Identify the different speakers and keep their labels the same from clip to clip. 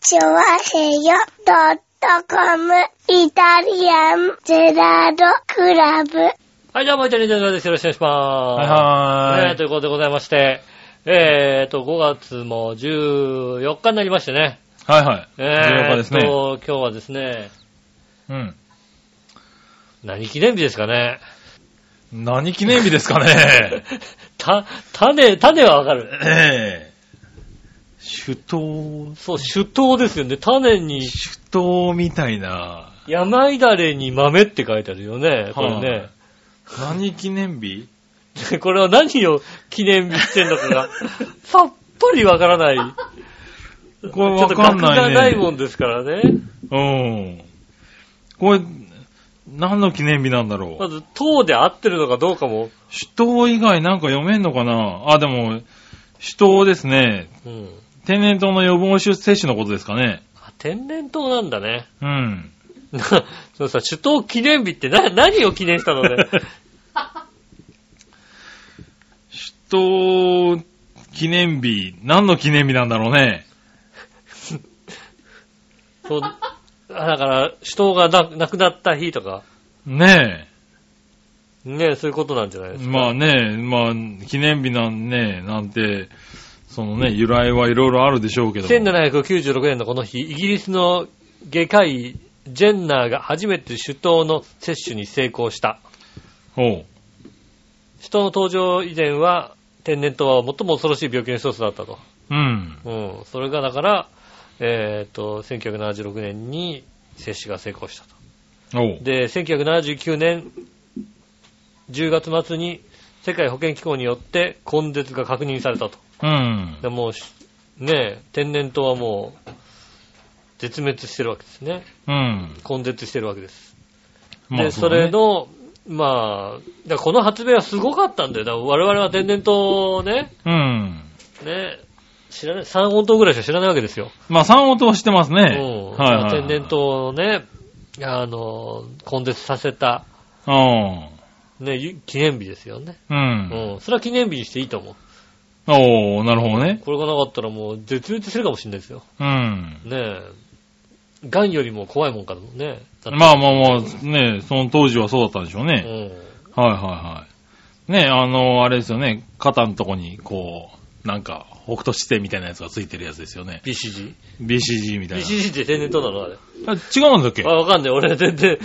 Speaker 1: チョワヘヨドットコムイタリアンゼラードクラブ。
Speaker 2: はい、じゃあもう一度、じゃです。よろしくお願いします。
Speaker 3: はいはーい
Speaker 2: ねということでございまして、えーと、5月も14日になりましてね。
Speaker 3: はいはい。
Speaker 2: え
Speaker 3: 14日ですね。
Speaker 2: と、今日はですね、
Speaker 3: うん。
Speaker 2: 何記念日ですかね。
Speaker 3: 何記念日ですかね。
Speaker 2: た、種、種はわかる。
Speaker 3: ええ首都、
Speaker 2: そう、首頭ですよね。種に、
Speaker 3: 首都みたいな。
Speaker 2: 病だれに豆って書いてあるよね。これね。
Speaker 3: 何記念日
Speaker 2: これは何を記念日してんのか が、さっぱりわからない。
Speaker 3: これ
Speaker 2: ちょ
Speaker 3: わ
Speaker 2: っと
Speaker 3: かん
Speaker 2: 額
Speaker 3: ない
Speaker 2: が
Speaker 3: ね。
Speaker 2: ないもんですからね。
Speaker 3: うん。これ、何の記念日なんだろ
Speaker 2: ま
Speaker 3: う。
Speaker 2: ず、糖で合ってるのかどうかも。
Speaker 3: 首都以外なんか読めんのかなあ、でも、首都ですね。
Speaker 2: うん。
Speaker 3: 天然痘の予防接種のことですかね。
Speaker 2: あ天然痘なんだね。
Speaker 3: うん。
Speaker 2: なそのさ、首都記念日ってな、何を記念したのね。
Speaker 3: 首都記念日、何の記念日なんだろうね。
Speaker 2: そう、あだから、首都がな亡くなった日とか、
Speaker 3: ね
Speaker 2: ね、そういうことなんじゃないで
Speaker 3: え。
Speaker 2: すか。
Speaker 3: まあねえ、まあ、記念日なんね、なんて、そのね、由来はいろいろあるでしょうけども。
Speaker 2: 1796年のこの日、イギリスの外科医、ジェンナーが初めて首都の接種に成功した。
Speaker 3: おう。
Speaker 2: 首都の登場以前は、天然痘は最も恐ろしい病気の一つだったと。
Speaker 3: うん。
Speaker 2: うん。それがだから、えーっと、1976年に接種が成功したと。
Speaker 3: おう。
Speaker 2: で、1979年10月末に世界保健機構によって根絶が確認されたと。
Speaker 3: うん。
Speaker 2: でもうし、ねえ、天然痘はもう、絶滅してるわけですね。
Speaker 3: うん。
Speaker 2: 根絶してるわけです。で、
Speaker 3: まあ
Speaker 2: そう
Speaker 3: だね
Speaker 2: れの、まあ、だからこの発明はすごかったんだよ。だから我々は天然痘をね、
Speaker 3: うん。
Speaker 2: ね、知らない、3音頭ぐらいしか知らないわけですよ。
Speaker 3: まあ、三音をしてますね。は
Speaker 2: う
Speaker 3: い
Speaker 2: ん。
Speaker 3: はい
Speaker 2: ま
Speaker 3: は
Speaker 2: あ
Speaker 3: い。
Speaker 2: 天然痘をね、あの、根絶させた、
Speaker 3: あ
Speaker 2: ね、ゆ記念日ですよね。
Speaker 3: あ。うん。
Speaker 2: うん。それは記念日にしていいと思う。
Speaker 3: おう、なるほどね。
Speaker 2: これがなかったらもう絶滅するかもしれないですよ。
Speaker 3: うん。
Speaker 2: ねえ。癌よりも怖いもんかとね。だって
Speaker 3: まあまあまあ、ねその当時はそうだったんでしょうね。
Speaker 2: うん。
Speaker 3: はいはいはい。ね、あの、あれですよね、肩のとこに、こう、なんか、北斗地点みたいなやつがついてるやつですよね。
Speaker 2: BCG?BCG
Speaker 3: BCG みたいな。
Speaker 2: って天然痘なのあれ。
Speaker 3: あ違うんだっけ
Speaker 2: あ、わかんない。俺全然。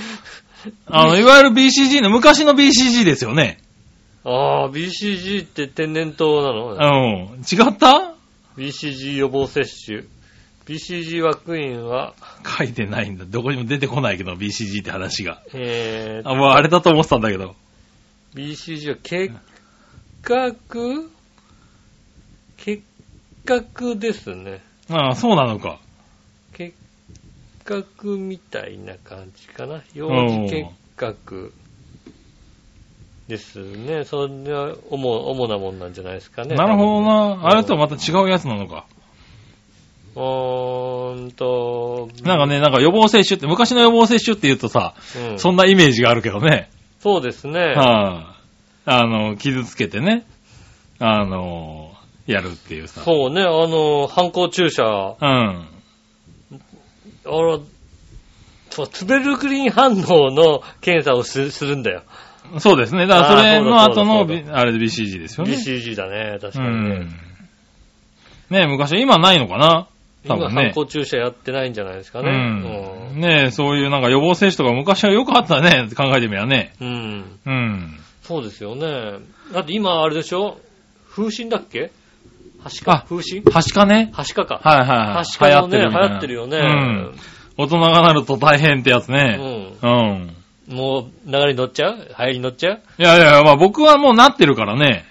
Speaker 3: あの、いわゆる BCG の、昔の BCG ですよね。
Speaker 2: ああ、BCG って天然痘な
Speaker 3: う
Speaker 2: の
Speaker 3: ん。違った
Speaker 2: ?BCG 予防接種。BCG ワクチンは、
Speaker 3: 書いてないんだ。どこにも出てこないけど、BCG って話が。
Speaker 2: えー、
Speaker 3: あ、もうあれだと思ってたんだけど。
Speaker 2: BCG は結核結核ですね。
Speaker 3: ああ、そうなのか。
Speaker 2: 結核みたいな感じかな。幼児結核ですね。そんな主主なもんなんじゃないですかね。
Speaker 3: なるほど
Speaker 2: うん
Speaker 3: な。あれとはまた違うやつなのか。
Speaker 2: うーんと、
Speaker 3: なんかね、なんか予防接種って、昔の予防接種って言うとさ、
Speaker 2: うん、
Speaker 3: そんなイメージがあるけどね。
Speaker 2: そうですね。
Speaker 3: はあ、あの、傷つけてね、あの、やるっていうさ。
Speaker 2: そうね、あの、反抗注射、あ
Speaker 3: うん。
Speaker 2: ら、そうツベルクリン反応の検査をすするんだよ。
Speaker 3: そうですね。だからそれの
Speaker 2: あーそ
Speaker 3: 後
Speaker 2: うだそ
Speaker 3: の、
Speaker 2: うだそう
Speaker 3: びあれで BCG ですよね。
Speaker 2: BCG だね、確
Speaker 3: う
Speaker 2: かにね。
Speaker 3: ん。ねえ昔、今ないのかな多
Speaker 2: 今、
Speaker 3: 分
Speaker 2: 反
Speaker 3: ね。
Speaker 2: 抗注射やってないんじゃないですか
Speaker 3: う
Speaker 2: ね。
Speaker 3: ん。ねえ、そういうなんか予防接種とか昔はよくあったね。考えてみりゃね。
Speaker 2: うん。うん
Speaker 3: うん。
Speaker 2: そうですよね。だって今、あれでしょ風疹だっけはしか
Speaker 3: あ
Speaker 2: 風疹
Speaker 3: はしかね。
Speaker 2: はしかか。
Speaker 3: はいはいは。
Speaker 2: はいしかもね、流
Speaker 3: みたいな
Speaker 2: 行ってるよね。
Speaker 3: うん。大人がなると大変ってやつね。うん。
Speaker 2: うんもう、流れに乗っちゃう流行りに乗っちゃう
Speaker 3: いやいや、まあ僕はもうなってるからね。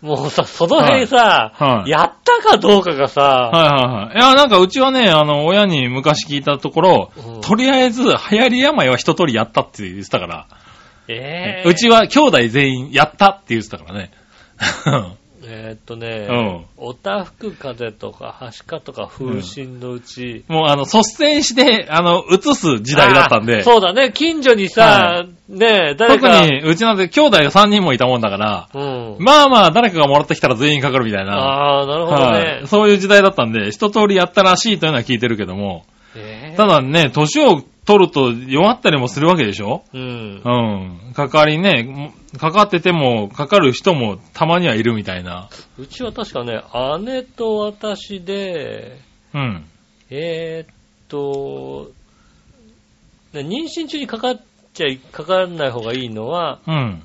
Speaker 2: もうさ、その辺さ、
Speaker 3: はいはい
Speaker 2: やったかどうかがさ、
Speaker 3: はいはいはい。いや、なんかうちはね、あの、親に昔聞いたところ、
Speaker 2: うん
Speaker 3: とりあえず流行り病は一通りやったって言ってたから、
Speaker 2: え
Speaker 3: うち
Speaker 2: は、
Speaker 3: は兄弟全員やったって言ってたから ね。
Speaker 2: えーっと
Speaker 3: う
Speaker 2: ね、
Speaker 3: ん。
Speaker 2: おたふく風邪とか、はしかとか、風疹のうち、
Speaker 3: もうあの、率先して、あの、移す時代だったん
Speaker 2: あー
Speaker 3: で、
Speaker 2: そうだね、近所にさ、ねえ、誰
Speaker 3: 特
Speaker 2: か。
Speaker 3: に、うちなんて兄弟が3人もいたもんだから、
Speaker 2: うん。
Speaker 3: まあまあ、誰かがもらってきたら全員かかるみたいな。
Speaker 2: ああ、なるほど
Speaker 3: は
Speaker 2: ね
Speaker 3: い。。そういう時代だったんで、一通りやったらしいというのは聞いてるけども、
Speaker 2: ええ
Speaker 3: ただね、年を取ると弱ったりもするわけでしょ
Speaker 2: うん。
Speaker 3: うん。かかりね、もかかってても、かかる人もたまにはいるみたいな。
Speaker 2: うちは確かね、姉と私で、
Speaker 3: うん。
Speaker 2: えーっと、ね妊娠中にかかっちゃい、かからない方がいいのは、
Speaker 3: うん。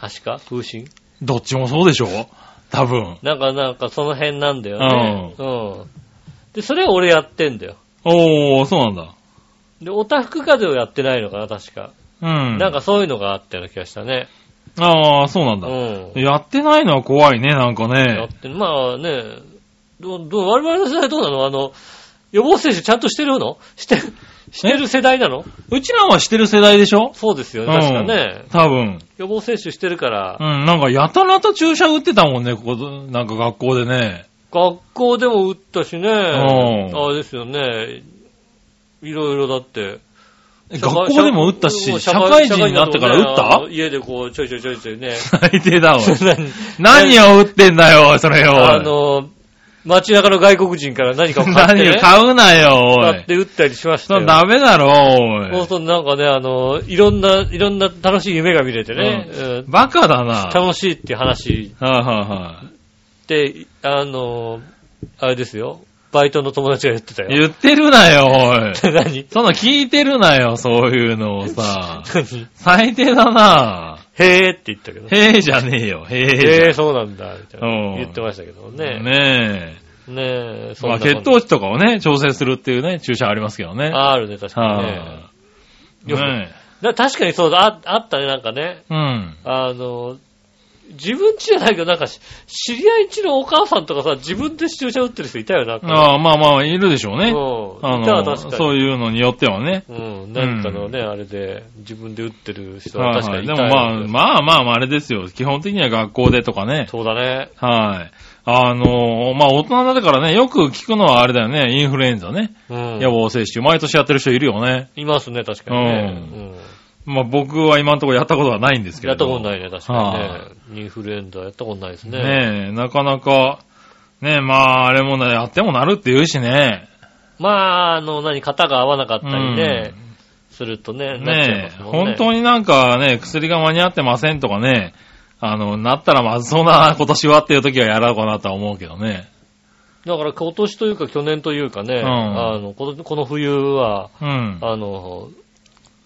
Speaker 2: 確か風疹
Speaker 3: どっちもそうでしょ多分。
Speaker 2: なんか、なんかその辺なんだよね。うん。で、それを俺やってんだよ。
Speaker 3: おー、そうなんだ。
Speaker 2: で、オタフク風邪をやってないのかな、確か。
Speaker 3: うん。
Speaker 2: なんかそういうのがあったような気がしたね。
Speaker 3: あー、そうなん
Speaker 2: う
Speaker 3: だ。
Speaker 2: ん。
Speaker 3: やってないのは怖いね、なんか
Speaker 2: や
Speaker 3: ね
Speaker 2: っ。てるまあね、どう、どう、我々の世代どうなのあの、予防接種ちゃんとしてるのして、してる世代なの
Speaker 3: うちらはしてる世代でしょ
Speaker 2: そうですよね、確かね
Speaker 3: う。ん、多分。
Speaker 2: 予防接種してるから
Speaker 3: う、ん、なんかやたらと注射打ってたもんね、ここ、なんか学校でね。
Speaker 2: 学校でも打ったしね、
Speaker 3: ん
Speaker 2: あれですよね、いろいろだって。
Speaker 3: 学校でも打ったし、社会人になってから打
Speaker 2: っ
Speaker 3: った
Speaker 2: 家でこう、ちょいちょいちょいちょ いね。
Speaker 3: た最低だわ。
Speaker 2: 何
Speaker 3: 何を打ってんだよ、それを。
Speaker 2: あの、街中の外国人から何かを買って、
Speaker 3: 何
Speaker 2: ね
Speaker 3: を、買うなよ、お
Speaker 2: 買っ
Speaker 3: い。
Speaker 2: て打ったりしまし
Speaker 3: そ
Speaker 2: た
Speaker 3: れ
Speaker 2: よ。
Speaker 3: ダメだろ、
Speaker 2: そ
Speaker 3: お
Speaker 2: う
Speaker 3: い。
Speaker 2: するとなんかね、あの、いろんな、いろんな楽しい夢が見れてね、うん
Speaker 3: バカだな。はい
Speaker 2: 楽しいっていう話
Speaker 3: はいはい。
Speaker 2: って、あの、あれですよ、バイトの友達が言ってたよ。
Speaker 3: 言ってるなよ、おい。
Speaker 2: 何。
Speaker 3: そんなの聞いてるなよ、そういうのをさ
Speaker 2: 何
Speaker 3: 最低だな。
Speaker 2: へーって言ったけど。
Speaker 3: へえじゃねえよ、へ
Speaker 2: へ
Speaker 3: え
Speaker 2: ー、そうなんだ、みたいな
Speaker 3: うん
Speaker 2: 言ってましたけど
Speaker 3: じゃ
Speaker 2: ね。ね
Speaker 3: ねえ。
Speaker 2: え、そん
Speaker 3: ま
Speaker 2: な
Speaker 3: あ、
Speaker 2: こと
Speaker 3: 血糖値とかをね、調整するっていうね、注射ありますけどね。
Speaker 2: ああるね、確かにね
Speaker 3: は。い。
Speaker 2: よく
Speaker 3: ね
Speaker 2: だ確かにそうだ、ああったね、なんかね。
Speaker 3: えうん。
Speaker 2: あの、自分家じゃないけど、なんかし、知り合い家のお母さんとかさ、自分で注射打ってる人いたよ、なんか。
Speaker 3: ああ、まあまあ、いるでしょうね。
Speaker 2: う
Speaker 3: あ
Speaker 2: ん。いたわ、
Speaker 3: の、
Speaker 2: 確かに。
Speaker 3: そういうのによってはね。
Speaker 2: うん。なんかのね、あれで、自分で打ってる人は
Speaker 3: はい
Speaker 2: 確か
Speaker 3: は
Speaker 2: にい
Speaker 3: い。で
Speaker 2: た
Speaker 3: も
Speaker 2: よ、
Speaker 3: まあ、まあまあ、あれですよ。基本的には学校でとかね。
Speaker 2: そうだね。
Speaker 3: はい。あのー、まあ大人だからね、よく聞くのはあれだよね、インフルエンザね。
Speaker 2: うん。
Speaker 3: 予防接種。毎年やってる人いるよね。
Speaker 2: いますね、確かにね。
Speaker 3: う
Speaker 2: うん。
Speaker 3: まあ僕は今のところやったことはないんですけ
Speaker 2: や
Speaker 3: れ
Speaker 2: っ
Speaker 3: ど。
Speaker 2: たこと
Speaker 3: い。
Speaker 2: ないね、確か
Speaker 3: は
Speaker 2: にね。インフルエンザやったことないですね。
Speaker 3: ねえ、なかなか、ねえ、まああれもな、やってもなるって言うしね。
Speaker 2: まあ、あの、何、型が合わなかったりね、するとね、なっちゃい
Speaker 3: ね
Speaker 2: ます
Speaker 3: え、
Speaker 2: もんね。
Speaker 3: 本当になんかね、薬が間に合ってませんとかね、あの、なったらまずそうな、今年はっていう時はやろうかなとは思うけどね。
Speaker 2: だから今年というか去年というかね、
Speaker 3: ん
Speaker 2: あのこのこの冬は、
Speaker 3: うん。
Speaker 2: あの、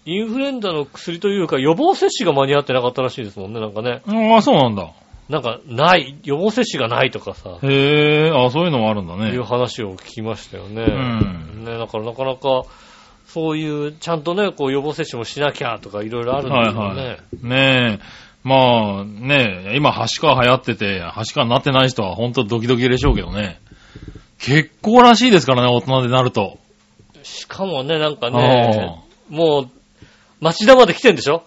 Speaker 2: インフルエンザの薬というか予防接種が間に合ってなかったらしいですもんね、なんかね。
Speaker 3: ああ、そうなんだ。
Speaker 2: なんかない、予防接種がないとかさ、
Speaker 3: へえ、あそういうのもあるんだ
Speaker 2: いう
Speaker 3: ね。
Speaker 2: 話を聞きましたよね。
Speaker 3: ん
Speaker 2: ね、だからなかなか、そういう、ちゃんとね、こう予防接種もしなきゃとかいろいろあるんだけどね。
Speaker 3: はいねえ。まあ、ねえ、今、ハシカ流行ってて、ハシカになってない人は本当ドキドキでしょうけどね。結構らしいですからね、大人でなると。
Speaker 2: しかもね、なんか
Speaker 3: あ
Speaker 2: ね、もう、町田まで来てんでしょ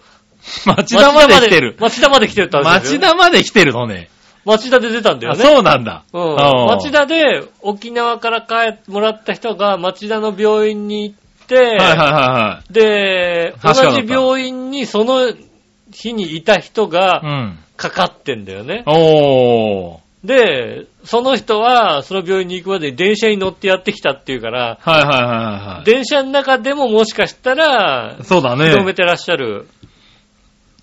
Speaker 3: あ町田まで来てる。
Speaker 2: 町田まで来てるって話です
Speaker 3: 町
Speaker 2: よ
Speaker 3: 田まで来てるのね。
Speaker 2: 町田で出たんだよ
Speaker 3: あ
Speaker 2: ね。
Speaker 3: そうなんだ。
Speaker 2: うん
Speaker 3: ああ
Speaker 2: 町田で沖縄から帰ってもらった人が町田の病院に行って、
Speaker 3: はいはいは
Speaker 2: で、同
Speaker 3: 確かだった
Speaker 2: じ病院にその日にいた人
Speaker 3: い
Speaker 2: が
Speaker 3: はい。うん。
Speaker 2: かかってんだよね。
Speaker 3: おー。
Speaker 2: で、その人はその病院に行くまでに電車に乗ってやってきたっていうから、
Speaker 3: はいはいはいはい。
Speaker 2: 電車の中でももしかしたら、
Speaker 3: そうだ
Speaker 2: 広め
Speaker 3: ね。
Speaker 2: てらっしゃる。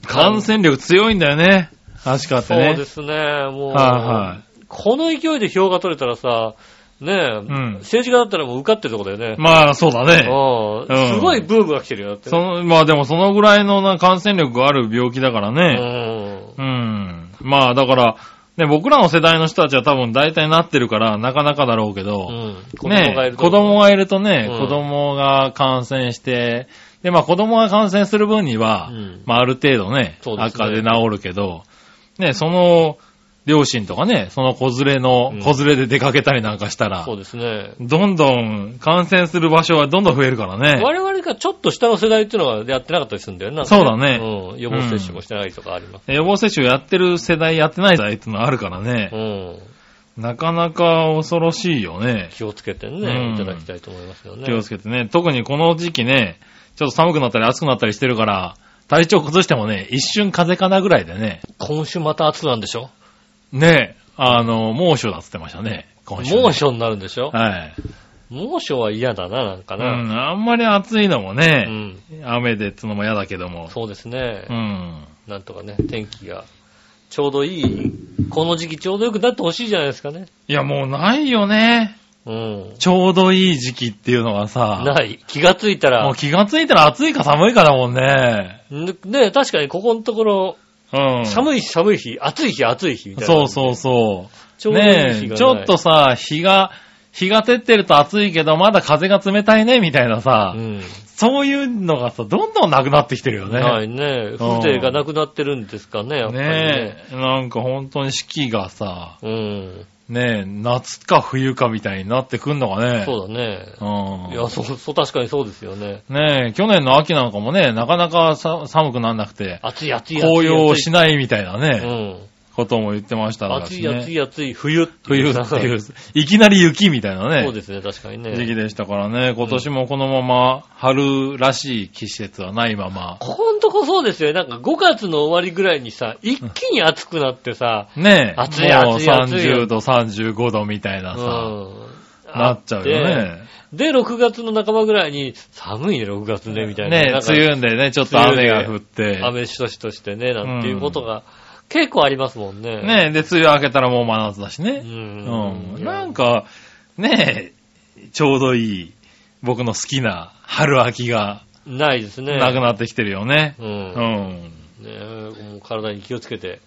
Speaker 3: 感染力強いんだよね。確かって
Speaker 2: そう
Speaker 3: ね。
Speaker 2: ですね、もう、
Speaker 3: は
Speaker 2: この勢いで票が取れたらさ、ねえ、
Speaker 3: ん
Speaker 2: 政治家だったらもう受かってるとこだよね
Speaker 3: いはい。。まあ、そうだね。
Speaker 2: うん
Speaker 3: うん
Speaker 2: すごいブームが来てるよ、だって
Speaker 3: その、まあでもそのぐらいのな感染力がある病気だからね。
Speaker 2: ね。
Speaker 3: うん。まあだから、ね、僕らの世代の人たちは多分大体なってるから、なかなかだろうけ
Speaker 2: う
Speaker 3: ど、
Speaker 2: ん。子供がい
Speaker 3: ね
Speaker 2: る、と
Speaker 3: 子供がいるとね、
Speaker 2: うん
Speaker 3: 子供が感染して、で、まあ子供が感染する分には、
Speaker 2: うん
Speaker 3: まあある程度ね、
Speaker 2: そうですね
Speaker 3: 赤で治るけど、ね、その、両親とかね、その子連れの
Speaker 2: うん、
Speaker 3: 子連れで出かけたりなんかしたら、
Speaker 2: そうですね。
Speaker 3: どんどん感染する場所はどんどん増えるからね。
Speaker 2: 我々がちょっと下の世代っていうのはやってなかったりするんだよね。なんか
Speaker 3: そうだね
Speaker 2: うん。予防接種もしてないとかあります。
Speaker 3: 予防接種をやってる世代、やってない世代っていうのはあるから
Speaker 2: う
Speaker 3: ね、
Speaker 2: ん。
Speaker 3: なかなか恐ろしいよね。
Speaker 2: 気をつけて
Speaker 3: う
Speaker 2: ね、
Speaker 3: ん
Speaker 2: いただきたいと思いますよね。
Speaker 3: 気をつけてね。特にこの時期ね、ちょっと寒くなったり暑くなったりしてるから、体調崩してもね、一瞬風邪かなぐらいでね、
Speaker 2: 今週また暑くなるんでしょ
Speaker 3: ねえ、あの、猛暑だっつってましたね、今週ね、
Speaker 2: 猛暑になるんでしょ
Speaker 3: はい。
Speaker 2: 猛暑は嫌だな、なんか
Speaker 3: うん、
Speaker 2: な。
Speaker 3: あんまり暑いのも
Speaker 2: う
Speaker 3: ね、
Speaker 2: ん。
Speaker 3: 雨でっつのも嫌だけども。
Speaker 2: そうですね
Speaker 3: う。ん。
Speaker 2: なんとかね、天気が、ちょうどいい、この時期ちょうどよくなってほしいじゃないですかね。
Speaker 3: いや、もうないよね。
Speaker 2: うん。
Speaker 3: ちょうどいい時期っていうのがさ、
Speaker 2: ない。気がついた
Speaker 3: も
Speaker 2: ら
Speaker 3: う、気がついたら暑いか寒いかだもんね。
Speaker 2: ね、ね確かにここのところ、
Speaker 3: うん。
Speaker 2: 寒い日寒い日、暑い日暑い日みたいな。
Speaker 3: そうそうそう。
Speaker 2: ちょうどいい
Speaker 3: ね
Speaker 2: 日が
Speaker 3: え、
Speaker 2: ない。
Speaker 3: ちょっと、さ、日が、日が照ってると暑いけど、まだ風が冷たいね、みたいなさ、
Speaker 2: うん。
Speaker 3: そういうのがさ、どんどんなくなってきてるよね。
Speaker 2: ないね。風情がなくなってるんですかね、やっぱりね。
Speaker 3: ねえ、なんか本当に四季がさ、
Speaker 2: うん。
Speaker 3: ねえ、夏か冬かみたいになってくんのがね。
Speaker 2: そうだね。
Speaker 3: うん。
Speaker 2: いや、そう、そう、確かにそうですよね。
Speaker 3: ねえ、去年の秋なんかもね、なかなかさ寒くなんなくて、
Speaker 2: 暑い暑い暑い。
Speaker 3: 紅葉し
Speaker 2: な
Speaker 3: ないみたいなね、
Speaker 2: うん。
Speaker 3: ことも言ってましたから
Speaker 2: 暑
Speaker 3: し
Speaker 2: い暑
Speaker 3: ね。
Speaker 2: い暑い、冬ってい
Speaker 3: 冬
Speaker 2: う。
Speaker 3: って いう、いきなり雪みたいなね。
Speaker 2: そうですね、確かにね。
Speaker 3: 時期でしたからね、今年もこのまま春らしい季節はないまま、
Speaker 2: ここんとこそうですよね。なんか5月の終わりぐらいにさ、一気に暑くなってさ、
Speaker 3: ねえ、
Speaker 2: 暑い
Speaker 3: もう
Speaker 2: 暑い暑い
Speaker 3: 30度、35度みたいな
Speaker 2: う
Speaker 3: さ、
Speaker 2: ん。
Speaker 3: なっちゃうよ
Speaker 2: あって。
Speaker 3: ね。
Speaker 2: で、6月の半ばぐらいに、寒いね、6月ね、みたいな。
Speaker 3: ね
Speaker 2: なん
Speaker 3: え、
Speaker 2: か
Speaker 3: 梅雨でね、ちょっと雨が降って、
Speaker 2: 雨しとしとしてね、なんていうことが、結構ありますもんね。
Speaker 3: ねえ、で、梅雨明けたらもう真夏だし
Speaker 2: う
Speaker 3: ね。
Speaker 2: ん。
Speaker 3: うん。なんか、ねえ、ちょうどいい、僕の好きな春秋が
Speaker 2: ないですね。
Speaker 3: なくなってきてるよね。
Speaker 2: う。
Speaker 3: うん
Speaker 2: ね
Speaker 3: ん。
Speaker 2: えもう体に気をつけて。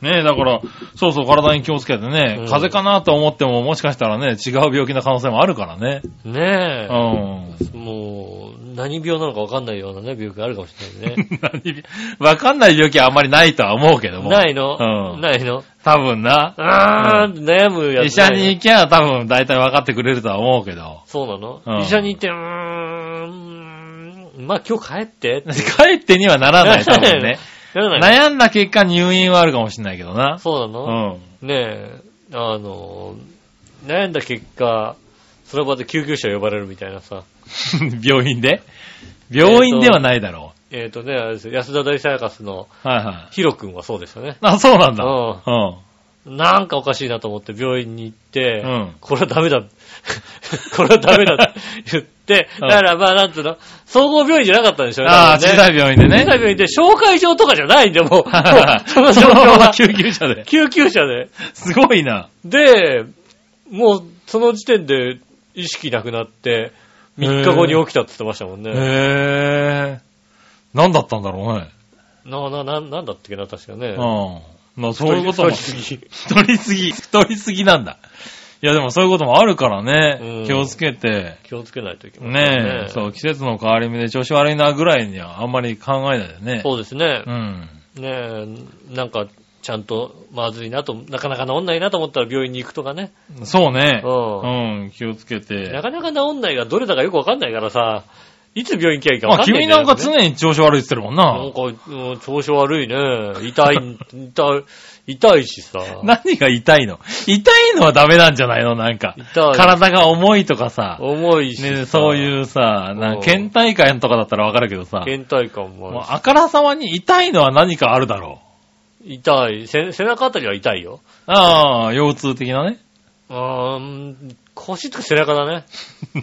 Speaker 3: ねえ、だから、そうそう、体に気をつけてね、
Speaker 2: うん
Speaker 3: 風邪かなと思っても、もしかしたらね、違う病気の可能性もあるからね。
Speaker 2: ねえ。
Speaker 3: うん。
Speaker 2: もう、何病なのか分かんないようなね、病気があるかもしれないね。
Speaker 3: 何わかんない病気はあんまりないとは思うけど も。。
Speaker 2: ないいの
Speaker 3: うん
Speaker 2: ないの
Speaker 3: 多分な。
Speaker 2: あーって悩むやつ。
Speaker 3: 医者に。行きゃ多分大体わかってくれるとは思うけど。
Speaker 2: そうなの、
Speaker 3: うん
Speaker 2: 医者に行って、うーん、まあ今日帰ってって。
Speaker 3: 帰ってにはならない、多 分ね。
Speaker 2: ならない
Speaker 3: 悩んだ結果入院はあるかもしれないけどな。
Speaker 2: そうな
Speaker 3: う
Speaker 2: の、
Speaker 3: ん。
Speaker 2: ねえ、あの、悩んだ結果、その場で救急車呼ばれるみたいなさ。
Speaker 3: 病院で病院ではないだろ
Speaker 2: えっ、とね、あれですよ安田大サーカスの
Speaker 3: う。はいはい。
Speaker 2: ヒロ君はそうでしたね。
Speaker 3: あ、そうなんだ。
Speaker 2: うん
Speaker 3: うん。
Speaker 2: なんかおかしいなと思って病院に行って、
Speaker 3: うん
Speaker 2: これはダメだ、 これはダメだって言って、
Speaker 3: うん
Speaker 2: だからまあなんつうの、総合病院じゃなかったんでしょうね。
Speaker 3: ああ、
Speaker 2: 多
Speaker 3: 小
Speaker 2: 分ね
Speaker 3: さい病院
Speaker 2: 小さ
Speaker 3: で
Speaker 2: い
Speaker 3: ね。
Speaker 2: 病院で紹介状とかじゃないんで、 もう、もうそ
Speaker 3: そ
Speaker 2: の
Speaker 3: の
Speaker 2: 状
Speaker 3: 状
Speaker 2: 況
Speaker 3: 況
Speaker 2: は
Speaker 3: は救急車で。
Speaker 2: 救急車で。
Speaker 3: すごいな。
Speaker 2: で、もうその時点で意識なくなって、3日後に起きたって言ってましたもん
Speaker 3: へ
Speaker 2: ね。
Speaker 3: え。何だったんだろうね。
Speaker 2: な、な、な、なんだったっけな、確かね。
Speaker 3: うん。まあそういうこと
Speaker 2: 太
Speaker 3: も。
Speaker 2: りすぎ
Speaker 3: 太りすぎ、太りすぎなんだ。いやでもそういうこともあるからね。
Speaker 2: うん
Speaker 3: 気をつけて。
Speaker 2: 気をつけないといけない、
Speaker 3: ねえ、そう、季節の変わり目で調子悪いなぐらいにはあんまり考えないでね。
Speaker 2: そうですね
Speaker 3: う。ん。
Speaker 2: ねえ、なんか、ちゃんとまずいなと、なかなか治んないなと思ったら病院に行くとかね。
Speaker 3: そうね。
Speaker 2: う
Speaker 3: うん、気をつけ
Speaker 2: な
Speaker 3: て。
Speaker 2: かなか治んないがどれだかよくわかんないからさ、いつ病院行きゃいいかわ
Speaker 3: あ、
Speaker 2: かんない、
Speaker 3: 君なんか常に調子悪いって言ってるもん
Speaker 2: なん
Speaker 3: な。
Speaker 2: か、うん調子悪いね。痛い、痛い、痛いしさ。
Speaker 3: 何が痛いの痛いのはダメなんじゃないのなんか。
Speaker 2: 痛い。
Speaker 3: 体が重いとかさ。
Speaker 2: 重いしさ。
Speaker 3: ね、そ
Speaker 2: う。
Speaker 3: ういうさ、な
Speaker 2: うん
Speaker 3: んか倦怠感とかだったらわかるけどさ、
Speaker 2: 倦怠感も
Speaker 3: もう
Speaker 2: あ
Speaker 3: あからさまに痛いのは何かあるだろ
Speaker 2: るし痛い。せ背中あたりは痛いよ。
Speaker 3: う。ああ、腰痛的なね。
Speaker 2: うーん、腰とか背中だね。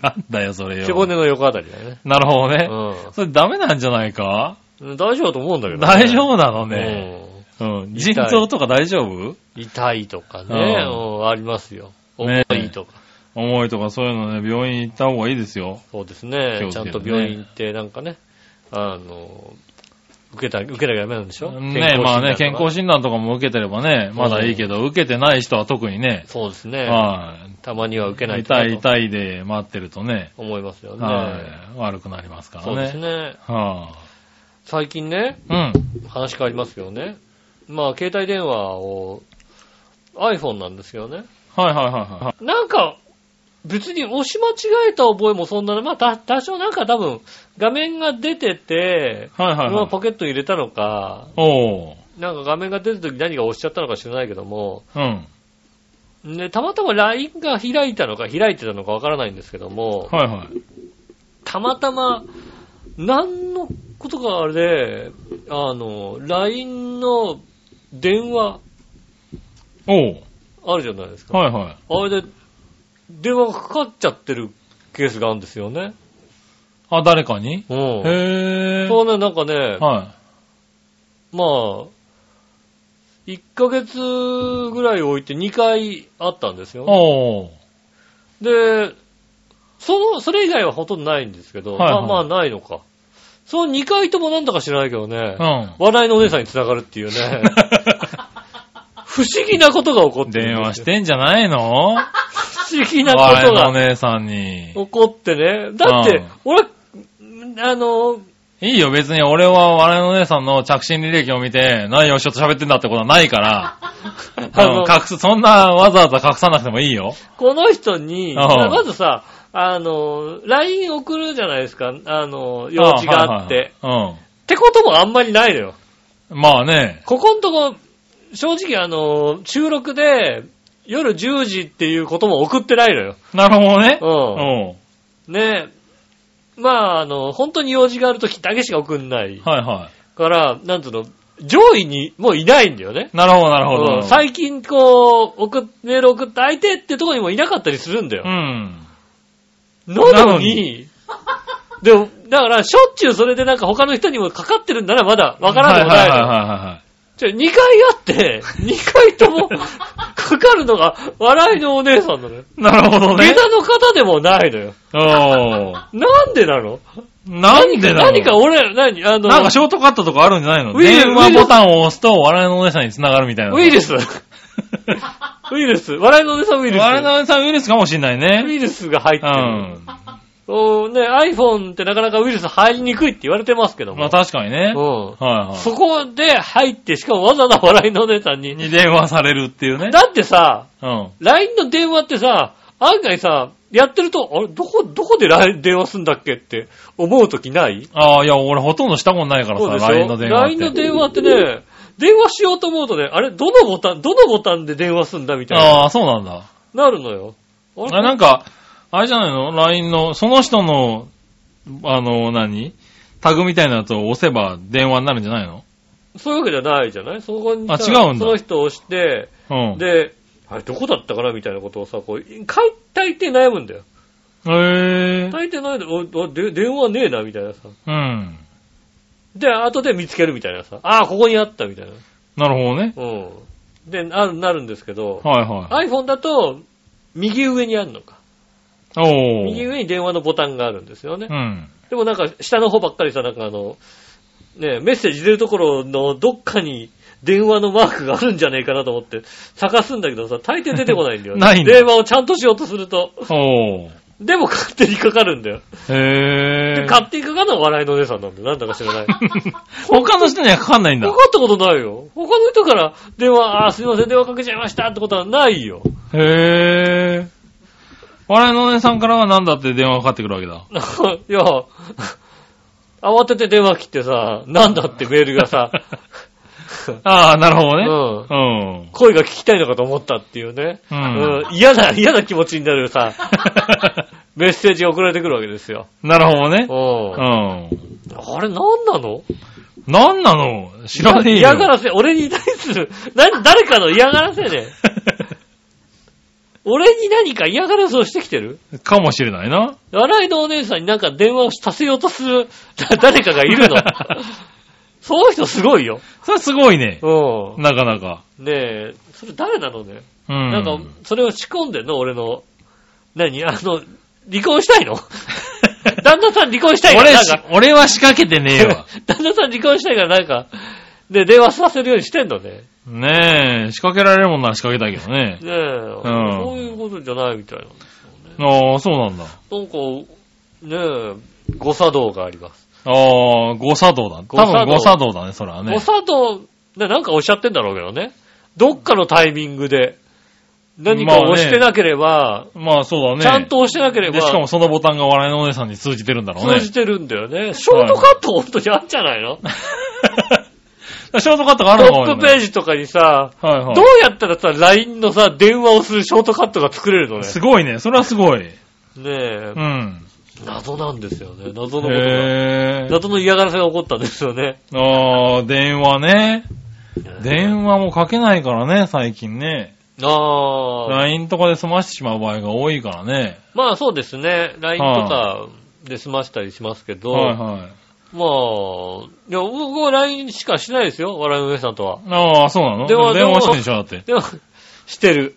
Speaker 3: なんだよ、それ
Speaker 2: 背
Speaker 3: よ
Speaker 2: 骨。の横あたりだね。
Speaker 3: なるほど
Speaker 2: う
Speaker 3: ね。
Speaker 2: ん
Speaker 3: それダメなんじゃないか
Speaker 2: うん。大丈夫だと思うんだけど、
Speaker 3: 大丈夫なのね。
Speaker 2: ね。うん
Speaker 3: うん。腎臓とか大丈夫
Speaker 2: 痛いとかね、
Speaker 3: うん
Speaker 2: うんありますよ。重
Speaker 3: ね
Speaker 2: いとか。
Speaker 3: 重いとかそういうのね、病院行った方がいいですよ。
Speaker 2: そうですね。
Speaker 3: 気をつ
Speaker 2: ちゃ
Speaker 3: けて
Speaker 2: ん
Speaker 3: ね
Speaker 2: と病院行って、なんかね、あの、受けた、受けなきゃダメなんでしょ
Speaker 3: ねまあね、健康
Speaker 2: 診
Speaker 3: 診断とかも受けてればね、まだいいけど、受けてない人は特にね
Speaker 2: 断、そうですね。
Speaker 3: はい。
Speaker 2: たまには受けないと
Speaker 3: 痛い
Speaker 2: なと
Speaker 3: 痛いで待ってるとね、
Speaker 2: 思いますよね。
Speaker 3: はい。悪くなりますからね。
Speaker 2: そうですね。
Speaker 3: は
Speaker 2: 最近ね、
Speaker 3: あ、うん。
Speaker 2: 話変わりますけどね。まあ、携帯電話を、iPhone なんですよね。
Speaker 3: はいはいはいは
Speaker 2: なんか、別に押し間違えた覚えもそんなね、まあ、た多少なんか多分、画面が出てて、
Speaker 3: い。はいはい、
Speaker 2: ま
Speaker 3: は
Speaker 2: あ
Speaker 3: い。
Speaker 2: ポケットに入れたのか、
Speaker 3: おー。
Speaker 2: なんか画面が出るとき何が押しちゃったのか知らないけども、
Speaker 3: うん。
Speaker 2: ね、たまたま LINE が開いたのか開いてたのかわからないんですけども、
Speaker 3: はいはい。
Speaker 2: たまたま、何のことかあれで、あの、LINE の電話
Speaker 3: おう。
Speaker 2: あるじゃないですか。
Speaker 3: はいはい。
Speaker 2: あれで、電話がかかっちゃってるケースがあるんですよね。
Speaker 3: あ、誰かに
Speaker 2: う
Speaker 3: へ
Speaker 2: ん。
Speaker 3: ぇ
Speaker 2: そ
Speaker 3: ー。
Speaker 2: うね、なんかね、
Speaker 3: は
Speaker 2: まあ、1ヶ月ぐらい置いて2回あったんです
Speaker 3: い。
Speaker 2: よ。
Speaker 3: おう。
Speaker 2: で、その、それ以外はほとんどないんですけど、
Speaker 3: はいはい
Speaker 2: まあまあないのか。その2回ともなんだか知らないけどね、
Speaker 3: うん。
Speaker 2: 笑いのお姉さんに繋がるっていうね、不思議なことが起こってるんですよ
Speaker 3: 電話してんじゃな いの
Speaker 2: 不思議なこ
Speaker 3: 我
Speaker 2: と
Speaker 3: のお
Speaker 2: が
Speaker 3: 姉さんに。
Speaker 2: 起こってね。だって、俺、あの、
Speaker 3: いいよ、別に俺は我のお姉さんの着信履歴を見て、何をしようと喋ってんだってことはな いから、
Speaker 2: あ
Speaker 3: うん
Speaker 2: の
Speaker 3: 隠す、そんなわざわざ隠さなくてもいいよ。
Speaker 2: この人に、
Speaker 3: うん
Speaker 2: まあまずさ、あの、LINE 送るじゃないですか、あの、用事があって。
Speaker 3: はいはいはい。
Speaker 2: ってこともあんまりないのよ。
Speaker 3: うん。まあね。
Speaker 2: ここんとこ、正直あの、収録で、夜10時っていうことも送ってないのよ。
Speaker 3: なるほどね。う。
Speaker 2: うんん。ねまあ、あの、本当に用事があるときだけしか送んない。
Speaker 3: はいは
Speaker 2: から、なんつうの、上位にもういないんだよね。
Speaker 3: い。なるほど、なるほ
Speaker 2: うん
Speaker 3: ど。
Speaker 2: 最近こう、送っメール送った相手ってとこにもいなかったりするんだ
Speaker 3: う
Speaker 2: よ。
Speaker 3: ん。
Speaker 2: な
Speaker 3: な
Speaker 2: の
Speaker 3: の
Speaker 2: に、でも、だから、しょっちゅうそれでなんか他の人にもかかってるんならまだわからんでもないの
Speaker 3: はい
Speaker 2: よ
Speaker 3: はいはいはい。
Speaker 2: ちょ、2回あって、2回 ともかかるのが笑いのお姉さんなのよ。
Speaker 3: なるほど
Speaker 2: 下。
Speaker 3: ね
Speaker 2: 駄の方でもないのよ。
Speaker 3: おー
Speaker 2: なんでなの
Speaker 3: なんでだろう
Speaker 2: 何か俺ら、何あの、
Speaker 3: なんかショートカットとかあるんじゃないの
Speaker 2: ウイルス
Speaker 3: 電話ボタンを押すと、笑いのお姉さんに繋がるみたいな。
Speaker 2: ウイル ス。ウイルス。笑いのお姉さんウイルス。
Speaker 3: 笑いのお姉さんウイルスかもしんない
Speaker 2: ウ
Speaker 3: ね。
Speaker 2: イルスが入っ
Speaker 3: う
Speaker 2: てる。
Speaker 3: ん。
Speaker 2: おーね、iPhone ってなかなかウイルス入りにくいって言われてますけど
Speaker 3: まあ
Speaker 2: も。
Speaker 3: 確かにね。はいは
Speaker 2: うん。
Speaker 3: い。
Speaker 2: そこで入って、しかもわざわざ笑いのお姉さんに。
Speaker 3: に電話されるっていうね。
Speaker 2: だってさ、
Speaker 3: うん。
Speaker 2: LINE の電話ってさ、案外さ、やってると、あれ、どこ、どこで LINE 電話すんだっけって思うときない
Speaker 3: ああ、いや、俺ほとんどしたことないから
Speaker 2: そうでし
Speaker 3: さ、
Speaker 2: ょ
Speaker 3: LINE の電話って。
Speaker 2: LINE の電話ってね、電話しようと思うとね、あれ、どのボタン、どのボタンで電話すんだみたいな。
Speaker 3: ああ、そうなんだ。
Speaker 2: なるのよ。あ
Speaker 3: あなんか、あれじゃないの ?LINE の、その人の、あの、何タグみたいなやつを押せば電話になるんじゃないの
Speaker 2: そういうわけじゃないじゃないそこにさ
Speaker 3: あ違うんだ
Speaker 2: その人を押して、
Speaker 3: うん。
Speaker 2: で、あれ、どこだったかなみたいなことをさ、こう、かい大抵悩むんだよ。
Speaker 3: へえ。
Speaker 2: 大抵悩んで、お、お、で電話ねえな、みたいなさ。
Speaker 3: うん。
Speaker 2: で、後で見つけるみたいなさ。ああ、ここにあった、みたいな。
Speaker 3: なるほどね。
Speaker 2: うん。で、なる、なるんですけど、
Speaker 3: はいはい。
Speaker 2: iPhone だと、右上にあるのか。
Speaker 3: お
Speaker 2: 右
Speaker 3: ー。
Speaker 2: 上に電話のボタンがあるんですよね
Speaker 3: う。ん。
Speaker 2: でもなんか、下の方ばっかりさ、なんかあの、ねえ、メッセージ出るところのどっかに電話のマークがあるんじゃねえかなと思って探すんだけどさ、大抵出てこないんだよね。
Speaker 3: ないんだ
Speaker 2: 電話をちゃんとしようとすると。
Speaker 3: おー。
Speaker 2: でも勝手にかかるんだよ。
Speaker 3: へえ。
Speaker 2: 勝手にかかるのは笑いのお姉さんなんだよ。なんだか知らない。かか
Speaker 3: 他の人にはかかんないんだ。
Speaker 2: ったことないよ。他の人から電話、あーすいません、電話かけちゃいましたってことはないよ。
Speaker 3: へえ。笑いのお姉さんからはなんだって電話がかかってくるわけだ。
Speaker 2: いや、慌てて電話切ってさ、なんだってメールが さ、
Speaker 3: ああ、なるほど
Speaker 2: う
Speaker 3: ね。
Speaker 2: ん。
Speaker 3: うん。
Speaker 2: 声が聞きたいのかと思ったっていうね。
Speaker 3: うん
Speaker 2: うん嫌な、嫌な気持ちになる さ、メッセージが送られてくるわけですよ。
Speaker 3: なるほどね
Speaker 2: う。ん
Speaker 3: うん。
Speaker 2: あれ何なの
Speaker 3: なんなの知らねえよ。
Speaker 2: 嫌がらせ、俺に対する、な、誰かの嫌がらせね。俺に何か嫌がらせをしてきてる
Speaker 3: かもしれないな。
Speaker 2: 笑いのお姉さんになんか電話をさせようとする 誰かがいる の。その人すごいよ。
Speaker 3: それすごいね。
Speaker 2: う
Speaker 3: なかなか。
Speaker 2: ん。ねえ、それ誰なのね。
Speaker 3: うん。
Speaker 2: なんか、それを仕込んでんの俺の。何あの、離婚したい の旦那さん離婚したいから
Speaker 3: 俺
Speaker 2: なん
Speaker 3: し
Speaker 2: か、、
Speaker 3: 俺は仕掛けてねえわ。
Speaker 2: 旦那さん離婚したいからなんか、で、電話させるようにしてんのね。
Speaker 3: ねえ、仕掛けられるもんなら仕掛けたいけどね。
Speaker 2: ねえ、そういうことじゃないみたいな。
Speaker 3: ああ、そうなんだ。
Speaker 2: なんか、ねえ、誤作動があります。
Speaker 3: ああ、誤作動だ。多
Speaker 2: 誤作動
Speaker 3: 分誤作動だね、それはね
Speaker 2: 誤。作動、ね、なんかおっしゃってんだろうけどね。どっかのタイミングで、何か
Speaker 3: まあね
Speaker 2: 押してなければ、
Speaker 3: まあそうだね。
Speaker 2: ちゃんと押してなけれ
Speaker 3: で、しかも
Speaker 2: ば、
Speaker 3: そのボタンが笑いのお姉さんに通じてるんだろうね。
Speaker 2: 通じてるんだよね。ショートカット本当にあるんじゃないの
Speaker 3: ショートカットがあ
Speaker 2: ト
Speaker 3: るのかも
Speaker 2: ップ
Speaker 3: ね
Speaker 2: ページとかにさ、
Speaker 3: はいはい。
Speaker 2: どうやったらさ、LINE のさ、電話をするショートカットが作れるのね。
Speaker 3: すごいね。それはすごい。
Speaker 2: ねえ
Speaker 3: う、ん。
Speaker 2: 謎なんですよね。謎のことが。
Speaker 3: へぇ
Speaker 2: 謎の嫌がらせが起こったんですよね。
Speaker 3: ー。あー、電話ね。電話もかけないからね、最近ね。
Speaker 2: ああ。
Speaker 3: LINE とかで済ましてしまう場合が多いからね。
Speaker 2: まあそうですね。LINE とかで済ましたりしますけど、
Speaker 3: はいはい。
Speaker 2: まあ、いや、僕は LINE しかしないですよ。笑いの上さんとは。
Speaker 3: ああ、そうなの
Speaker 2: 電話
Speaker 3: 電話してるでしょ、だって。
Speaker 2: でも、して る。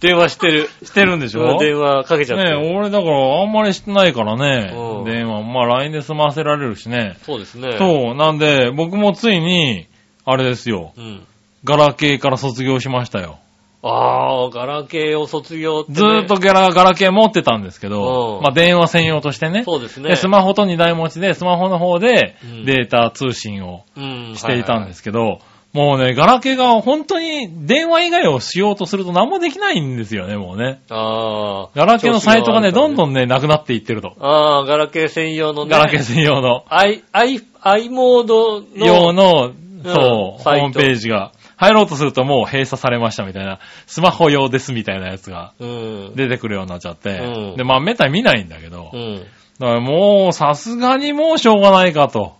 Speaker 2: 電話してる。
Speaker 3: してるんでしょ
Speaker 2: 電話かけちゃって
Speaker 3: ねえ、
Speaker 2: る。
Speaker 3: 俺だからあんまりしてないからね
Speaker 2: うん。
Speaker 3: 電話。まあ LINE で済ませられるしね。
Speaker 2: そうですね。う。
Speaker 3: そう。なんで、僕もついに、あれですよ。
Speaker 2: ん。
Speaker 3: ガラケーから卒業しましたよ。
Speaker 2: ああ、ガラケーを卒業って、ね。
Speaker 3: ずーっと。ガラ、ガラケー持ってたんですけ
Speaker 2: う
Speaker 3: ど
Speaker 2: ん、
Speaker 3: まあ電話専用としてね。
Speaker 2: そうですね。
Speaker 3: で、スマホと二台持ちで、スマホの方で
Speaker 2: うん
Speaker 3: データ通信を
Speaker 2: うん。
Speaker 3: していたんですすけど、もうね、ガラケーが本当に電話以外をしようとすると何もできないんですよね、もうね。
Speaker 2: ああ。
Speaker 3: ガラケーのサイトがね、どんど
Speaker 2: ん。
Speaker 3: んね、なくなっていってると。
Speaker 2: ああ、ガラケー専用のね。
Speaker 3: ガラケー専用の。
Speaker 2: アイ、アイ、アイモードの。
Speaker 3: 用の、そう、ホ
Speaker 2: サイト
Speaker 3: ームページが。入ろうとするともう閉鎖されましたみたいな、スマホ用ですみたいなやつが
Speaker 2: うん。
Speaker 3: 出てくるようになっちゃって、
Speaker 2: うん
Speaker 3: で、まあ、めったに見ないんだけど、
Speaker 2: うん。
Speaker 3: だからもう、さすがにもうしょうがないかと。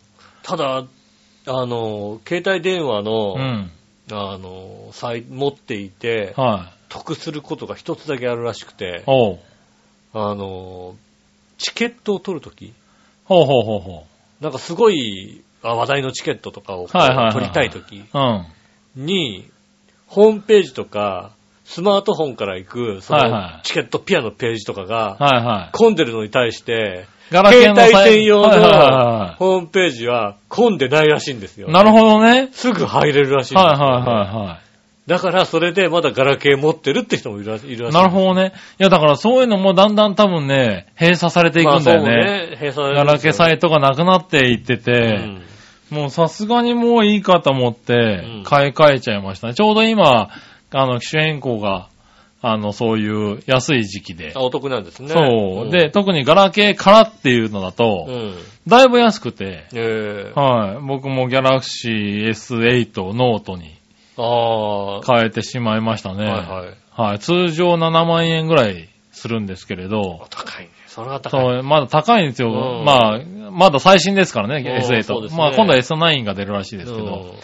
Speaker 2: ただ、あの、携帯電話の、
Speaker 3: うん。
Speaker 2: あの、サイ持っていて、
Speaker 3: は
Speaker 2: 得することが一つだけあるらしく
Speaker 3: い
Speaker 2: て。、
Speaker 3: おう。
Speaker 2: あの、チケットを取るとき、
Speaker 3: ほうほうほうほ
Speaker 2: なんかすごいあ話題のチケットとかをこう
Speaker 3: はいはいはいはい
Speaker 2: 取りたいとき
Speaker 3: う。うん。
Speaker 2: に、ホームページとか、スマートフォンから行く、そ
Speaker 3: はいは
Speaker 2: の
Speaker 3: い
Speaker 2: チケットピアのページとかが、
Speaker 3: はいはい。
Speaker 2: 混んでるのに対して、
Speaker 3: ガ
Speaker 2: 携帯専用
Speaker 3: はいはいはい
Speaker 2: の
Speaker 3: は
Speaker 2: ホームページは混んでないらしいんですよ。
Speaker 3: い。なるほどね。
Speaker 2: すぐ入れるらしいんです
Speaker 3: は
Speaker 2: よ
Speaker 3: いはいはいはい。
Speaker 2: だから、それでまだガラケー持ってるって人もいるらしいるらしい。
Speaker 3: なるほどね。いや、だからそういうのもだんだん多分ね、閉鎖されてい
Speaker 2: ま
Speaker 3: く
Speaker 2: あ
Speaker 3: ん
Speaker 2: そ
Speaker 3: だ
Speaker 2: う
Speaker 3: よね。
Speaker 2: ね。閉鎖
Speaker 3: ガラケーサ
Speaker 2: イ
Speaker 3: イトがなくなっていってて、もうさすがにもういいかと思って
Speaker 2: うん、
Speaker 3: 買い替えちゃいましたね。ちょうど今、あの、機種変更が、あの、そういう安い時期で。
Speaker 2: お得なんですね。
Speaker 3: そう。
Speaker 2: ん
Speaker 3: で、、特にガラケーからっていうのだ
Speaker 2: う
Speaker 3: と、
Speaker 2: ん。
Speaker 3: だいぶ安くて、
Speaker 2: ええ
Speaker 3: はい。僕もギャラクシー S8 をノートに
Speaker 2: ああ、は
Speaker 3: 変えてしまいました
Speaker 2: い
Speaker 3: ね。
Speaker 2: はい。
Speaker 3: はい。通常7万円ぐらいするんですけれ
Speaker 2: お
Speaker 3: ど、
Speaker 2: 高いね。それは 高い。
Speaker 3: そう、まだ高いんですよ。
Speaker 2: うん
Speaker 3: まあ、まだ最新ですからね、
Speaker 2: うんそうで
Speaker 3: S8。
Speaker 2: すね
Speaker 3: まあ、今度は S9 が出るらしいですけど、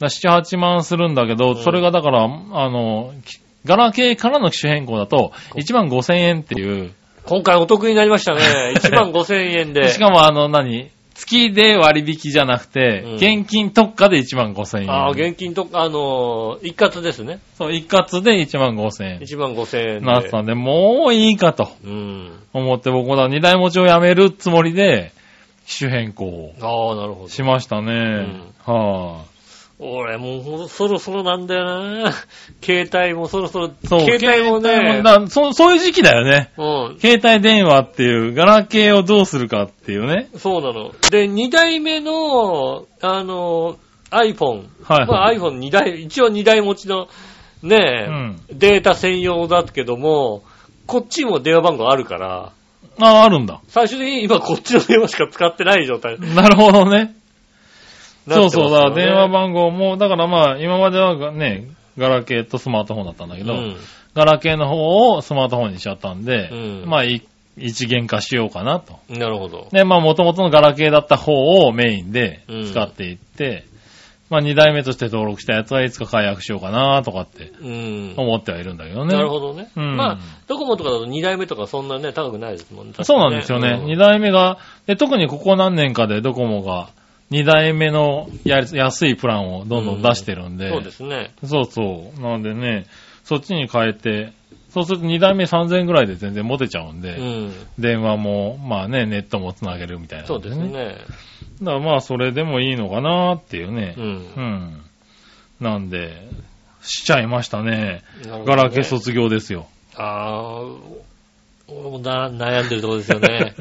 Speaker 3: だ7、8万するんだけ
Speaker 2: う
Speaker 3: ど、
Speaker 2: ん
Speaker 3: それがだから、あの、きガラケーからの機種変更だと、1万5千円っていう、
Speaker 2: 今回お得になりました ね。1万5千円で。
Speaker 3: しかもあの、何月で割引じゃなくて、
Speaker 2: うん
Speaker 3: 現金特価で1万5千円。
Speaker 2: ああ、現金とか、あのー一括ですね。
Speaker 3: そう、一括で1万5千円。
Speaker 2: 1万5千円で。
Speaker 3: なってたんで、もういいかと
Speaker 2: うん。
Speaker 3: 思って、僕は二台持ちをやめるつもりで、機種変更を
Speaker 2: ああ、なるほど。
Speaker 3: しましたね。は
Speaker 2: 俺もうほんとそろそろなんだよな。携帯もそろそろ、
Speaker 3: い。そう、
Speaker 2: 携帯も
Speaker 3: 携帯
Speaker 2: ね
Speaker 3: も、だそうそういう時期だよね。
Speaker 2: うん。
Speaker 3: 携帯電話っていう、ガラケーをどうするかっていうね。
Speaker 2: そうなの。で、2代目の、あのー iPhone。
Speaker 3: はい、
Speaker 2: まあ
Speaker 3: はい。
Speaker 2: iPhone2 台、一応2台持ちの、ねえ、
Speaker 3: うん
Speaker 2: データ専用だけども、こっちも電話番号あるから、
Speaker 3: ああ、あるんだ。
Speaker 2: 最終的に今こっちの電話しか使ってない状態になって
Speaker 3: なるほどね。
Speaker 2: ますよ
Speaker 3: そ
Speaker 2: ね
Speaker 3: うそう、だから電話番号も、だからまあ、今まではね、ガラケーとスマートフォンだったんだけど、ガラケーの方をスマートフォンにしちゃったんで、
Speaker 2: うん
Speaker 3: まあ、い一元化しようかなと。
Speaker 2: うん。なるほど。
Speaker 3: で、まあ、元々のガラケーだった方をメインで使っていって、まあ、二代目として登録したやつはいつか解約しようかなとかって
Speaker 2: うん。
Speaker 3: 思ってはいるんだけどね。
Speaker 2: なるほどね。
Speaker 3: うん
Speaker 2: まあ、ドコモとかだと2代目とかそんなね、高くないですもんね。確か
Speaker 3: そう
Speaker 2: に
Speaker 3: なんですよね。二、代目が、で、特にここ何年かでドコモが二代目のや安いプランをどんどん出してるんで、
Speaker 2: そうですね。
Speaker 3: そうそう。なんでね、そっちに変えて、そうすると二代目3000円ぐらいで全然持てちゃうんで、
Speaker 2: うん。
Speaker 3: 電話も、まあね、ネットもつなげるみたいな、
Speaker 2: そうです。ね。
Speaker 3: だからまあ、それでもいいのかなっていうね
Speaker 2: う。ん
Speaker 3: う。ん。なんで、しちゃいましたね。
Speaker 2: なるほどね
Speaker 3: ガラケー卒業ですよ。
Speaker 2: ああ、俺もな悩んでるところですよ ね。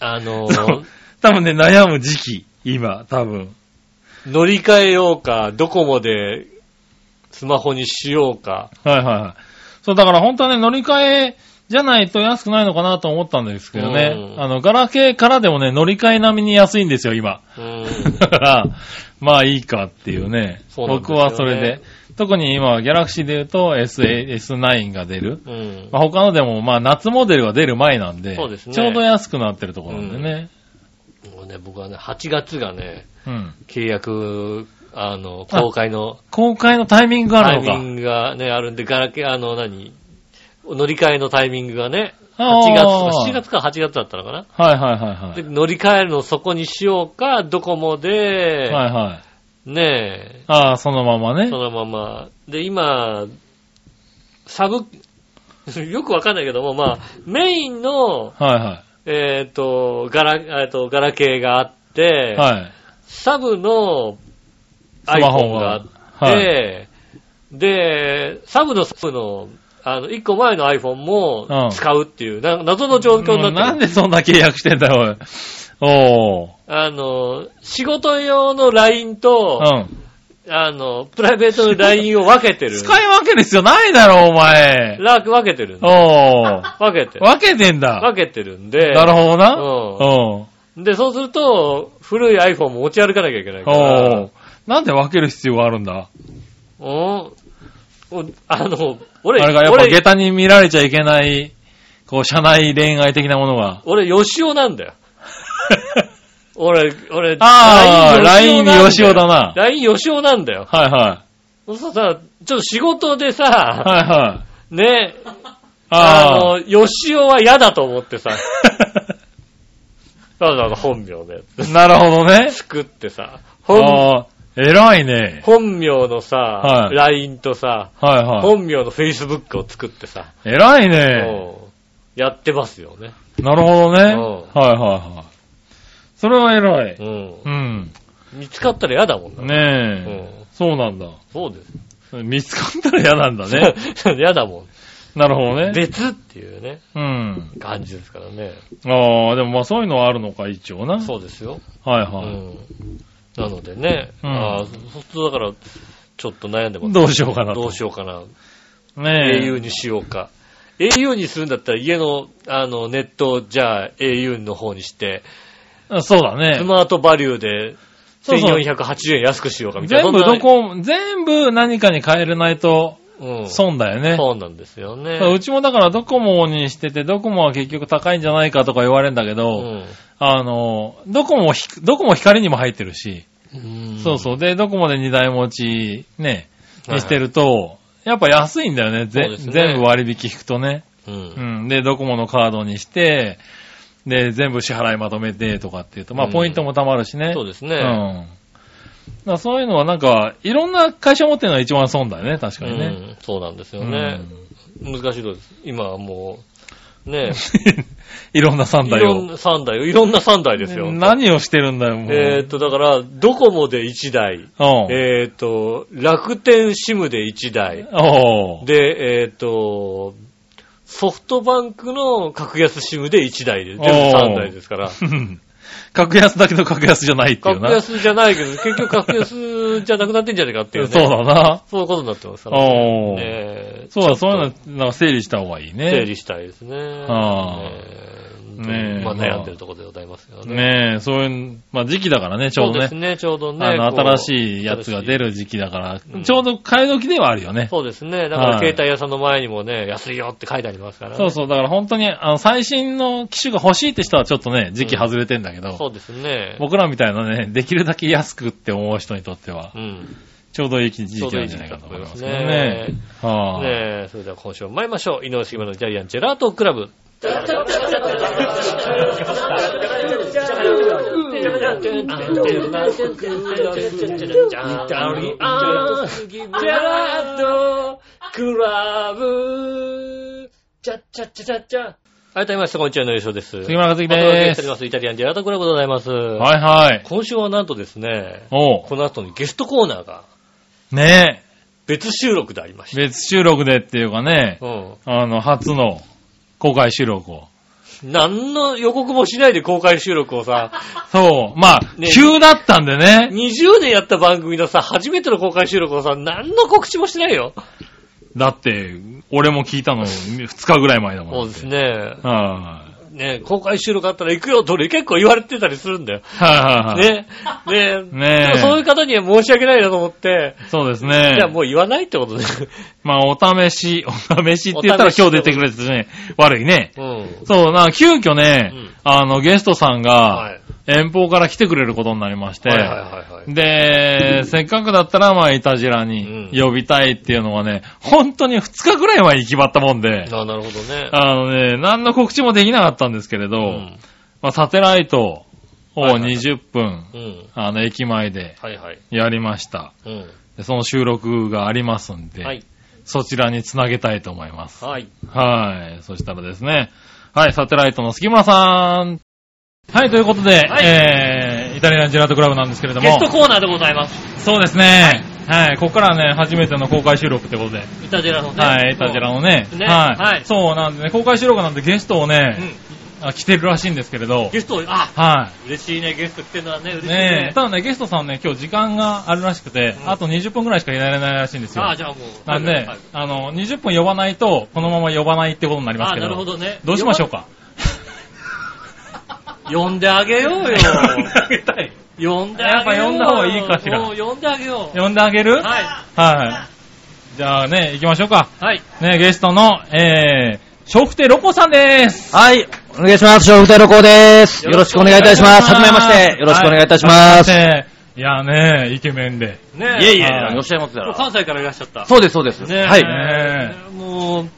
Speaker 2: あのー、
Speaker 3: 多分ね、悩む時期、今、多分。
Speaker 2: 乗り換えようか、ドコモでスマホにしようか。
Speaker 3: はいはいはい。そう、だから本当はね、乗り換えじゃないと安くないのかなと思ったんですけどね
Speaker 2: う。ん
Speaker 3: あの、ガラケーからでもね、乗り換え並みに安いん ですよ、今。
Speaker 2: うん。
Speaker 3: だから、まあいいかっていうね。
Speaker 2: そうなんです
Speaker 3: 僕
Speaker 2: よね
Speaker 3: はそれで。特に今、ギャラクシーで言うと S、S9 が出る。
Speaker 2: うん。
Speaker 3: まあ、他のでも、まあ、夏モデルが出る前なんで、
Speaker 2: そうですね
Speaker 3: ちょうど安くなってるところなんでね。
Speaker 2: もうね、僕はね、8月がね、
Speaker 3: うん。
Speaker 2: 契約、あの、公開の
Speaker 3: 公開のタイミングがあ
Speaker 2: タイ
Speaker 3: る
Speaker 2: ミ
Speaker 3: のか。
Speaker 2: ングがね、あるんで、ガラケー、あの、何乗り換えのタイミングがね、
Speaker 3: あー
Speaker 2: 8月か、7月か8月だったのかな、
Speaker 3: はいはいはいは
Speaker 2: で
Speaker 3: い。
Speaker 2: 乗り換えるのをそこにしようか、ドコモで、
Speaker 3: はいはい。
Speaker 2: ね
Speaker 3: ああ、そのまま
Speaker 2: え、
Speaker 3: ね
Speaker 2: そ。のまま。で、今、サブ、 よくわかんないけども、まあ、メインの、
Speaker 3: はいは
Speaker 2: えっ、と、ガラ、えっ、と、ガラケーがあって、
Speaker 3: い。はい。
Speaker 2: サブの
Speaker 3: スマホ
Speaker 2: iPhone
Speaker 3: が
Speaker 2: があって、で、サブのサブの、あの、一個前の iPhone
Speaker 3: うん
Speaker 2: も使うっていう、な謎の状況になってる
Speaker 3: もうなんでそんな契約してんだよ、おい。
Speaker 2: あの、仕事用のLINE
Speaker 3: お
Speaker 2: と、
Speaker 3: ー。うん。
Speaker 2: あの、プライベートの LINE を分けてる。
Speaker 3: 使い分ける必要ないだろ、お前。
Speaker 2: ラーク分けてるんだ。
Speaker 3: お ー。
Speaker 2: 分けてる。
Speaker 3: 分けてんだ。
Speaker 2: 分けてるんで。
Speaker 3: なるほどな。
Speaker 2: うで、そうすると、古い iPhone も持ち歩かなきゃいけない
Speaker 3: うん。
Speaker 2: から。
Speaker 3: おー。なんで分ける必要があるんだ
Speaker 2: うんおあの、
Speaker 3: あ
Speaker 2: 俺、
Speaker 3: れがやっぱ
Speaker 2: 俺
Speaker 3: 下駄に見られちゃいけない、こう、社内恋愛的なもの が。
Speaker 2: 俺、ヨシオなんだよ。俺、俺、
Speaker 3: あー、LINE に吉尾
Speaker 2: だ
Speaker 3: だな。
Speaker 2: LINE ヨシオなんだよ。
Speaker 3: はいは
Speaker 2: そうするとさ、ちょっと仕事で
Speaker 3: い。
Speaker 2: さ、
Speaker 3: はいはい。
Speaker 2: ね、あ
Speaker 3: あ
Speaker 2: の、ヨシオは嫌だと思ってさ、ただの本名で
Speaker 3: ー。 なるほどね。
Speaker 2: 作ってさ、本
Speaker 3: あー、偉いね。
Speaker 2: 本名のさ、
Speaker 3: はい
Speaker 2: LINE とさ、
Speaker 3: はいはい。
Speaker 2: 本名の Facebook を作ってさ、
Speaker 3: 偉いね。
Speaker 2: うんやってますよね。
Speaker 3: なるほどね。はい
Speaker 2: お
Speaker 3: はいはい。それは偉い。
Speaker 2: うん
Speaker 3: うん。
Speaker 2: 見つかったら嫌だもんな。
Speaker 3: ね
Speaker 2: うん
Speaker 3: え。そうなんだ。
Speaker 2: そうです。
Speaker 3: 見つかったら嫌なんだね。
Speaker 2: 嫌だもん。
Speaker 3: なるほどね。
Speaker 2: 別っていうね、
Speaker 3: うん。
Speaker 2: 感じですからね。
Speaker 3: ああ、でもまあそういうのはあるのか、一応な。はい
Speaker 2: そうですよ。う
Speaker 3: は
Speaker 2: ん。なのでね、
Speaker 3: うん
Speaker 2: ああ、そうするとだから、ちょっと悩んでます。
Speaker 3: どうしようかなと
Speaker 2: どうしようかな。
Speaker 3: い。ねえ。
Speaker 2: au にしようか。au にするんだったら家の、あの、ネットをじゃあ au の方にして、
Speaker 3: あそうだ
Speaker 2: ス
Speaker 3: ね。
Speaker 2: マートバリューで
Speaker 3: そうそう
Speaker 2: 1480円安くしようかみたいな。
Speaker 3: 全部
Speaker 2: そん
Speaker 3: ど
Speaker 2: な
Speaker 3: こ、全部何かに変えれないと
Speaker 2: うん。そう
Speaker 3: 損だよね。
Speaker 2: なんですよね。
Speaker 3: うちもだからドコモにしてて、ドコモは結局高いんじゃないかとか言われるんだけ
Speaker 2: う
Speaker 3: ど、
Speaker 2: ん。
Speaker 3: あの、ドコモひ、ドコモ光にも入ってるし、
Speaker 2: うん
Speaker 3: そうそう。で、ドコモで2台持ち、ね、
Speaker 2: はい
Speaker 3: にしてると、やっぱ安いんだよね。ぜ
Speaker 2: そうですね
Speaker 3: 全部割引引くとね。
Speaker 2: うん。
Speaker 3: うん。で、ドコモのカードにして、で、全部支払いまとめてとかっていうと、まあ、
Speaker 2: うん
Speaker 3: ポイントも貯まるしね。
Speaker 2: そうですね。
Speaker 3: うん。だからそういうのはなんか、いろんな会社持ってるのが一番損だよね、確かに
Speaker 2: う
Speaker 3: ね。
Speaker 2: ん、そうなんですよ
Speaker 3: うん
Speaker 2: ね。難しいとこです。今はもう、 ね
Speaker 3: いろんな3
Speaker 2: い
Speaker 3: 台
Speaker 2: ろん
Speaker 3: を。
Speaker 2: な3台よ。いろんな3台ですよ。
Speaker 3: 何をしてるんだよ、もう。
Speaker 2: えーっと、だから、ドコモで1台、
Speaker 3: うん。
Speaker 2: えーっと、楽天シムで1台、
Speaker 3: おう
Speaker 2: で、えーっと、ソフトバンクの格安シムで1台で、全部3台ですから。
Speaker 3: うん格安だけど格安じゃないっていう
Speaker 2: 格
Speaker 3: な。
Speaker 2: 安じゃないけど、結局格安じゃなくなってんじゃねえかっていうね。
Speaker 3: そうだな。
Speaker 2: そういうことになってますからね。
Speaker 3: おう
Speaker 2: ねえ
Speaker 3: そうだ、そういうの、なんか整理した方がいいね。
Speaker 2: 整理したいですね。
Speaker 3: ああ
Speaker 2: ね
Speaker 3: ね
Speaker 2: え
Speaker 3: え
Speaker 2: まあ悩んでるところでございますよね。
Speaker 3: ねえ、そういう、まあ時期だからね、ちょうど
Speaker 2: そうです。ね、
Speaker 3: ね
Speaker 2: ちょうどね。
Speaker 3: あの、
Speaker 2: こう
Speaker 3: 新しいやつが出。る時期だから
Speaker 2: うん、
Speaker 3: ちょうど買い時ではあるよね。
Speaker 2: そうですね。だから
Speaker 3: はい
Speaker 2: 携帯屋さんの前にもね、安いよって書いてありますからね。
Speaker 3: そうそう、だから本当に、あの、最新の機種が欲しいって人はちょっとね、時期外れてんだけど、
Speaker 2: そうですね。
Speaker 3: 僕らみたいなね、できるだけ安くって思う人にとっては
Speaker 2: う、ん。
Speaker 3: ちょうどいい時期なんじゃないかと思いますけど
Speaker 2: ね
Speaker 3: ね。はぁ、
Speaker 2: ねえ、それでは今週も参りましょう。井上杉村のジャイアンジェラートクラブ。改めまして、こんにちは、井上翔です。
Speaker 3: 杉村和樹
Speaker 2: お届けし
Speaker 3: で
Speaker 2: ており
Speaker 3: す。
Speaker 2: ます。イタリアンジェラートクラブでございます。
Speaker 3: はいはい。
Speaker 2: 今週はなんとですね、
Speaker 3: お
Speaker 2: この後にゲストコーナーが
Speaker 3: う。ね
Speaker 2: 別収録でありまし
Speaker 3: え。
Speaker 2: た。
Speaker 3: 別収録でっていうかね、
Speaker 2: うん。
Speaker 3: あの、初の公開収録を。
Speaker 2: 何の予告もしないで公開収録を さ、
Speaker 3: そう。まあ、
Speaker 2: ね
Speaker 3: 急だったんでね。
Speaker 2: 20年やった番組のさ、初めての公開収録をさ、何の告知もしてないよ。
Speaker 3: だって、俺も聞いたの2日ぐらい前だも
Speaker 2: そ
Speaker 3: ん。
Speaker 2: うですね。
Speaker 3: は
Speaker 2: ね、公開収録あったら行くよと俺結構言われてたりするんだよ。
Speaker 3: はいはいはい。
Speaker 2: ね。ね
Speaker 3: ねえ
Speaker 2: でもそういう方には申し訳ないなと思って、
Speaker 3: そうですね。
Speaker 2: じゃあもう言わないってことで。
Speaker 3: まあ、お試し、 お試しって言ったら今日出てくれてね、悪いね。
Speaker 2: うん。
Speaker 3: そう、な、急遽ね、
Speaker 2: うん
Speaker 3: あの、ゲストさ
Speaker 2: は
Speaker 3: んが、
Speaker 2: い。
Speaker 3: 遠方から来てくれることになりまして、
Speaker 2: はいはいはいはい。
Speaker 3: で、せっかくだったら、まあ、いたじらに
Speaker 2: うん
Speaker 3: 呼びたいっていうのはね、本当に2日ぐらい前に決まったもんで、
Speaker 2: あなるほどね。
Speaker 3: あのね、何の告知もできなかったんですけれど、
Speaker 2: うん。
Speaker 3: まあ、サテライトを
Speaker 2: はいはいはい
Speaker 3: 20分、
Speaker 2: うん。
Speaker 3: あの、駅前で
Speaker 2: はいはい。
Speaker 3: やりました。
Speaker 2: うん。
Speaker 3: でその収録がありますんで、
Speaker 2: はい。
Speaker 3: そちらにつなげたいと思います。
Speaker 2: はい。
Speaker 3: はい。そしたらですね。はい、サテライトの杉村さん。はい、ということで、
Speaker 2: はい
Speaker 3: えー、イタリアンジェラートクラブなんですけれど
Speaker 2: ゲ
Speaker 3: も
Speaker 2: スト、コーナーでございます。
Speaker 3: そうですね。はい、ここからはね、初めての公開収録ってことで、
Speaker 2: イタジェラのね。
Speaker 3: はい、イタジェラのね、
Speaker 2: ね
Speaker 3: は、
Speaker 2: はいい
Speaker 3: そうなんでね、公開収録なんでゲストを
Speaker 2: う
Speaker 3: ね、
Speaker 2: ん。
Speaker 3: あ来てるらしいんですけれど、
Speaker 2: ゲスト、あ、
Speaker 3: は
Speaker 2: 嬉しいね、ゲスト来てるのはね、嬉し
Speaker 3: い。
Speaker 2: い
Speaker 3: ね
Speaker 2: ね
Speaker 3: え、。ただね、ゲストさんね、今日時間があるらしくて、
Speaker 2: うん
Speaker 3: あと20分くらいしかいられないらしいんですよ
Speaker 2: あ。あ、じゃあもう。
Speaker 3: なん
Speaker 2: はい
Speaker 3: で
Speaker 2: はい、
Speaker 3: あの、20分呼ばないと、このまま呼ばないってことになりま
Speaker 2: あ
Speaker 3: す
Speaker 2: あ、
Speaker 3: けど。
Speaker 2: なるほどね。
Speaker 3: どうしましょうか。
Speaker 2: 呼んであげよう よ。呼んであげよう。
Speaker 3: やっぱ呼んだ方がいいかしら
Speaker 2: もう呼んであげよう。
Speaker 3: 呼んであげるい。
Speaker 2: は
Speaker 3: はい。じゃあね、行きましょうか。
Speaker 2: い。はい。
Speaker 3: ね、ゲストの、えー、笑福亭ロコさんです。
Speaker 4: はい、お願いします。小福亭ロコです。よろしくお願いいたします。はじめまして、よろしくお願いいたします。、
Speaker 3: はいいいやね、イケメンで。
Speaker 2: ね
Speaker 4: えいえ、
Speaker 3: はい
Speaker 4: 何をおっしゃいます
Speaker 2: もう
Speaker 4: か
Speaker 2: 関西からいらっしゃった。
Speaker 4: そうです、そうです。
Speaker 2: ねえ
Speaker 4: はい。
Speaker 3: ね
Speaker 2: もう、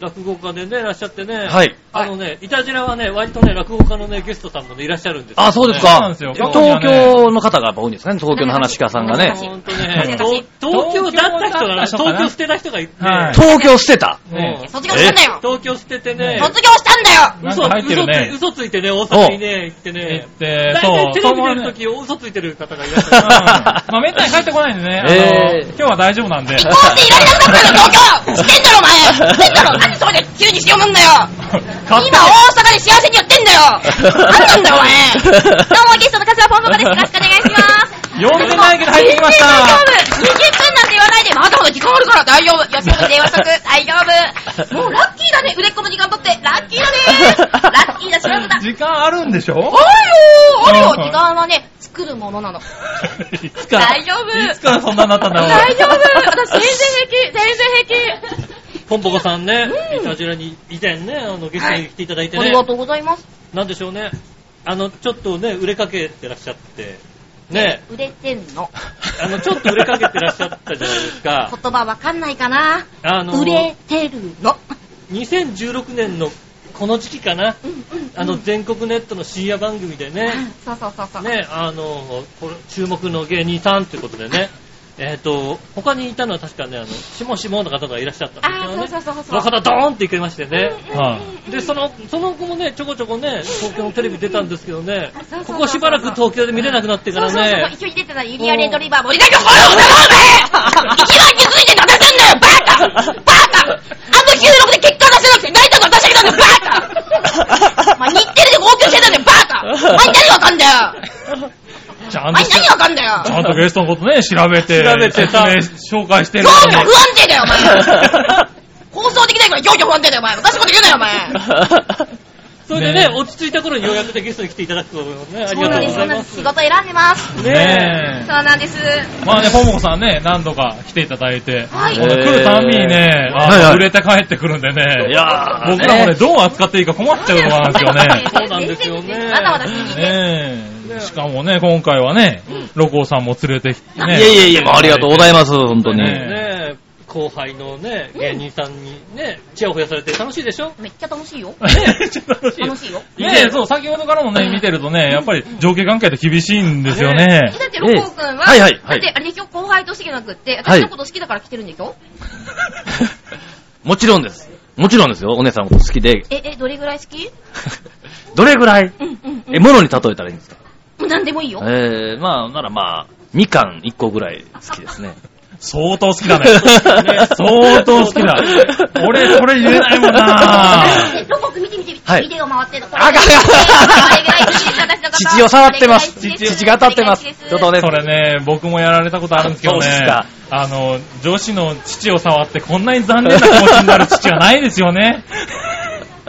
Speaker 2: 落語家でね、いらっしゃってね。
Speaker 4: はい。
Speaker 2: あのね、イタジラはね、割とね、落語家のね、ゲストさんもね、いらっしゃるんですよ
Speaker 4: あ、そうです
Speaker 3: そうなん
Speaker 4: か。
Speaker 3: ですよ
Speaker 4: 東京の方がやっぱ多いんですかね、東京の話し家さんがね。
Speaker 2: ほんとね、
Speaker 5: うん
Speaker 2: 東東京だった人がね、
Speaker 3: 東京だった人かな
Speaker 2: 東京捨てた人がいて、
Speaker 3: はい
Speaker 4: 東京捨てた。
Speaker 3: ね
Speaker 2: うん
Speaker 5: 卒業したんだよ
Speaker 2: 東京捨ててね、
Speaker 5: 卒業したんだよ
Speaker 3: なん
Speaker 2: 嘘
Speaker 3: か入ってるね
Speaker 2: 嘘つ嘘ついてね、大阪にね、行ってね
Speaker 3: 行っ。て
Speaker 2: 大、体テレビ
Speaker 3: う
Speaker 2: 出
Speaker 3: ん
Speaker 2: るとき、嘘ついてる方がいらっし
Speaker 3: うん
Speaker 2: ゃ
Speaker 3: まあ、めったに帰ってこないん でね、あの
Speaker 4: えー
Speaker 3: 今日は大丈夫 なんで。
Speaker 5: 行こうって言われなかったの、東京知ってんだろ、お前知ってんだろなんでそれで急にしようもんだよ今、
Speaker 3: 勝手に
Speaker 5: 大阪で幸せにやってんだよなんなんだよ、お前どうも、ゲストの桂ポンポコです。よろしくお願いします。
Speaker 3: 呼んでないけど入ってきました
Speaker 5: 20分なんて言わないで、まだまだ時間あるから大丈夫。よしこで予測、大丈 夫。もうラッキーだね、売れっ子の時間取って、ラッキーだねラッキーだ、幸せだ。
Speaker 3: 時間あるんでしょ
Speaker 5: あるよある
Speaker 3: うん
Speaker 5: よ時間はね、作るものなの。
Speaker 3: いつから
Speaker 5: 大丈夫
Speaker 3: いつからそんなになったんだろう。
Speaker 5: 大丈夫私、 全然平気全然平気
Speaker 2: る。ポンポコさんね、 イタジラに以前ね、あの、ゲストに来ていただいて
Speaker 5: あり
Speaker 2: ね、
Speaker 5: がとうございます。
Speaker 2: なんでしょうね、あの、ちょっとね、売れかけてらっしゃって、ね、
Speaker 5: 売れてんの。
Speaker 2: あの、ちょっと売れかけてらっしゃったじゃないですか。
Speaker 5: 言葉わかんないかな。
Speaker 2: あの、
Speaker 5: 売れてるの。
Speaker 2: 2016年のこの時期かな、あの、全国ネットの深夜番組でね、
Speaker 5: そうそうそうそう。
Speaker 2: ね、あの、これ注目の芸人さんということで ね、えっ、と、他にいたのは確かね、あの、しもしもの方がいらっしゃったんですよね。
Speaker 5: あーそうそうそうそう
Speaker 2: の方ドーンっていけましてね。
Speaker 3: はい
Speaker 2: で、その、その子もね、ちょこちょこね、東京のテレビ出たんですけどね
Speaker 5: そうそうそう、そ
Speaker 2: こ
Speaker 5: う
Speaker 2: こしばらく東京で見れなくなってか
Speaker 5: そうそう
Speaker 2: ら
Speaker 5: そうそう。
Speaker 2: ね、
Speaker 5: 一緒に出てたユニアレンドリバーも。お願いしますお前一番気づいてた私なんだよバカバカあの収録で結果出せなくて泣いたのは私だ けなんだよバカお前日テレで号泣してたんだよバカお前何わかんだよ
Speaker 3: ちゃ
Speaker 5: お
Speaker 3: んと
Speaker 5: 前
Speaker 3: し、
Speaker 5: 何わかんだよ
Speaker 3: ちゃんとゲストのことね、調べて、
Speaker 2: 調べてた
Speaker 3: 説明紹介してる
Speaker 5: 業
Speaker 3: の
Speaker 5: 務
Speaker 3: に
Speaker 5: が不安定だよお 前放送できないから業務不安定だよお前おかしいこと言うなよお前
Speaker 2: それでね
Speaker 3: ね
Speaker 2: 落ち着いた頃にようやくでゲストに来ていただくことをね、あり
Speaker 5: そ
Speaker 2: が
Speaker 5: うなん
Speaker 2: とう
Speaker 5: で
Speaker 2: ご
Speaker 5: す、
Speaker 2: ざ
Speaker 5: そう
Speaker 2: い
Speaker 5: なん
Speaker 2: ま
Speaker 5: です。
Speaker 2: す。ね
Speaker 5: 仕事選んでます。そう
Speaker 3: ねえ。
Speaker 5: なんです。
Speaker 3: まあね、ポモコさんね、何度か来ていただいて、
Speaker 5: はい
Speaker 3: この来るたんびにね、あの
Speaker 4: はいはい
Speaker 3: 売れて帰ってくるんでね、
Speaker 4: いやー
Speaker 3: 僕らもね、どう扱っていいか困っちゃうところなんですよね。
Speaker 2: そうなんです よね
Speaker 5: まだまだ信じて。
Speaker 3: ねえ。しかもね、今回はね、ロコさんも連れてきて、ね。
Speaker 4: いえいえいえ、もうありがとうございます、本当に。
Speaker 3: ね
Speaker 2: ね後輩のね、芸人さんにね、チヤホヤされて楽しいでしょ
Speaker 5: めっちゃ楽しいよ。
Speaker 3: え。ちょっと楽しい
Speaker 5: 楽しいよ。
Speaker 3: ねえ、そう、先ほどからもね、見てるとね、やっぱり上下関係って厳しいんですよね
Speaker 5: え。だって、ロコウ君は、
Speaker 4: はいはい
Speaker 5: だ
Speaker 4: は
Speaker 5: っ
Speaker 4: い
Speaker 5: て、あれでしょ、後輩としてじゃなくって、
Speaker 4: はい
Speaker 5: 私のこと好きだから来てるんでしょ
Speaker 4: もちろんです。もちろんですよ、お姉さんのこと好きで。
Speaker 5: え、え、どれぐらい好き
Speaker 4: どれぐらい
Speaker 5: うんうん
Speaker 4: え、ものに例えたらいいんですか
Speaker 5: うん。なんでもいいよ。
Speaker 4: えー、まあ、ならまあ、みかん1個ぐらい好きですね。
Speaker 3: 相当好きだね。相当好きだ。俺、それ言えないもんな
Speaker 5: えロコウ君見て見て見て、
Speaker 4: はい
Speaker 5: ビデオ回ってるの。こ
Speaker 4: あが 父を触ってます。父が当たってます。ちょっとね、
Speaker 5: ね。
Speaker 3: それね、僕もやられたことあるんですけど
Speaker 4: あそうで
Speaker 3: ね
Speaker 4: すか。
Speaker 3: あの、女子の父を触ってこんなに残念な気持ちになる父はないですよね。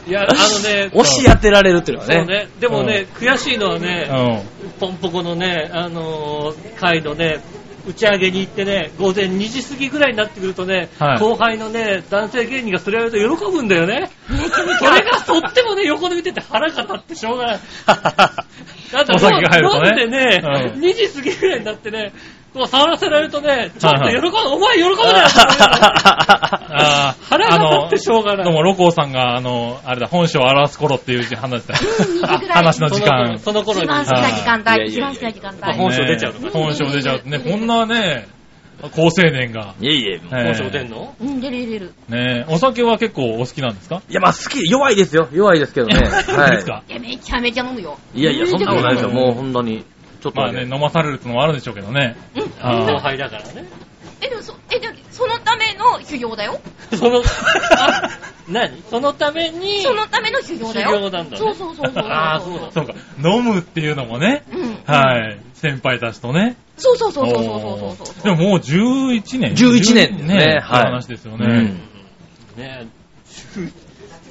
Speaker 2: いや、あのね、
Speaker 4: 押し当てられるっていうのは
Speaker 2: そう
Speaker 4: ね。
Speaker 2: ね、でもね、悔しいのはね、
Speaker 3: うん。
Speaker 2: ポンポコのね、あのー会のね、打ち上げに行ってね、午前2時過ぎぐらいになってくるとね、
Speaker 3: はい
Speaker 2: 後輩のね、男性芸人がそれやると喜ぶんだよ ね。それがとってもね、横で見てて腹が立ってしょうが ない。だって
Speaker 3: お酒が入るとね
Speaker 2: 飲んでね、
Speaker 3: うん
Speaker 2: 2時過ぎぐらいになってね、こう触らせられるとね、ちょっと
Speaker 3: はい
Speaker 2: 喜
Speaker 3: は
Speaker 2: ぶ、お前喜ぶなよ
Speaker 3: あー
Speaker 2: 腹が立ってしょうがない
Speaker 3: あのどうも、ロコウさんが、あの、あれだ、本性を表す頃っていう 話だ。話の時間。
Speaker 2: その頃
Speaker 5: 一
Speaker 2: に。
Speaker 5: 番好きな時間
Speaker 4: はい
Speaker 5: 帯、一番好きな時間
Speaker 2: やい
Speaker 5: 帯。
Speaker 2: や本性出ちゃうのか
Speaker 3: ね本性出ちゃう。ね、こんなね、高青年が。
Speaker 4: いえいえ、もう
Speaker 2: 本性出んの、
Speaker 5: うん、出る出る。
Speaker 3: ねお酒は結構お好きなんですか
Speaker 4: いや、まあ好き、弱いですよ。弱いです けどね。はい
Speaker 3: い
Speaker 4: い。
Speaker 3: ですか
Speaker 5: いや、めちゃめちゃ飲むよ。
Speaker 4: いやいや、そんなことないですよ。
Speaker 3: めちゃくちゃ
Speaker 4: もう本当に。ちょっと
Speaker 3: ま
Speaker 4: だ
Speaker 3: あ
Speaker 4: け。
Speaker 3: ね、飲まされるってのもあるんでしょうけどね。
Speaker 5: うん。
Speaker 2: 後
Speaker 3: あ
Speaker 2: 輩だからね。
Speaker 5: え、でもそ、え、でもそのための修行だよ。
Speaker 2: その、あ何そのために、
Speaker 5: そのための修行だよ。
Speaker 2: 修行なんだね
Speaker 5: そうそうそうそう。
Speaker 2: あーそうだ
Speaker 3: ーそうか、飲むっていうのもね、
Speaker 5: うん。
Speaker 3: はい、先輩たちとね。
Speaker 5: そうそうそうそうそうそうそう
Speaker 3: でももう11年。
Speaker 4: 11年ですね
Speaker 3: ね、っ
Speaker 4: はい
Speaker 3: て話ですよね。
Speaker 4: うん
Speaker 2: ねえ、 十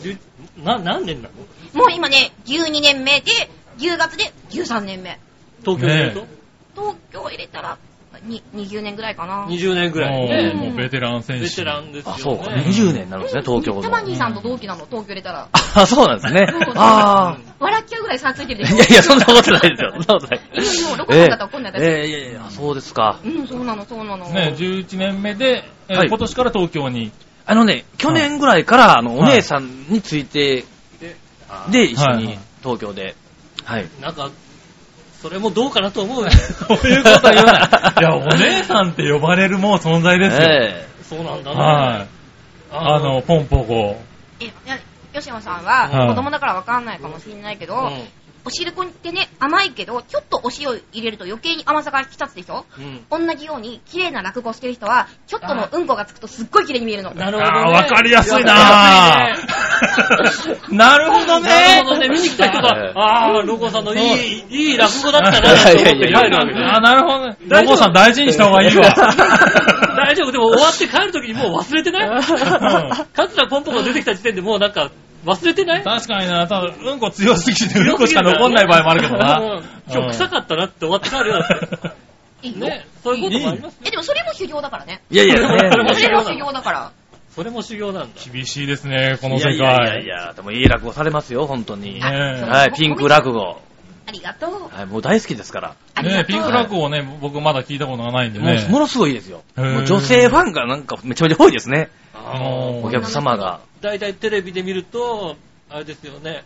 Speaker 2: 十な、何年なの
Speaker 5: もう今ね、12年目で、10月で13年目。
Speaker 2: 東京で言うと、
Speaker 3: ね
Speaker 5: 東京入れたら、に20年ぐらいかな。
Speaker 2: 20年ぐらい
Speaker 3: もう
Speaker 2: ね。
Speaker 3: もうベテラン選手。
Speaker 2: ベテランですよ、ね。
Speaker 4: あ、そうか。20年になるんですね、東京の
Speaker 5: タ。マニーさんと同期なの、東京入れたら。
Speaker 4: あ、そうなんですね
Speaker 5: そうそう。
Speaker 4: あ
Speaker 5: 笑っちゃうぐらい差ついてる
Speaker 4: あ。
Speaker 5: で
Speaker 4: い
Speaker 5: しょ。
Speaker 4: やいや、そんなことないですよ。そんなことない。
Speaker 5: いやもうロコさんだったら怒んない
Speaker 4: え
Speaker 5: だろ
Speaker 4: ええいやいや、そうですか。
Speaker 5: うん、そうなの、そうなの。
Speaker 3: ね、11年目で、えー
Speaker 4: はい
Speaker 3: 今年から東京 に。
Speaker 4: あのね、去年ぐらいから、あの、お
Speaker 3: はい
Speaker 4: 姉さんについて、で、一緒
Speaker 3: はいは
Speaker 4: に
Speaker 3: い
Speaker 4: 東京で。はい。
Speaker 2: なんか、それもどうかなと思うね。そういうことは言わない。
Speaker 3: いや、お姉さんって呼ばれるもう存在ですよ。
Speaker 4: え
Speaker 2: そうなんだね。
Speaker 3: はい。あ
Speaker 2: あの、
Speaker 3: の、ポンポコ。
Speaker 5: え、いや吉野さん
Speaker 3: は
Speaker 5: は、
Speaker 3: い
Speaker 5: 子供だからわかんないかもしれないけど、
Speaker 2: うん
Speaker 5: お汁粉ってね、甘いけど、ちょっとお塩入れると余計に甘さが引き立つでしょ
Speaker 2: うん
Speaker 5: 同じように、綺麗な落語してる人は、ちょっとのうんこがつくとすっごい綺麗に見えるの。
Speaker 2: なるほど、ね。
Speaker 3: ああー、わかりやすい
Speaker 2: わか
Speaker 3: な
Speaker 2: りやすいね
Speaker 3: ぁなるほどね。
Speaker 2: なるほどね、見に来た人
Speaker 4: は
Speaker 2: が
Speaker 4: い、
Speaker 2: ああ、ロコさんのいい、いい落語だったな、と思
Speaker 4: いや
Speaker 2: っ
Speaker 4: いや
Speaker 2: て
Speaker 4: い
Speaker 2: 帰
Speaker 4: や
Speaker 2: るわけ
Speaker 3: あ、
Speaker 2: ね。
Speaker 3: なるほどね。
Speaker 2: 大
Speaker 3: ロ
Speaker 2: 丈夫
Speaker 3: コさん大事にした方がいいわ。
Speaker 2: 大丈夫、でも終わって帰るときに もう忘れてない
Speaker 3: ん
Speaker 2: 桂ポンポコが出てきた時点でもうなんか、忘れてない
Speaker 3: 確かにな、ただ、うんこ強すぎて、うんこしか残んない場合もあるけど
Speaker 2: う
Speaker 3: な。
Speaker 2: ん今日臭かったなって終わって帰るようになって。
Speaker 5: いいよ。
Speaker 2: ね、そういうこともありますね。
Speaker 5: え、でもそれも修行だからね。
Speaker 4: えいやいや、
Speaker 2: それ
Speaker 5: そ
Speaker 2: も修
Speaker 5: れ
Speaker 2: 行
Speaker 5: も
Speaker 2: だ
Speaker 5: 修行だから。
Speaker 2: それも修行なんだ。
Speaker 3: 厳しいですね、この
Speaker 4: い
Speaker 3: 世
Speaker 4: や
Speaker 3: 界。
Speaker 4: いやいや、でもいい落語されますよ、本当
Speaker 3: ね
Speaker 4: に。
Speaker 3: え
Speaker 4: はい、ピンク落語。
Speaker 5: ありがとう。
Speaker 4: はい、もう大好きですから。
Speaker 5: ありがと
Speaker 3: ね
Speaker 5: う。
Speaker 3: ピンクラクをね、僕まだ聞いたことがないんで
Speaker 4: も
Speaker 3: ね
Speaker 4: う、。ものすごいですよ。
Speaker 3: へー
Speaker 4: もう女性ファンがなんかめちゃめちゃ多いですね。
Speaker 3: あの
Speaker 4: お
Speaker 3: ー
Speaker 4: 客様が。
Speaker 2: 大体テレビで見ると、あれですよね、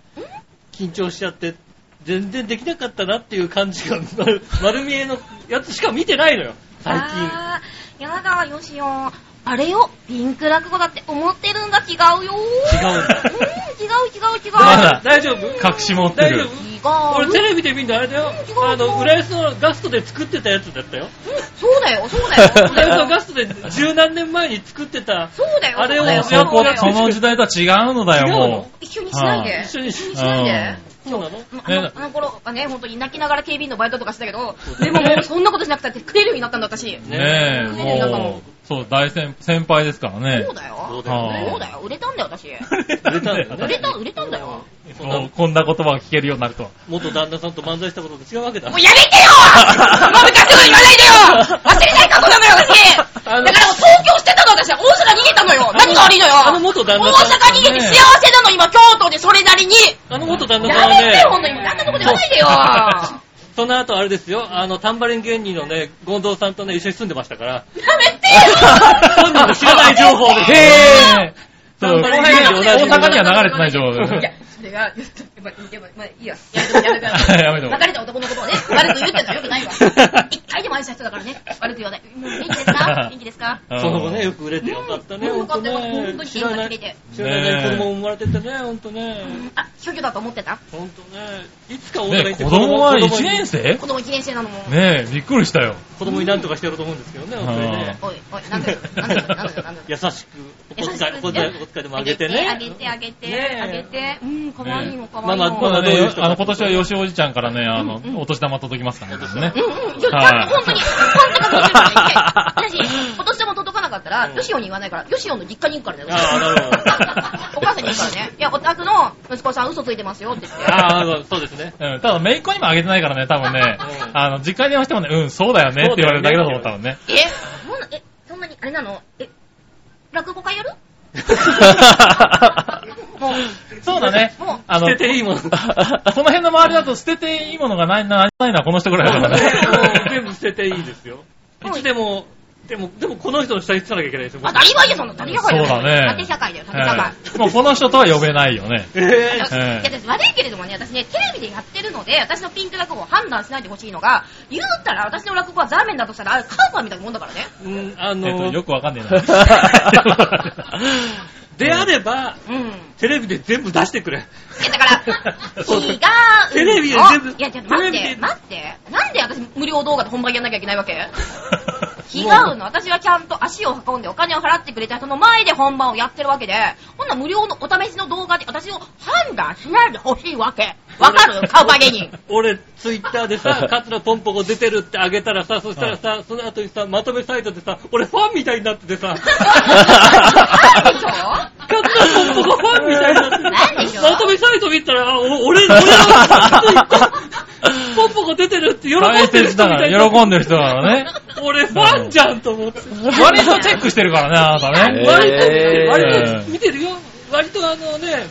Speaker 2: 緊張しちゃって、全然できなかったなっていう感じが、 丸丸見えのやつしか見てないのよ、最近。
Speaker 5: あー、やだ、よしよ。あれよ、ピンク落語だって思ってるんだ、違うよ。
Speaker 2: 違うんだ
Speaker 5: うん、違う、違う、違う。
Speaker 3: まだ
Speaker 2: 大丈夫
Speaker 3: 隠し持って
Speaker 2: 大
Speaker 3: る
Speaker 2: 丈夫
Speaker 5: 違
Speaker 2: 俺
Speaker 5: う。
Speaker 2: テレビで見るのあれだよ
Speaker 5: 違う違う、
Speaker 2: あの、浦安のガストで作ってたやつだったよ。
Speaker 5: そうだよ、そうだ よ。
Speaker 2: 浦安のガストで十何年前に作ってた、
Speaker 5: そうだよ、
Speaker 2: あれを
Speaker 5: そう
Speaker 3: も
Speaker 5: だよ
Speaker 3: うそこ
Speaker 5: そうだよ
Speaker 3: その時代とは違うのだよ、
Speaker 2: 違うの
Speaker 3: も
Speaker 5: 一緒にしないで。
Speaker 2: 一緒にし
Speaker 5: 一緒にしないで。
Speaker 2: そうなの
Speaker 5: うんあの
Speaker 3: ね
Speaker 5: あの頃はね、本当に泣きながら警備員のバイトとかしてたけど、でももうそんなことしなくたって食れるようになったんだ、私。
Speaker 3: う。ねえ、
Speaker 5: ねえなんかも
Speaker 3: もう、そう、大先先輩ですからね
Speaker 5: そう。だよ。
Speaker 2: そうだよね
Speaker 5: そ
Speaker 3: は
Speaker 5: うだよ、売れたんだ よ、私。
Speaker 2: 売れたんだよ
Speaker 5: 売れ
Speaker 2: ね。
Speaker 5: た、売れたんだ よ。
Speaker 2: そんな
Speaker 3: あこんな言葉が聞けるようになるとは。
Speaker 2: 元旦那さんと漫才したことと違うわけだ
Speaker 5: もう。やめてよもう昔のこと言わないで よ忘れない過去なのよ、私だから
Speaker 2: あの
Speaker 5: もう東京してたの、私は。大阪逃げたのよ。何が悪いのよ。
Speaker 2: あの元旦那さん
Speaker 5: 大阪逃げて幸せなの、今、京都でそれなりに。
Speaker 2: あの元旦那さん
Speaker 5: や
Speaker 2: は
Speaker 5: めて
Speaker 2: ね
Speaker 5: よ、、ほんとに。あんなこと言わない でよ。
Speaker 2: その後あれですよ、あの、タンバリン芸人のね、ゴンドウさんとね、一緒に住んでましたから、
Speaker 5: やめてよ
Speaker 2: 本人の知ら ない情報で。
Speaker 3: へぇそう、
Speaker 2: 先
Speaker 3: 大
Speaker 2: 輩
Speaker 3: 阪
Speaker 2: 同じ
Speaker 3: には流れてない情報
Speaker 5: いや、それが、まあ、でも、まあ、いいや。やめてやめて
Speaker 3: やめて
Speaker 5: 別れた男のことをね、悪く言うってのはよ くないわ。一回でも愛した人だからね、悪く言わない。もう元気で すか元気ですか
Speaker 2: その後ね、よく売れてよかったね、
Speaker 5: うん
Speaker 2: ほんと
Speaker 5: 本当
Speaker 2: ね。
Speaker 5: に
Speaker 2: 知らな
Speaker 5: 元気
Speaker 2: い
Speaker 5: で、
Speaker 2: 知らない子供も生まれててね、ほんとね。
Speaker 5: あ、初期だと思ってた
Speaker 2: ほんとね。いつか俺が行
Speaker 3: ね
Speaker 2: って
Speaker 3: 子供は1年
Speaker 2: 生
Speaker 3: 生
Speaker 5: 子供1年生なのも。
Speaker 3: ねえ、びっくりしたよ。
Speaker 2: 子供になんとかしてやろうと思うんですけどね、ほんとにね。
Speaker 5: おい、おい、なんだよ、なんだよ、 なんだよ、なんだよ。
Speaker 2: 優しく、お小遣い、お小遣いお小遣いでもあげてね。
Speaker 5: あげて、あげて、あげて、
Speaker 2: ねえ
Speaker 5: あげて。うん、可愛いの可愛いの。
Speaker 6: まあまあ
Speaker 3: 今度
Speaker 6: どういう
Speaker 3: ね、
Speaker 6: 人
Speaker 3: あの、今年は吉おじちゃんからね、あの、お年玉届きますからね。ね
Speaker 5: うんうん、ちょっと
Speaker 3: はい
Speaker 5: 本当に、本当に届かなくて、私、今年も届かなかったら、
Speaker 6: うん
Speaker 5: ヨシオに言わないから、ヨシオの実家に行くからね。
Speaker 6: ああなるほど
Speaker 5: お母さんに言うからね。いや、お宅の息子さん嘘ついてますよって言って。
Speaker 6: ああ、そうで すね。
Speaker 3: うん、ただ、姪っ子にもあげてないからね、多分ね
Speaker 6: う、ん
Speaker 3: あの、実家に電話してもね、うん、そうだよねって言われるだけだと思う、多分ね。
Speaker 5: えそんな、え、そんなに、あれなのえ、落語会やるもう、
Speaker 3: そうだね
Speaker 5: もう。
Speaker 3: あの、
Speaker 6: 捨てていいもの。
Speaker 3: その辺の周りだと捨てていいものがないな、ないのはこの人ぐらいだからね。
Speaker 6: 全部捨てていいですよ。い
Speaker 5: はい
Speaker 6: つでも、でも、でもこの人の下につかなきゃいけないですよ。
Speaker 5: 当たり前じゃん、そんな当たり前だよ。
Speaker 3: そうだね
Speaker 5: 縦社会だよ、縦社会。
Speaker 3: はいもうこの人とは呼べないよね。
Speaker 6: え
Speaker 5: いや
Speaker 3: ええ
Speaker 5: 私悪いけれどもね、私ね、テレビでやってるので、私のピンク落語を判断しないでほしいのが、言うたら私の落語はザーメンだとしたら、あれカウパーみたいなもんだからね。
Speaker 6: ぇ、うん、あ
Speaker 3: えっと、
Speaker 6: の、
Speaker 3: よくわかんねえ な。
Speaker 6: であれば、
Speaker 5: うん。
Speaker 6: テレビで全部出してくれ。
Speaker 5: いやだから、
Speaker 6: そう
Speaker 5: 違うの。
Speaker 6: テレビで全部
Speaker 5: いや、ちょっと待っ
Speaker 6: テレビ
Speaker 5: て、
Speaker 6: で
Speaker 5: 待って。なんで私無料動画で本番やんなきゃいけ ないわけ違うの。私はちゃんと足を運んでお金を払ってくれた人の前で本番をやってるわけで、こんな無料のお試しの動画で私を判断しないでほしいわけ。わか るカウパー芸人。
Speaker 6: 俺、ツイッター でさ、カツラポンポコ出てるってあげたらさ、そしたらさ、その後にさ、まとめサイトでさ、俺ファンみたいになって てさ、
Speaker 5: ないでしょ
Speaker 6: カツラポンポコファンみたいになってて
Speaker 5: なんでしょ
Speaker 6: まとめサイト見たら、あお俺、俺は、ポンポコ出てるって喜ん
Speaker 3: 大
Speaker 6: でる
Speaker 3: 切
Speaker 6: 人
Speaker 3: だ
Speaker 6: み
Speaker 3: か
Speaker 6: たい
Speaker 3: ら、
Speaker 6: な。
Speaker 3: 喜んでる人だからね。
Speaker 6: 俺ファンじゃんと思 って。
Speaker 3: 割とチェックしてるからね、あなたね。
Speaker 6: 割と、
Speaker 4: えー
Speaker 6: 割と見てるよ。割とあのね、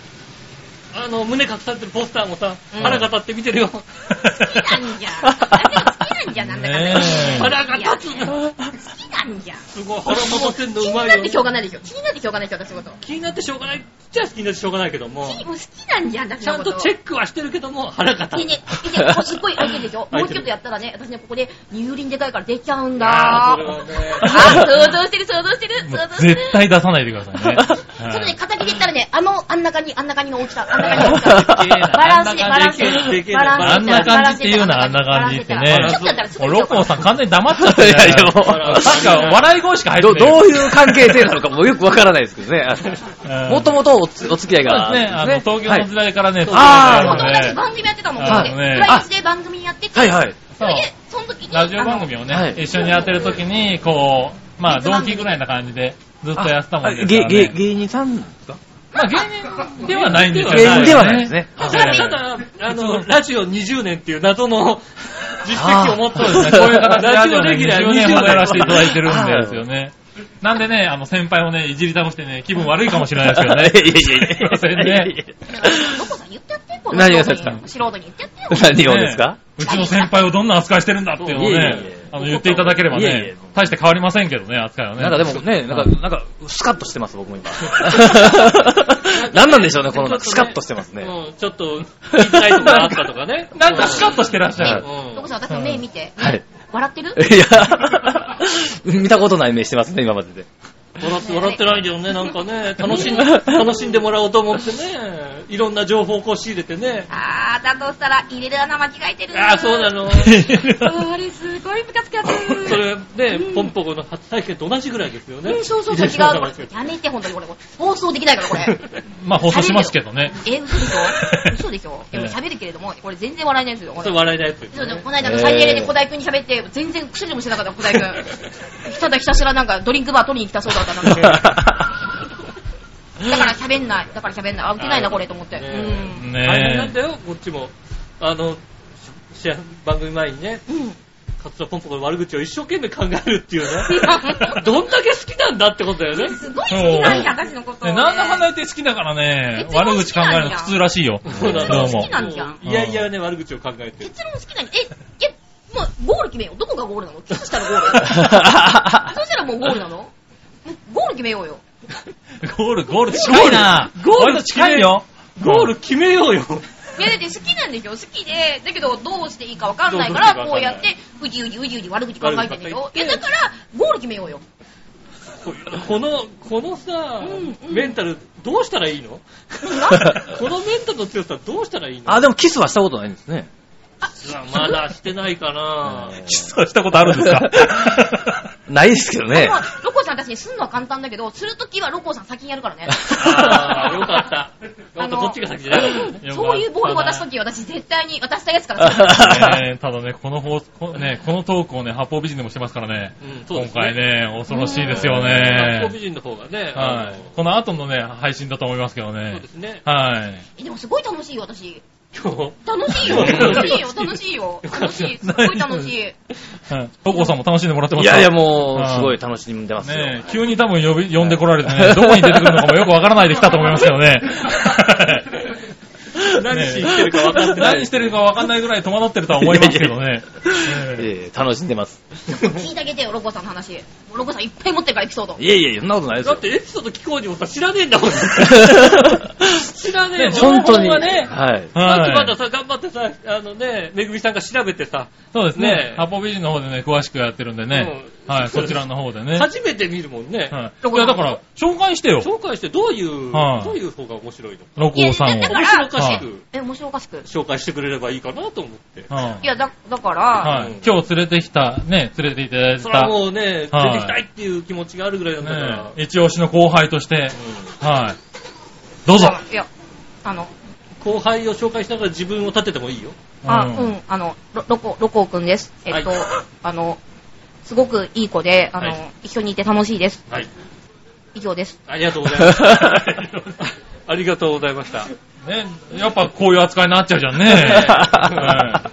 Speaker 6: あの、胸隠されてるポスターもさ、
Speaker 5: うん
Speaker 6: 腹が立って見 てるよ。
Speaker 5: 好きなんじゃん。好きなんじゃん、なんだかんだ。
Speaker 3: ねえ
Speaker 6: 腹が立つ
Speaker 5: 好きなんじゃん。
Speaker 6: すごい、腹も立てんの
Speaker 5: 気
Speaker 6: う
Speaker 5: に
Speaker 6: まい
Speaker 5: なって
Speaker 6: よね
Speaker 5: しょう。がないでしょ。気になってしょうがないでしょ、私のこと。
Speaker 6: 気になってしょうがないっちゃ好きになってしょうがないけども、
Speaker 5: 好きなんじゃん、私
Speaker 6: ちゃ
Speaker 5: の
Speaker 6: ん
Speaker 5: こと。
Speaker 6: とチェックはしてるけども、腹が立
Speaker 5: ね
Speaker 6: つ。
Speaker 5: ね、ねね、すっごい開いてるでしょ。
Speaker 6: 開
Speaker 5: も
Speaker 6: いうて
Speaker 5: ち
Speaker 6: る
Speaker 5: ょっとやったらね、私ね、ここで乳輪でかいから出ちゃうんだ
Speaker 6: あーそれはね
Speaker 5: あ、想像してる、想像してる、
Speaker 3: も
Speaker 5: 想
Speaker 3: う
Speaker 5: 像してる。
Speaker 3: 絶対出さないでください ね。
Speaker 5: ちょっと
Speaker 3: は
Speaker 5: ね、
Speaker 3: い
Speaker 5: 敵で言ったらね、あの、あんな感じ、あんな感じの大きさ、あんな感じの大きさ。バランスで、バランスで。バラ
Speaker 3: あ
Speaker 5: ン
Speaker 3: ん
Speaker 5: ス
Speaker 3: な感じって言うな、あんな感じってね。
Speaker 5: ちょっとやったらす
Speaker 3: も
Speaker 5: ぐ
Speaker 3: うロコさん完全に黙っちゃってる
Speaker 4: いやいやもう
Speaker 3: なんか笑い声しか入
Speaker 4: ど
Speaker 3: ってない。
Speaker 4: どういう関係性なのかもよくわからないですけどね。
Speaker 3: うん
Speaker 4: もともとおつお付き合いが
Speaker 3: そう
Speaker 4: あ
Speaker 3: ですね、
Speaker 4: る
Speaker 3: あ
Speaker 4: ん
Speaker 3: の、
Speaker 4: ですね。
Speaker 3: 東京の時代からね、
Speaker 4: あー
Speaker 5: も
Speaker 3: そうう
Speaker 5: 友
Speaker 3: ですね
Speaker 5: 達で番組やってたもん、
Speaker 3: あ
Speaker 5: で。
Speaker 3: の
Speaker 5: プ
Speaker 3: ね
Speaker 5: ライチで番組やってて。
Speaker 4: はいはい。
Speaker 5: それで、その時に。
Speaker 3: ラジオ番組を
Speaker 4: あの
Speaker 3: ね
Speaker 4: は、い
Speaker 3: 一緒にやってる時に、こう、まあ、同期ぐらいな感じで、ずっとやってたもんですか
Speaker 4: げ
Speaker 3: ら
Speaker 4: げ
Speaker 3: ね。
Speaker 4: 芸人さんですか
Speaker 3: まあ、芸人ではないんですよ
Speaker 4: 芸人ではないですね。
Speaker 6: た
Speaker 3: は
Speaker 6: だ、
Speaker 3: い
Speaker 6: ただ、あの、ラジオ20年っていう謎の実績を持って
Speaker 3: そう
Speaker 6: る
Speaker 3: ですね、こういう形で
Speaker 6: ラ
Speaker 3: ラ
Speaker 6: ジ
Speaker 3: ジ
Speaker 6: オ
Speaker 3: オ
Speaker 6: レ
Speaker 3: レ
Speaker 6: ギ
Speaker 3: ギ
Speaker 6: ュ
Speaker 3: ュ
Speaker 6: ラ
Speaker 3: ラ
Speaker 6: ー
Speaker 3: ー
Speaker 6: 20
Speaker 3: 20
Speaker 6: 年
Speaker 3: 年
Speaker 6: ま
Speaker 3: ま
Speaker 6: で
Speaker 3: で
Speaker 6: や
Speaker 3: や
Speaker 6: ら
Speaker 3: らせ
Speaker 6: せて
Speaker 3: て
Speaker 6: い
Speaker 3: い
Speaker 6: た
Speaker 3: た
Speaker 6: だ
Speaker 3: だ
Speaker 6: い
Speaker 3: いてるんですすよね。なんでね、あの、先輩をね、
Speaker 6: てるんでよ
Speaker 3: いじり倒してね、気分悪いかもしれないですけどね。すいま せんね。
Speaker 5: ロコさん言ってやって、この
Speaker 4: 何が
Speaker 5: 素
Speaker 4: ですか
Speaker 5: 人に素人に言ってやってよ。
Speaker 4: 何をですか
Speaker 3: ねうちの先輩をどんな扱いしてるんだっていうのを
Speaker 4: いえいえい
Speaker 3: ね
Speaker 4: え、
Speaker 3: あの言っていただければ
Speaker 4: いえいえ
Speaker 3: ね、大して変わりませんけどね、扱いはね。
Speaker 4: なんかでもね、なん
Speaker 3: はい。
Speaker 4: か、なんか、スカッとしてます、僕も今。何なんでしょうね、この、なんかスカッとしてますね。
Speaker 6: うん、ちょっと、言いたいとこがあったとか ね
Speaker 3: なんかスカッとしてらっしゃ
Speaker 4: は
Speaker 3: る
Speaker 4: い。
Speaker 5: ロコさん、私の目見て。
Speaker 4: はい。
Speaker 5: 笑ってる
Speaker 4: いや、 見たことない目してますね、今までで。
Speaker 6: 笑って、笑ってないでよね、なんかね、楽しんで、楽しんでもらおうと思ってね、いろんな情報を仕入れてね。
Speaker 5: あー、だとしたら、入れる穴間違えてる
Speaker 6: ああ、そうな。の。
Speaker 5: あれ、すごいムカつくやつ。
Speaker 6: それね、ポンポコの初体験と同じぐらいですよね。
Speaker 5: うん、そうそうそう、違う。
Speaker 6: 入れ
Speaker 5: こ
Speaker 6: 違
Speaker 5: れ
Speaker 6: う
Speaker 5: やめて、ほんとにこれ。放送できないから、これ。
Speaker 3: まあ放送しますけどね。
Speaker 5: え、嘘でしょ嘘でしょでも喋るけれども、これ全然笑えないんですよ、こ
Speaker 6: そ
Speaker 5: れ
Speaker 6: れ。笑えないやつです
Speaker 5: そ
Speaker 6: よ
Speaker 5: うで
Speaker 6: ね
Speaker 5: も。この間のサイエレで小田井くんに喋って、全然くせにもしてなかった、小田 井くん。ただひたすらなんかドリンクバー取りに来たそうだった、 なんか。だから喋んない、だから喋んない。あ、受けないな、これ、と思って。
Speaker 6: ね
Speaker 5: うん。
Speaker 3: ねえ
Speaker 6: 大変なんだよ、こっちも。あの、し番組前にね、
Speaker 5: うん。
Speaker 6: カツラポンポコの悪口を一生懸命考えるっていうね。どんだけ好きなんだってことだよね。
Speaker 5: すごい好きなんや、私のこと。
Speaker 3: ねなんだかんだ言って好きだからね、
Speaker 5: 結論
Speaker 3: 悪口考えるの苦痛らしいよ。
Speaker 6: そうだ
Speaker 3: どう
Speaker 5: 好
Speaker 3: も
Speaker 5: き。なんじゃん
Speaker 6: いやいやね、悪口を考えてる。
Speaker 5: 結論好きなに、え、え、もうゴール決めよう。どこがゴールなのキスしたらゴール。そしたらもうゴールなのもうゴール決めようよ。
Speaker 3: ゴール、ゴール近いな。
Speaker 6: ゴール
Speaker 3: 割と近いよ。
Speaker 6: ゴール決めようよ。
Speaker 5: いやだって好きなんでしょ好きで、だけどどうしていいかわかんないから、
Speaker 6: ど
Speaker 5: こ
Speaker 6: う
Speaker 5: う
Speaker 6: するか
Speaker 5: や
Speaker 6: わかん
Speaker 5: っ
Speaker 6: ない
Speaker 5: て、うじうじうじうじ悪口考えてんでしょ
Speaker 6: 悪
Speaker 5: い
Speaker 6: 口考えて
Speaker 5: やだから、ゴール決めようよ。
Speaker 6: この、このさ
Speaker 5: うん、うん
Speaker 6: メンタル、どうしたらいい のこのメンタルの強さどうしたらいいの
Speaker 4: あ、でもキスはしたことないんですね。
Speaker 5: あ、し
Speaker 2: まだしてないかな
Speaker 3: 失礼したことあるんですか
Speaker 4: ないですけどね
Speaker 5: ロ。コロコさん私にすんのは簡単だけど、するときはロコさん先にやるからね。
Speaker 2: あーよかった。 ほんとこっちが先じゃなかったね
Speaker 5: そういうボール渡すとき、私絶対に渡したやつからする。
Speaker 3: ねただね、この方、こね、このトークをね、八方美人でもしてますからね。
Speaker 2: うんそう
Speaker 3: 今
Speaker 2: ですね
Speaker 3: 回ね、恐ろしいです
Speaker 2: 学
Speaker 3: よ
Speaker 2: 校美
Speaker 3: ね。
Speaker 2: 人の方がね、あ
Speaker 3: はい
Speaker 2: の。
Speaker 3: この後のね、配信だと思いますけど
Speaker 2: そう
Speaker 3: ね
Speaker 2: で。すね。
Speaker 3: はい。
Speaker 5: えでもすごい楽しいよ、私。
Speaker 2: 今日、
Speaker 5: 楽しいよ、楽しいよ、楽しいよ。楽しい、すごい楽しい。
Speaker 3: はいトコさんも楽しんでもらってま
Speaker 4: い
Speaker 3: すか
Speaker 4: やいや、も
Speaker 3: う
Speaker 4: う、
Speaker 3: ん
Speaker 4: すごい楽しんでますよ。
Speaker 3: ねえ、急に多分呼び、呼んでこられてね、ど こに出てくるのかもよくわからないで来たと思いますけど ね。
Speaker 2: 何しに来てるか分かんない。
Speaker 3: 何してるかわかんないぐらい戸惑ってるとは思いますけどね。ええ
Speaker 4: ええ楽しんでます。
Speaker 5: 聞いてあげてよ、ロコさんの話。ロコさんいっぱい持ってるから、エピソード。
Speaker 4: いやいや、そんなことないです
Speaker 2: だ
Speaker 4: よ
Speaker 2: っ。 てエピソード聞こうにもさ、知らねえんだ もん。知らねえよ
Speaker 4: 本当に。
Speaker 2: 情報がね
Speaker 4: は
Speaker 2: さ
Speaker 4: い。
Speaker 2: っきま
Speaker 3: は
Speaker 2: だ
Speaker 3: い。
Speaker 2: さ、頑張ってさ、あのね、めぐみさんが調べてさ、
Speaker 3: そうです
Speaker 2: ね
Speaker 3: ね。
Speaker 2: え
Speaker 3: 八方美人の方でね、詳しくやってるんでね。
Speaker 2: うん
Speaker 3: はい、そちらの方でね。はい。
Speaker 2: 初めて見るもんね。
Speaker 3: いや、だから、紹介してよ。
Speaker 2: 紹介してどういう、
Speaker 3: はい
Speaker 2: どういう方が面白いのか。
Speaker 3: 六甲さん
Speaker 5: い
Speaker 3: を
Speaker 5: やだ。か
Speaker 2: 面
Speaker 5: ら
Speaker 2: 白おかしく
Speaker 5: え、面白おかしく。
Speaker 2: 紹介してくれればいいかなと思って。
Speaker 3: うん
Speaker 5: いや、だ、だから、
Speaker 3: はい。今日連れてきた、ね、連れていただい
Speaker 2: それは
Speaker 3: た、
Speaker 2: もうね、出てき
Speaker 3: はい
Speaker 2: たいっていう気持ちがあるぐらいなんだから
Speaker 3: ね。一押しの後輩として、はい。どうぞ。
Speaker 5: いや、あの、
Speaker 2: うん後輩を紹介しながら自分を立ててもいいよ。
Speaker 5: あ、
Speaker 3: う
Speaker 5: うんん、あの、ロロコ、ロコくんです。えっと、
Speaker 2: はい
Speaker 5: あの、すごくいい子で、あの、
Speaker 2: はい
Speaker 5: 一緒にいて楽しいです。
Speaker 2: はい。
Speaker 5: 以上です。
Speaker 2: ありがとうございます。ありがとうございま した。
Speaker 3: ね、やっぱこういう扱いになっちゃうじゃんね。 は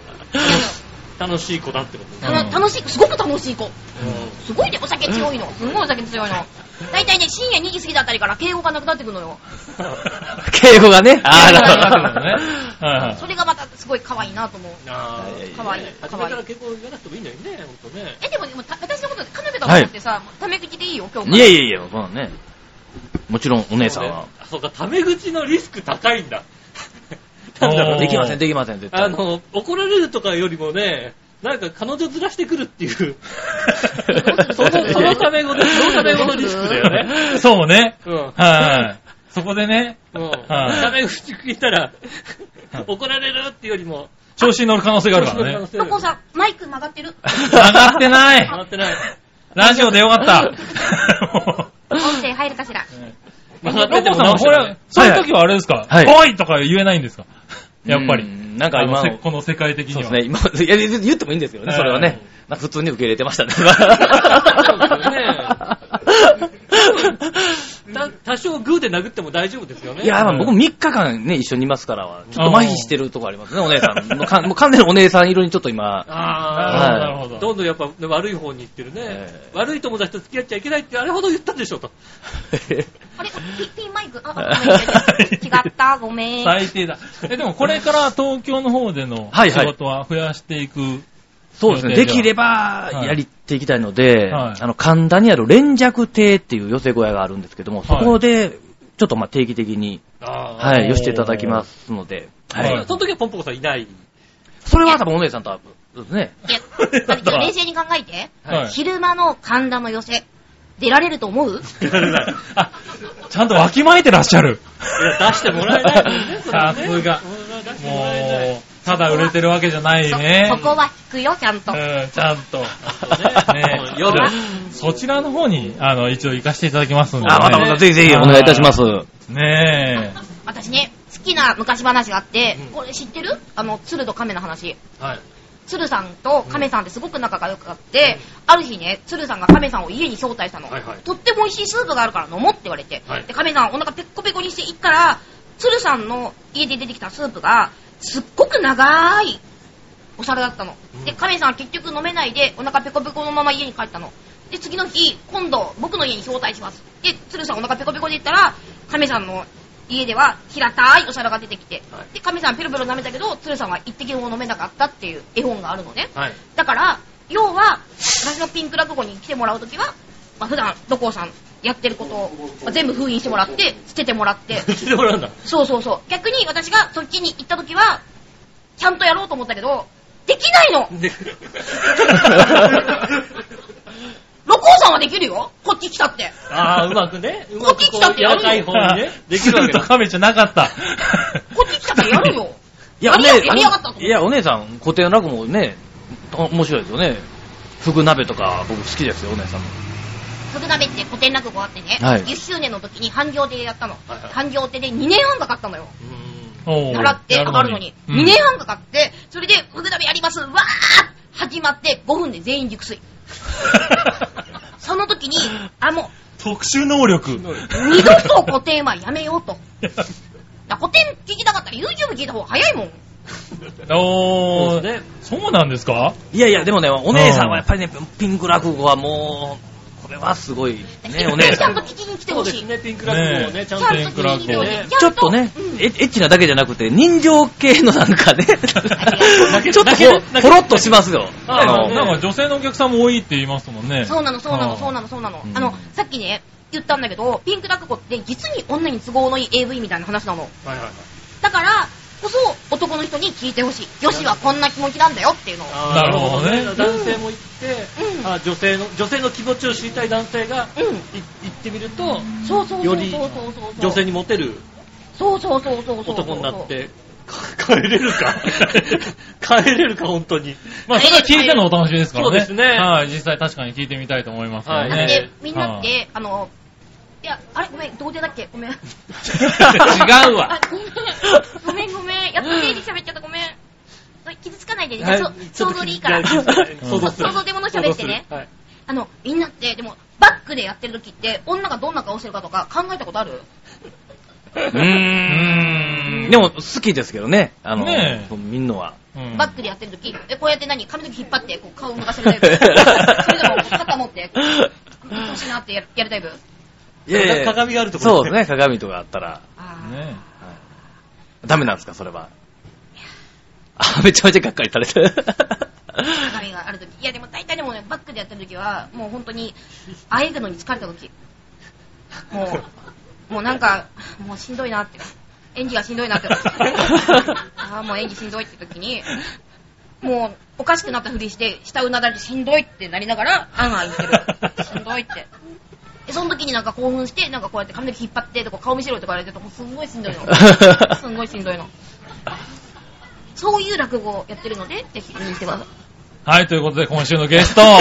Speaker 2: 楽しい子だってことね。
Speaker 5: たの
Speaker 3: うん
Speaker 5: 楽しい、すごく楽しい子。
Speaker 2: う
Speaker 5: すごいね、お酒強いの。すごいお酒強いの。大体ね、深夜2時過ぎたあたりから敬語がなくなってくのよ。
Speaker 4: 敬語がね。ああ、
Speaker 5: 敬語
Speaker 4: なる
Speaker 5: がな
Speaker 4: ほど
Speaker 5: くな
Speaker 3: るほどねはいはい
Speaker 5: それがまたすごい可愛いなと思う。
Speaker 2: んあ
Speaker 4: いやい
Speaker 2: ー
Speaker 4: や
Speaker 5: 可愛い、
Speaker 2: 初
Speaker 5: 可
Speaker 2: め
Speaker 5: 愛い
Speaker 2: か。ら結婚言わなくてもいいんだよね、ほんとね。
Speaker 5: え、でも、でもた私のこと、彼女だと思ってさ、もうタメ口でいいよ、今日
Speaker 4: いやいやいや、まあね。もちろんお姉さんは。
Speaker 2: あそうか、タメ口のリスク高いんだ。
Speaker 3: おー
Speaker 2: なんだろう
Speaker 4: できません、できません、絶
Speaker 2: あ
Speaker 4: 対。
Speaker 2: の、怒られるとかよりもね、なんか彼女ずらしてくるっていう、その、そのため語で、そのため語のリスクだよね。
Speaker 3: い。そうね。
Speaker 2: うん。
Speaker 3: はい。そこでね、
Speaker 2: うん。
Speaker 3: はい
Speaker 2: ため口聞いたら
Speaker 3: はい、
Speaker 2: 怒られるっていうよりも、
Speaker 3: 調子に乗る可能性があるか
Speaker 2: そう
Speaker 3: ら
Speaker 2: そう
Speaker 3: ね。
Speaker 2: そう
Speaker 5: ロコさん、マイク曲がってる。
Speaker 3: 上がってな
Speaker 2: 上が
Speaker 3: い
Speaker 2: ってない。
Speaker 3: ラジオでよかった
Speaker 5: 音声入るかしら。
Speaker 2: 曲が
Speaker 3: ロ
Speaker 2: ってても
Speaker 3: コさん、
Speaker 2: 直し
Speaker 3: こ
Speaker 2: て
Speaker 3: れ
Speaker 2: ね、
Speaker 3: そういう時はあれですか
Speaker 4: はい
Speaker 3: おいとか言えないんですかやっぱ
Speaker 4: う
Speaker 3: り。
Speaker 4: んなんか今
Speaker 3: あの
Speaker 4: の
Speaker 3: せ、この世界的
Speaker 4: そう
Speaker 3: に
Speaker 4: です
Speaker 3: は。
Speaker 4: ね、今、いや言言ってもいいんですけどね、それはね。なんか普通に受け入れてましたね。
Speaker 2: た多少グーで殴っても大丈夫ですよね。
Speaker 4: いや、まあ僕
Speaker 3: う
Speaker 4: 3日間ね、一緒にいますからは、ちょっと麻痺してるとこありますね、お姉さ ん。もうかもう完全にお姉さん色にちょっと今、
Speaker 2: あ
Speaker 3: な
Speaker 4: は
Speaker 2: あ
Speaker 3: るほど、
Speaker 4: い
Speaker 3: なるほど。
Speaker 2: どんどんやっぱね悪い方に行ってるね、
Speaker 4: え
Speaker 2: 悪い友達と付き合っちゃいけないってあれほど言ったでしょと。
Speaker 5: あれピピンマイクあ、あごめん違った違った、ごめん。
Speaker 3: 最低だ。え、でもこれから東京の方での
Speaker 4: はいは
Speaker 3: 仕
Speaker 4: い
Speaker 3: 事は増やしていく。
Speaker 4: そうですね、
Speaker 3: 予定
Speaker 4: で
Speaker 3: が
Speaker 4: きれば
Speaker 3: はい
Speaker 4: やりっていきたいので、
Speaker 3: はい
Speaker 4: あの神田にある連雀亭っていう寄せ小屋があるんですけども、そこで、ちょっとまあ定期的に、
Speaker 2: あ
Speaker 4: は
Speaker 3: おー
Speaker 4: い、寄せていただきますので、
Speaker 2: あ、
Speaker 4: は
Speaker 3: はい
Speaker 4: い。
Speaker 2: そその時はポンポコさんいない。
Speaker 4: それは多分お姉さんとは、そうですね。
Speaker 5: いや、だってちょっと冷静に考えて。
Speaker 3: はい
Speaker 5: 昼間の神田の寄せ、出られると思う
Speaker 3: あ、ちゃんとわきまえてらっしゃる。
Speaker 2: いや出してもらえないもんね、それはねそ
Speaker 3: さすが
Speaker 2: れは出してもらえない。
Speaker 3: もう、ただ売れてるわけじゃないね。
Speaker 5: そそこは引くよ、ちゃんと。
Speaker 3: うん、ちゃんと。
Speaker 2: ね
Speaker 3: ね
Speaker 2: 夜。
Speaker 3: そちらの方に、あの、一応行かせていただきますんで、ね。
Speaker 4: あ、またまた、ぜひぜひお願いいたします。は
Speaker 3: ねえ。
Speaker 5: 私ね、好きな昔話があって、これ知ってるあの、鶴と亀の話。
Speaker 2: はい。
Speaker 5: 鶴さんと亀さんってすごく仲が良くあって、ある日ね、鶴さんが亀さんを家に招待したの。
Speaker 2: はいはい
Speaker 5: とっても美味しいスープがあるから飲もうって言われて、
Speaker 2: はい
Speaker 5: で亀さんお腹ペッコペコにして行ったら、鶴さんの家で出てきたスープが、すっごく長いお皿だったの。で、亀さんは結局飲めないで、お腹ペコペコのまま家に帰ったの。で、次の日、今度、僕の家に招待します。で、鶴さんお腹ペコペコで行ったら、亀さんの家では平たいお皿が出てきて、
Speaker 2: はい
Speaker 5: で、亀さんペロペロ舐めたけど、鶴さんは一滴も飲めなかったっていう絵本があるのね。
Speaker 2: はい。
Speaker 5: だから、要は、私のピンク落語に来てもらうときは、まあ、普段、どこさんやってることを、まあ全部封印してもらって、捨てても らって、
Speaker 2: 来てもらうんだ。
Speaker 5: そうそうそう。逆に私がそっちに行ったときは、ちゃんとやろうと思ったけど、できないの
Speaker 2: で
Speaker 5: 六甲さんはできるよこっち来たって。
Speaker 2: ああ、うまくね。う
Speaker 5: こ
Speaker 2: ま
Speaker 5: っち
Speaker 2: く
Speaker 5: 来たってやるよ
Speaker 2: 若い方にね、できるわけ
Speaker 3: 鶴と
Speaker 2: だ。
Speaker 3: 亀じゃなかった。
Speaker 5: こっち来たってやるよ。
Speaker 4: いや、お
Speaker 5: 髪
Speaker 4: 姉
Speaker 5: を髪を割ったの
Speaker 4: いや、お姉さん、古典落語ね、と面白いですよね。フグ鍋とか、僕好きですよ、お姉さんの。
Speaker 5: 福鍋って古典落語あってね、
Speaker 4: はい
Speaker 5: 10周年の時に半行でやったの。
Speaker 2: はいはい
Speaker 5: 半行手で2年半かかったのよ。
Speaker 3: おー
Speaker 5: 習って上がるのに。
Speaker 3: うん
Speaker 5: 2年半かかって、それで福鍋やります、わー始まって5分で全員熟睡。その時に、あ、も
Speaker 3: 特殊能力。
Speaker 5: う、二度と古典はやめようと。だ古典聞きたかったら YouTube 聞いた方が早いもん。
Speaker 3: お
Speaker 2: そ
Speaker 3: ー、
Speaker 2: うですね
Speaker 3: そうなんですか
Speaker 4: いやいや、でもね、お姉さんはやっぱりね、ピンク落語はもう、これはすごい、ね、お姉
Speaker 5: ち
Speaker 4: さ
Speaker 5: ゃん
Speaker 4: ん
Speaker 5: と。聞きに来て
Speaker 2: そう
Speaker 5: ほ
Speaker 2: で
Speaker 5: し
Speaker 2: す
Speaker 5: い。
Speaker 2: ね、ピンクラックも
Speaker 3: ね
Speaker 2: ね、ち
Speaker 5: ち
Speaker 2: ゃ
Speaker 5: ゃ
Speaker 2: んと
Speaker 5: んと
Speaker 2: ピン
Speaker 5: 聞
Speaker 2: ク
Speaker 5: き
Speaker 2: ラ
Speaker 5: に
Speaker 2: ッ
Speaker 5: 来
Speaker 2: ク
Speaker 5: て
Speaker 2: を
Speaker 5: ほし
Speaker 2: ね
Speaker 5: い。。
Speaker 4: ちょっとね、エエッチなだけじゃなくて、人情系のなんかね、ちょっと
Speaker 2: 泣ける
Speaker 4: ほほろっとしますよ。
Speaker 2: あ
Speaker 4: あ
Speaker 2: ー
Speaker 4: の
Speaker 2: ね
Speaker 3: なんか女性のお客さんも多いって言いますもんね。
Speaker 5: そうなの、そうな
Speaker 3: あ
Speaker 5: の、
Speaker 3: ー
Speaker 5: そうなの、そうなの
Speaker 3: う。ん
Speaker 5: あの、さっきね、言ったんだけど、ピンク落語って実に女に都合のいい AV みたいな話なの。
Speaker 2: はいはいはい
Speaker 5: だから、こそ男の人に聞いてほしい。よしはこんな気持ちなんだよっていうのを。
Speaker 2: あー
Speaker 3: なるほどね
Speaker 2: 男性も行って、
Speaker 5: うん
Speaker 2: あー女性の、女性の気持ちを知りたい男性が、
Speaker 5: う
Speaker 2: い行ってみると、
Speaker 5: ん。そうそうそ
Speaker 2: よ
Speaker 5: うそう
Speaker 2: り
Speaker 5: そうそうそう。
Speaker 2: 女性にモテる
Speaker 5: そうそうそうそうそう。
Speaker 2: 男になっ。て、か帰れるか 帰れるか、本当に。
Speaker 3: まあ、それは聞いてのお楽しみですからね。
Speaker 2: そうですね
Speaker 3: はい、実際確かに聞いてみたいと思いますよ
Speaker 2: は
Speaker 5: だ
Speaker 2: い
Speaker 5: って
Speaker 3: ね。、
Speaker 5: みんなっ
Speaker 3: はい
Speaker 5: て、あの、いや、あれごめん、童貞だっけごめん。
Speaker 4: 違うわ
Speaker 5: あ。、ごめん。ごめんごめん。やっと整理喋っちゃったごめん。傷つかないでね。
Speaker 2: はい
Speaker 5: そ想像でいいから。
Speaker 2: ちょっと
Speaker 3: うん
Speaker 2: 想像する。
Speaker 5: 想像でもの喋ってね
Speaker 2: 想像するはい。
Speaker 5: あの、みんなって、でも、バックでやってる時って、女がどんな顔してるかとか考えたことある
Speaker 4: うーん。でも、好きですけどね、あの
Speaker 3: ねえ、
Speaker 4: そう見んのは。
Speaker 3: うん
Speaker 5: バックでやってる時、え、こうやって何髪の毛引っ張って、こう顔を向かせるタ イプそれでも、肩持って、こう、欲しいなってやるやるタイプ
Speaker 4: いやいや
Speaker 2: 鏡があるところ
Speaker 4: そうですね、鏡とかあったら。
Speaker 5: あー
Speaker 3: ね
Speaker 4: ダメなんですか、それは。あ、めちゃめちゃがっかりされてる。
Speaker 5: 鏡がある時。いや、でも大体でもね、バックでやってる時は、もう本当に、あえぐのに疲れた時。もう、もうなんか、もうしんどいなって。演技がしんどいなって。ああ、もう演技しんどいって時に、もう、おかしくなったふりして、下うなだれてしんどいってなりながら、あんあん言ってる。しんどいって。で、その時になんか興奮して、なんかこうやって髪の毛引っ張って、とか顔見せろとか言われてると、もうすんごいしんどいの。すんごいしんどいの。そういう落語をやってるので、ぜひ見に来てください。
Speaker 3: はい、ということで今週のゲスト。
Speaker 5: あ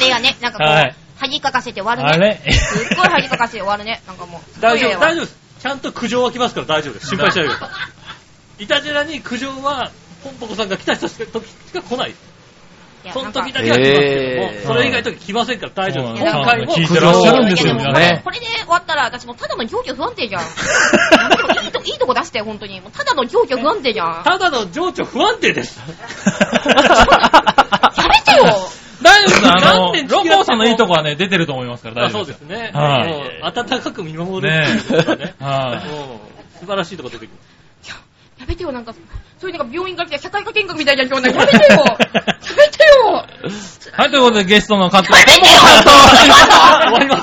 Speaker 5: れがね、なんかこう、
Speaker 3: はい
Speaker 5: 恥かかせて終わ
Speaker 3: あ
Speaker 5: るね。
Speaker 3: れ
Speaker 5: すっごい恥かかせて終わるね。なんかもう。
Speaker 2: 大丈夫、大
Speaker 5: 夫。
Speaker 2: 丈夫です。ちゃんと苦情は来ますから大丈夫です。心配しないでください。イタジェラに苦情は、ポンポコさんが来た人しか時しか来ない。
Speaker 5: いや
Speaker 2: その時
Speaker 5: なんか
Speaker 2: だけは来ますけども、
Speaker 4: えー
Speaker 2: それ以外の時来ませんから大丈夫です。
Speaker 5: そう
Speaker 2: 今
Speaker 5: なん
Speaker 2: 回
Speaker 5: で
Speaker 2: も
Speaker 3: す聞い
Speaker 2: 苦
Speaker 3: て
Speaker 2: 情
Speaker 3: らっしゃ
Speaker 2: は
Speaker 3: るんですよ
Speaker 5: いやも
Speaker 3: ね
Speaker 5: これで終わったら、私もうただの状況不安定じゃん。なんかいいといいとこ出して、本当に。もうただの状況不安定じゃん。や
Speaker 2: ただの情緒不安定です。
Speaker 5: めてよ
Speaker 3: 大丈夫です。あ
Speaker 2: 何
Speaker 3: の、
Speaker 2: 年付き合っ
Speaker 3: ロ
Speaker 2: ても
Speaker 3: コウさんのいいとこはね、出てると思いますから
Speaker 2: あ
Speaker 3: 大丈
Speaker 2: そう
Speaker 3: 夫で。
Speaker 2: ですすね。
Speaker 3: はい
Speaker 2: もう温かく見守る
Speaker 3: ね
Speaker 2: っていうことがね。
Speaker 3: はい
Speaker 2: もう素晴らしいとこ出てきます。
Speaker 5: やめてよ、なんか、そういうなんか病院から来て社会科見学みたいな状況やめてよやめてよ
Speaker 3: はい、ということでゲストの方。
Speaker 5: やめてよ本
Speaker 2: 終わります。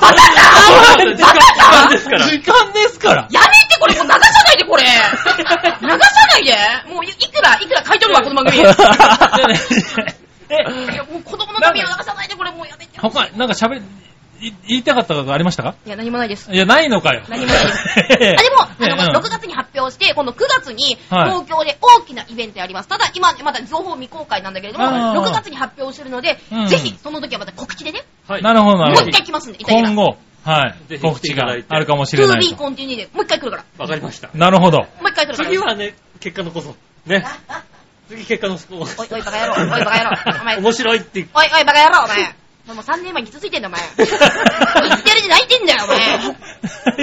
Speaker 5: 当にバカだバカだ
Speaker 2: ですから。
Speaker 3: 時間ですから。
Speaker 5: やめてこれもう流さないで これ流さないでもういいくら、いくら買い取るわ、こ の番組。い
Speaker 3: じゃあね
Speaker 5: やもう子供のためを流さないでこれもうやめて。い
Speaker 3: 他、なんか喋り、い言いたかったことありましたか
Speaker 5: や、何もないです。
Speaker 3: いや、ないのかよ。
Speaker 5: 何もないです。
Speaker 3: あ、で
Speaker 5: あ、でも、あの、6月に発表して、今度9月に、
Speaker 3: はい
Speaker 5: 東京で大きなイベントやります。ただ、今、まだ情報未公開なんだけれども、
Speaker 3: あー
Speaker 5: 6月に発表するので
Speaker 3: うん、
Speaker 5: ぜひ、その時はまた告知でね、
Speaker 2: はい
Speaker 3: なるほど、な
Speaker 5: もう
Speaker 3: るほど
Speaker 5: 一回。来ますんで、イタリア
Speaker 3: 今。後、は
Speaker 2: ぜひ
Speaker 3: い、
Speaker 2: 来
Speaker 3: 告
Speaker 2: てい
Speaker 3: 知
Speaker 2: た
Speaker 3: が
Speaker 2: だいて
Speaker 3: あるかもしれ
Speaker 5: To
Speaker 3: ない
Speaker 5: be
Speaker 3: と。
Speaker 5: continue で、もう一回来るから。
Speaker 2: わかりました。
Speaker 3: なるほど。
Speaker 5: もう一回来るから。
Speaker 2: 次はね、結果残そう。ね。次結果残そう。
Speaker 5: おい、おい、バカ野郎、おい、バカ野郎、お前。
Speaker 2: 面白いって。
Speaker 5: おいおい、バカ野郎、お前。もう3年前に傷ついてんだよ、お 前。日テレで泣いてんだよ、お前。日テレで泣いてんだよ、お前。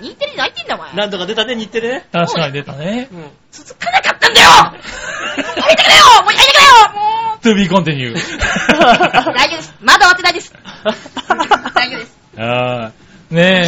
Speaker 5: 日テレで泣いてんだよ、お前。
Speaker 2: 何度か出たね、日テレね。
Speaker 3: 確かに出たね。
Speaker 2: うん。
Speaker 5: 続かなかったんだよやめてくれよもうやめてくれよも
Speaker 3: to be continue.
Speaker 5: う 大丈夫です。まだ終わってないです。 大丈夫です。
Speaker 3: あーね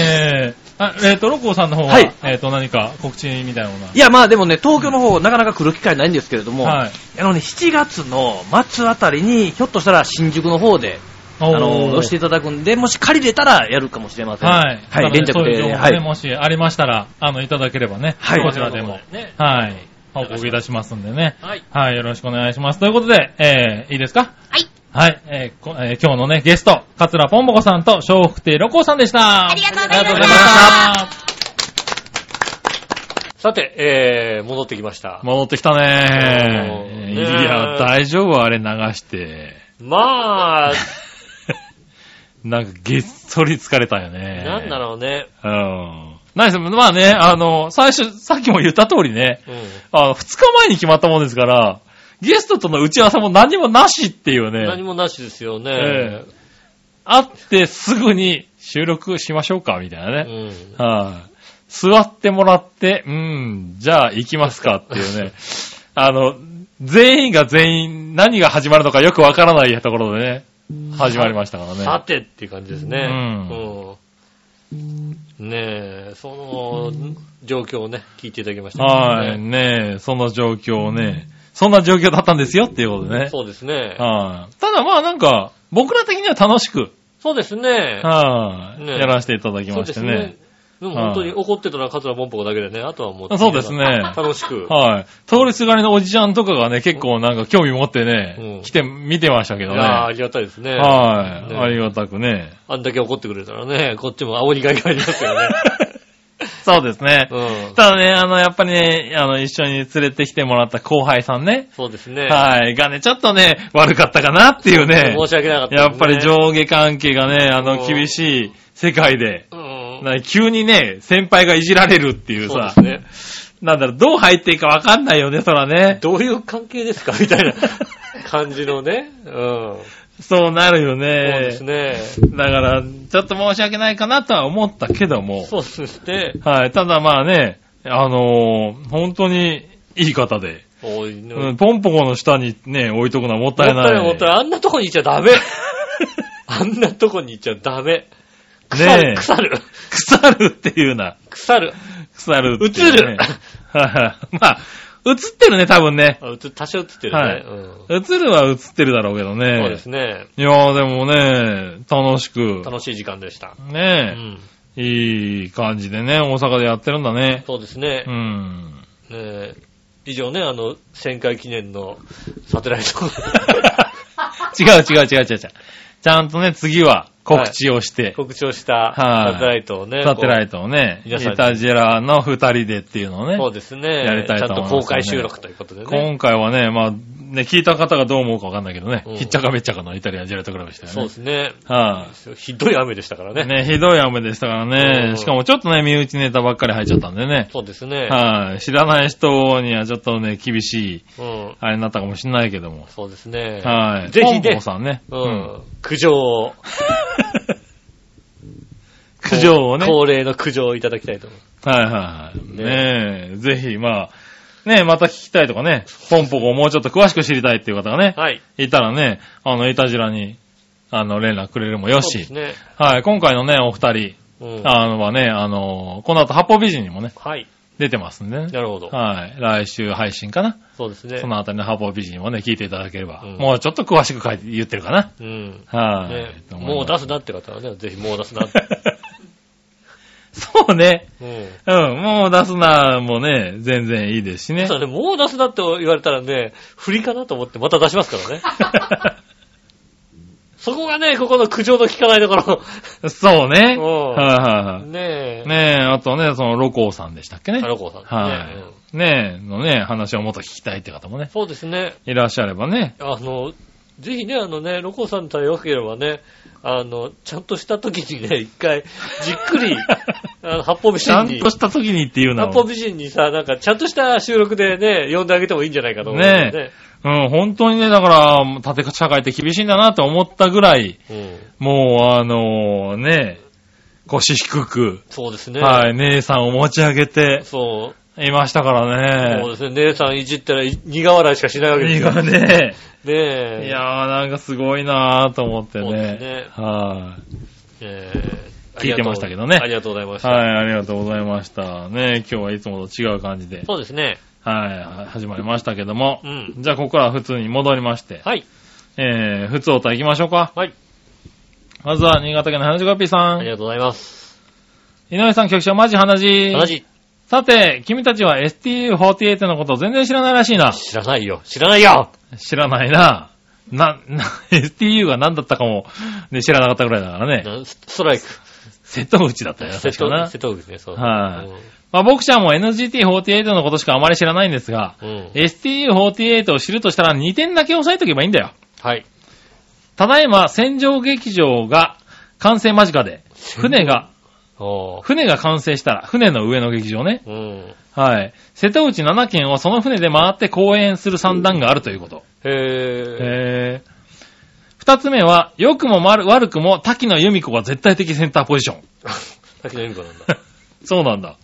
Speaker 3: え。あ、えっ、と、ロコさんの方は、
Speaker 4: はい
Speaker 3: えっ、と、何か告知みたいなものはい
Speaker 4: や、まあでもね、東京の方、なかなか来る機会ないんですけれども、
Speaker 3: はい
Speaker 4: あのね、7月の末あたりに、ひょっとしたら新宿の方で、あ
Speaker 3: おー
Speaker 4: の、寄せていただくんで、もし借りれたらやるかもしれません。
Speaker 3: はい。
Speaker 4: はい、連着
Speaker 3: そういう
Speaker 4: で、
Speaker 3: 情報ね、
Speaker 4: は
Speaker 3: も
Speaker 4: い。
Speaker 3: しありましたら、あの、いただければね、
Speaker 4: はい
Speaker 3: こちらでも、
Speaker 2: ね
Speaker 3: はい、報告いたしますんでね。
Speaker 2: はい。
Speaker 3: はい、よろしくお願いします。ということで、えー、いいですか
Speaker 5: はい。
Speaker 3: はい、えーこえー今日のね、ゲスト、桂ぽんぼこさんと、笑福亭ロコさんでした。
Speaker 5: ありがとうございました
Speaker 3: ありがとうございました。
Speaker 2: さて、えー、戻ってきました。
Speaker 3: 戻ってきた
Speaker 2: そう
Speaker 3: ね。い
Speaker 2: ね
Speaker 3: や、大丈夫あれ流して。
Speaker 2: まあ、
Speaker 3: なんかげっそり疲れたよね。
Speaker 2: なんだろうね。
Speaker 3: うん。何せ、まあね、あの、最初、さっきも言った通りね、
Speaker 2: うん。
Speaker 3: あの、2日前に決まったもんですから、ゲストとの打ち合わせも何もなしっていう
Speaker 2: 何
Speaker 3: ね、
Speaker 2: もなしですよね
Speaker 3: え。会ってすぐに収録しましょうか、みたいなね。
Speaker 2: う
Speaker 3: はい座ってもらって、うん、じゃあ行きますかっていう ね。あの、全員が全員何が始まるのかよくわからないところでね、始まりましたから
Speaker 2: ん。さ
Speaker 3: ね。
Speaker 2: てっていう感じですね。うん。ねえ、その状況をね、聞いていただきました、
Speaker 3: は
Speaker 2: ね。
Speaker 3: い、ねえ、そんな状況をね、そんな状況だったんですよっていうことでね。
Speaker 2: そうですね。
Speaker 3: はい。ただまあなんか、僕ら的には楽しく、
Speaker 2: そうですね。
Speaker 3: はい、
Speaker 2: ねえ
Speaker 3: やらせていただき
Speaker 2: そう
Speaker 3: ま
Speaker 2: で
Speaker 3: し
Speaker 2: す
Speaker 3: て
Speaker 2: ね
Speaker 3: ね。。
Speaker 2: でも本当に怒ってたのはカツラボンポコだけでね、あとはもう。
Speaker 3: そうですね
Speaker 2: 楽しく。
Speaker 3: はい。通りすがりのおじちゃんとかがね、結構なんか興味持ってね、
Speaker 2: うん
Speaker 3: 来て、見てましたけ
Speaker 2: い
Speaker 3: どね。
Speaker 2: やあ、あ
Speaker 3: はい。
Speaker 2: りがたいですね。ね
Speaker 3: ありがたくね。
Speaker 2: あんだけ怒ってくれたらね、こっちも青にがいがありますよ ね。
Speaker 3: そうですね。
Speaker 2: うん。
Speaker 3: ただね、あの、やっぱりね、あの、一緒に連れてきてもらった後輩さんね。
Speaker 2: そうですね。
Speaker 3: はい。がね、ちょっとね、悪かったかなっていうね。
Speaker 2: 申し訳なかったですね。
Speaker 3: やっぱり上下関係がね、あ
Speaker 2: う
Speaker 3: の、
Speaker 2: ん
Speaker 3: 厳しい世界で、
Speaker 2: うん。
Speaker 3: な急にね、先輩がいじられるっていう
Speaker 2: そうで
Speaker 3: さ、
Speaker 2: すね。
Speaker 3: なんだろう、どう入っていいかわかんないよね、そらね。
Speaker 2: どういう関係ですかみたいな 感じのね。うん。そう
Speaker 3: そうなるよ
Speaker 2: で
Speaker 3: ね
Speaker 2: す。ね。
Speaker 3: だから、ちょっと申し訳ないかなとは思ったけども、
Speaker 2: そうですね。
Speaker 3: はい。ただまあね、あのー本当にいい方で、
Speaker 2: おい、ね
Speaker 3: う
Speaker 2: も
Speaker 3: ん、ポンポコの下にね、置いとくのはもっ
Speaker 2: った
Speaker 3: た
Speaker 2: い
Speaker 3: いない。
Speaker 2: ない、もったいない。あんなとこにいちゃダメ。あんなとこにいちゃダメ。腐
Speaker 3: ね
Speaker 2: る、
Speaker 3: え
Speaker 2: 腐る、
Speaker 3: 腐るっていうな。
Speaker 2: 腐る。
Speaker 3: 腐るっていうね、
Speaker 2: 映る
Speaker 3: はいはいまあ、映ってるね、多分ね。
Speaker 2: あ、うつ、多少映ってるね。
Speaker 3: はい
Speaker 2: うん。
Speaker 3: 映るは映ってるだろうけどね。
Speaker 2: そうですね。
Speaker 3: いやーでもね、楽しく、
Speaker 2: 楽しい時間でした。う
Speaker 3: ね
Speaker 2: ん。
Speaker 3: え、いい感じでね、大阪でやってるんだね。
Speaker 2: そうですね
Speaker 3: う。ん。
Speaker 2: ねえ以上ね、あの、1000回記念のサテライ ト。
Speaker 3: 違う違う違う違う違う。ちゃんとね、次は告知をして、
Speaker 2: 告知をした
Speaker 3: はい
Speaker 2: サテライトをね。
Speaker 3: サテラ
Speaker 2: ト。
Speaker 3: イトをね、イ
Speaker 2: 皆さんに
Speaker 3: タジェラの二人でっていうのをね、
Speaker 2: そうですね。
Speaker 3: やりたい
Speaker 2: ち
Speaker 3: と
Speaker 2: ゃん
Speaker 3: 思い
Speaker 2: と
Speaker 3: ます
Speaker 2: 公開収録ということでね。
Speaker 3: 今回はね、まあ、ね、聞いた方がどう思うかわかんないけどね、
Speaker 2: うん
Speaker 3: ひっちゃかめっちゃかのイタリアンジェラートクラブでしたよね。
Speaker 2: そうですね。
Speaker 3: は
Speaker 2: ひどい雨でしたから
Speaker 3: い、
Speaker 2: ね。
Speaker 3: ね、ひどい雨でしたから
Speaker 2: う
Speaker 3: ね。
Speaker 2: ん
Speaker 3: しかもちょっとね、身内ネタばっかり入っちゃったんでね。
Speaker 2: そうですね。
Speaker 3: はい、知らない人にはちょっとね、厳しい、
Speaker 2: うん。
Speaker 3: あれになったかもしれないけども。
Speaker 2: そうですね。
Speaker 3: はい。
Speaker 2: ぜひ
Speaker 3: ポン
Speaker 2: ね
Speaker 3: ポコ、さん ね。
Speaker 2: う
Speaker 3: うん
Speaker 2: ん。苦情を。
Speaker 3: 苦情をね。はい
Speaker 2: 恒例の苦情をいただきたいと思います。
Speaker 3: はいはい。ねえ、ぜひ、まあ、ねえ、また聞きたいとかね、ポンポコをもうちょっと詳しく知りたいっていう方がね、
Speaker 2: はい。
Speaker 3: いたらね、あの、イタジラに、あの、連絡くれるもよ
Speaker 2: そうで
Speaker 3: し
Speaker 2: す、ね。
Speaker 3: はい、今回のね、お二人、
Speaker 2: うん。
Speaker 3: あの、はね、あの、この後、八方美人にもね、
Speaker 2: はい。
Speaker 3: 出てますんでね。
Speaker 2: なるほど。
Speaker 3: はい。来週配信かな。
Speaker 2: そうですね
Speaker 3: そ。のあたりの八方美人にもね、聞いていただければ、
Speaker 2: うん
Speaker 3: もうちょっと詳しく書いて、言ってるかな。
Speaker 2: うん。
Speaker 3: はい、
Speaker 2: ね、
Speaker 3: と思い
Speaker 2: もう
Speaker 3: ま
Speaker 2: 出
Speaker 3: す。
Speaker 2: すなって方はね、ぜひもう出すな って。
Speaker 3: そうね。
Speaker 2: うん。
Speaker 3: うん、もう出すな、もうね、全然いいですしね
Speaker 2: そ。うだね、もう出すなって言われたらね、振りかなと思ってまた出しますからね。 そこがね、ここの苦情の聞かないとこ
Speaker 3: そうね。はい、
Speaker 2: うん
Speaker 3: はい、
Speaker 2: ろ。ねえ。
Speaker 3: ねえ、あとね、その、ロコウさんでしたっけね。
Speaker 2: タロコさんね
Speaker 3: は
Speaker 2: うん
Speaker 3: い。ねえ、のね、話をもっと聞きたいって方もね、
Speaker 2: そうですね。
Speaker 3: いらっしゃればね。
Speaker 2: あの、ぜひね、あのね、ロコさんさえ良ければね、あの、ちゃんとした時にね、一回、じっく り、あの、八方美
Speaker 3: ちゃ
Speaker 2: 人
Speaker 3: ん
Speaker 2: に
Speaker 3: と、した時にっていうの
Speaker 2: 八
Speaker 3: は
Speaker 2: 方美人にさ、なんか、ちゃんとした収録でね、呼んであげてもいいんじゃないかと思うよね。
Speaker 3: うん、本当にね、だから、縦社会って厳しいんだなと思ったぐらい、
Speaker 2: うん。
Speaker 3: もう、あのね、腰低く、
Speaker 2: そうですね。
Speaker 3: はい、姉さんを持ち上げて
Speaker 2: そう。
Speaker 3: いましたか
Speaker 2: そう
Speaker 3: らね。
Speaker 2: ですね。姉さんいじったらい苦笑いしかしないわけです
Speaker 3: 身
Speaker 2: よ。
Speaker 3: がね、い
Speaker 2: ねえ。
Speaker 3: やー、なんかすごいなーと思って
Speaker 2: そうです
Speaker 3: ね
Speaker 2: ね。
Speaker 3: はい。
Speaker 2: えー
Speaker 3: 聞いてましたけどね
Speaker 2: ありがとうございました。
Speaker 3: はい、ありがとうございました。ね、今日はいつもと違う感じで、
Speaker 2: そうですね。
Speaker 3: はい、始まりましたけども
Speaker 2: う。ん。
Speaker 3: じゃあ、ここから普通に戻りまして、
Speaker 2: はい。
Speaker 3: えー、普通おた行きましょうか。
Speaker 2: はい。
Speaker 3: まずは、新潟県の花女コピーさ
Speaker 2: あり
Speaker 3: ん。
Speaker 2: がとうございます。
Speaker 3: 井上さん、局長、マジ花じ。
Speaker 2: 同じ。
Speaker 3: さて、君たちは STU48 のことを全然知らないらしいな。
Speaker 2: 知らないよ。知らないよ
Speaker 3: 知らないな。な、な、STU が何だったかも、ね、知らなかったぐらいだからね。
Speaker 2: なスストライク。
Speaker 3: 瀬戸内だったよな、
Speaker 2: 瀬
Speaker 3: 確か
Speaker 2: 戸、
Speaker 3: な
Speaker 2: 瀬。戸口ね、そう。
Speaker 3: はい
Speaker 2: うん
Speaker 3: まあ、僕ちゃんも NGT48 のことしかあまり知らないんですが、
Speaker 2: うん。
Speaker 3: STU48 を知るとしたら2点だけ押さえとけばいいんだよ。
Speaker 2: はい。
Speaker 3: ただいま、戦場劇場が完成間近で、船が、
Speaker 2: おー。
Speaker 3: 船が完成したら、船の上の劇場ね。
Speaker 2: うん。
Speaker 3: はい。瀬戸内7県をその船で回って公演する算段があるということ。
Speaker 2: へえ。
Speaker 3: へー。二つ目は、良くも悪くも滝野由美子が絶対的センターポジション。
Speaker 2: 滝野由美子 なんだ。
Speaker 3: そうなんだ。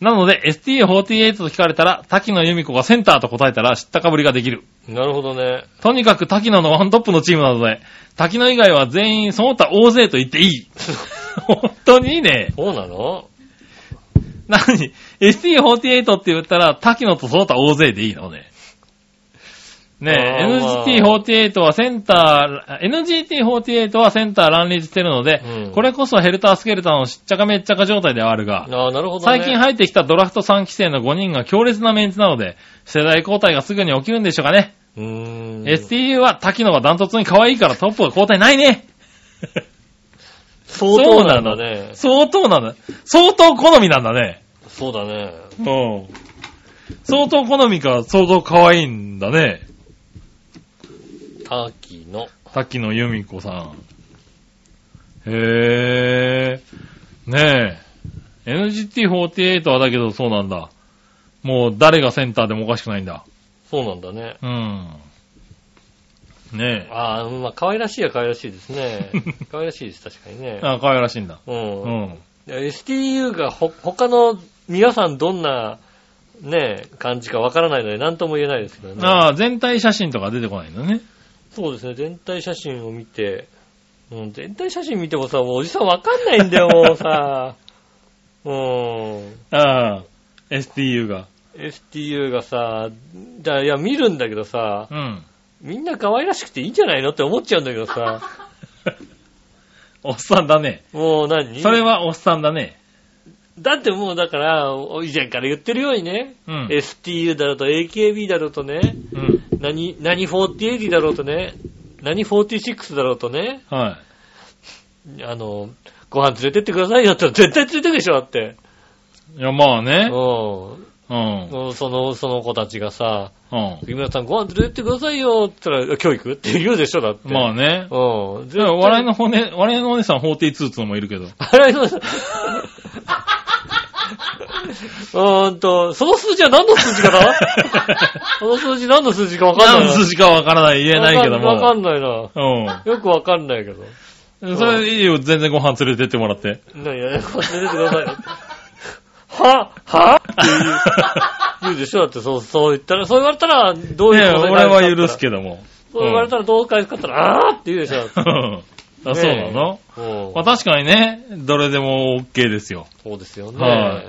Speaker 3: なので、ST48 と聞かれたら、滝野由美子がセンターと答えたら知ったかぶりができる。
Speaker 2: なるほどね。
Speaker 3: とにかく滝野のワントップのチームなので、滝野以外は全員その他大勢と言ってい い。本当にいいね。
Speaker 2: そうなの
Speaker 3: なに、ST48 って言ったら、滝野とその他大勢でいいのね。ねえ、
Speaker 2: あー
Speaker 3: NGT48 はセンター、NGT48 はセンター乱立してるので、
Speaker 2: うん
Speaker 3: これこそヘルタースケルターのしっちゃかめっちゃか状態ではあるが、
Speaker 2: ああ、なるほどね。
Speaker 3: 最近入ってきたドラフト3期生の5人が強烈なメンツなので、世代交代がすぐに起きるんでしょうかね。
Speaker 2: うーん。
Speaker 3: STU は滝野がダントツに可愛いからトップが交代ないね。
Speaker 2: 相当なんだね。
Speaker 3: 相当なんだ。相当好みなんだね。
Speaker 2: そうだね。
Speaker 3: うん。相当好みか、相当可愛いんだね。
Speaker 2: 滝野。
Speaker 3: 滝野由美子さん。へー。ねえ。NGT48 はだけどそうなんだ。もう誰がセンターでもおかしくないんだ。
Speaker 2: そうなんだね。
Speaker 3: うん。ねえ。
Speaker 2: ああ、まあ、可愛らしいは可愛らしいです ね。可愛らしいです、確かにね。
Speaker 3: あ、可愛らしいんだ。
Speaker 2: う。
Speaker 3: うんん。
Speaker 2: で STU がほ、他の皆さんどんな、ね、感じかわからないので、なんとも言えないですけどね。
Speaker 3: ああ、全体写真とか出てこないんだね。
Speaker 2: そうですね、全体写真を見て、うん、全体写真見てもさ、もうおじさんわかんないんだ よ、もうさ。うん。
Speaker 3: ああ、STU が。
Speaker 2: STU がさ、だいや、見るんだけどさ、
Speaker 3: うん。
Speaker 2: みんな可愛らしくていいんじゃないのって思っちゃうんだけどさ、
Speaker 3: おっさんだね。
Speaker 2: もう何
Speaker 3: それはおっさんだね。
Speaker 2: だってもうだから、お以前から言ってるようにね、
Speaker 3: うん。
Speaker 2: STU だろうと AKB だろうとね、
Speaker 3: うん。
Speaker 2: 何、何48だろうとね、何46だろうとね、
Speaker 3: は
Speaker 2: あの、ご飯連れてってくださいよって絶対連れてくでしょ、だって。
Speaker 3: い。いや、まあ
Speaker 2: う
Speaker 3: ね。
Speaker 2: ん。
Speaker 3: うん。
Speaker 2: うんその、その子たちがさ、
Speaker 3: う
Speaker 2: 杉村さんご飯連れてってくださいよって言ったら、教育って言うでしょ、だって。
Speaker 3: ん。まあ
Speaker 2: あ。
Speaker 3: ね。
Speaker 2: うん。
Speaker 3: でも笑いの骨、笑いのお姉さん42っつうのもいるけど。
Speaker 2: 笑いの、うーんと、その数字は何の数字か なその数字何の数字かわかんない
Speaker 3: 何
Speaker 2: な。
Speaker 3: の数字かわからない、言えないけど
Speaker 2: わか
Speaker 3: も。
Speaker 2: んわかんないな。
Speaker 3: う
Speaker 2: よくわかんないけど。
Speaker 3: ん。それいいよ、全然ご飯連れてってもら って。
Speaker 2: 何や、こう連れてってくださいよ。 ははって言う言うでしょだって、そう、そう言ったら、そう言われたら、どう
Speaker 3: ね
Speaker 2: い
Speaker 3: え
Speaker 2: う
Speaker 3: 俺は許すけ
Speaker 2: ど。
Speaker 3: ども。
Speaker 2: そう言われたらどう返すかって言ったら、 あーって言うでしょだって
Speaker 3: うんあ、そうなの
Speaker 2: うん
Speaker 3: まあ確かにね、どれでも OK ですよ。
Speaker 2: そうですよね。
Speaker 3: はい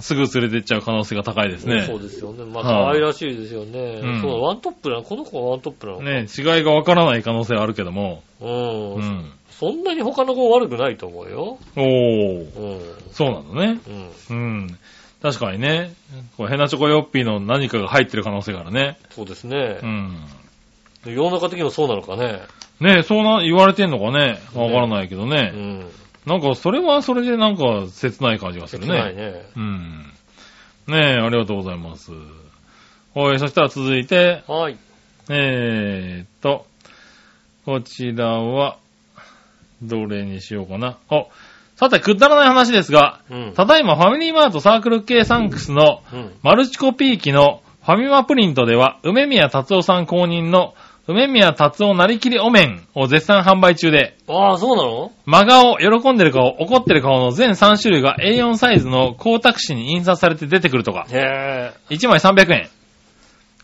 Speaker 3: すぐ連れてっちゃう可能性が高いですね。
Speaker 2: そうですよね。まあ、
Speaker 3: は
Speaker 2: 可
Speaker 3: い
Speaker 2: 愛らしいですよね。
Speaker 3: うん
Speaker 2: そう、ワントップなのこの子はワントップなの、
Speaker 3: ね違いがわからない可能性はあるけども。
Speaker 2: うん、
Speaker 3: うん。
Speaker 2: そんなに他の子悪くないと思うよ。
Speaker 3: おー。
Speaker 2: うん。
Speaker 3: そうなのね。
Speaker 2: うん。
Speaker 3: うん。確かにね。こうヘナチョコヨッピーの何かが入ってる可能性があるね。
Speaker 2: そうですね
Speaker 3: う。ん。
Speaker 2: 世の中的にもそうなのかね。
Speaker 3: ねそうな、言われてんのかね。わからないけど
Speaker 2: う
Speaker 3: ね。
Speaker 2: ん。
Speaker 3: なんか、それはそれでなんか、切ない感じがする
Speaker 2: 切ない
Speaker 3: ね。
Speaker 2: ね。
Speaker 3: うん。ねえ、ありがとうございます。はい、そしたら続いて、
Speaker 2: はい。
Speaker 3: えーっと、こちらは、どれにしようかな。お、さて、くだらない話ですが、
Speaker 2: うん。
Speaker 3: ただいまファミリーマートサークル系サンクスの
Speaker 2: うん。
Speaker 3: マルチコピー機のファミマプリントでは、梅宮達夫さん公認の梅宮達夫なりきりお面を絶賛販売中で、
Speaker 2: ああ、そうなの
Speaker 3: 真顔、喜んでる顔、怒ってる顔の全3種類が A4 サイズの光沢紙に印刷されて出てくるとか。
Speaker 2: へえ。
Speaker 3: 1枚300円。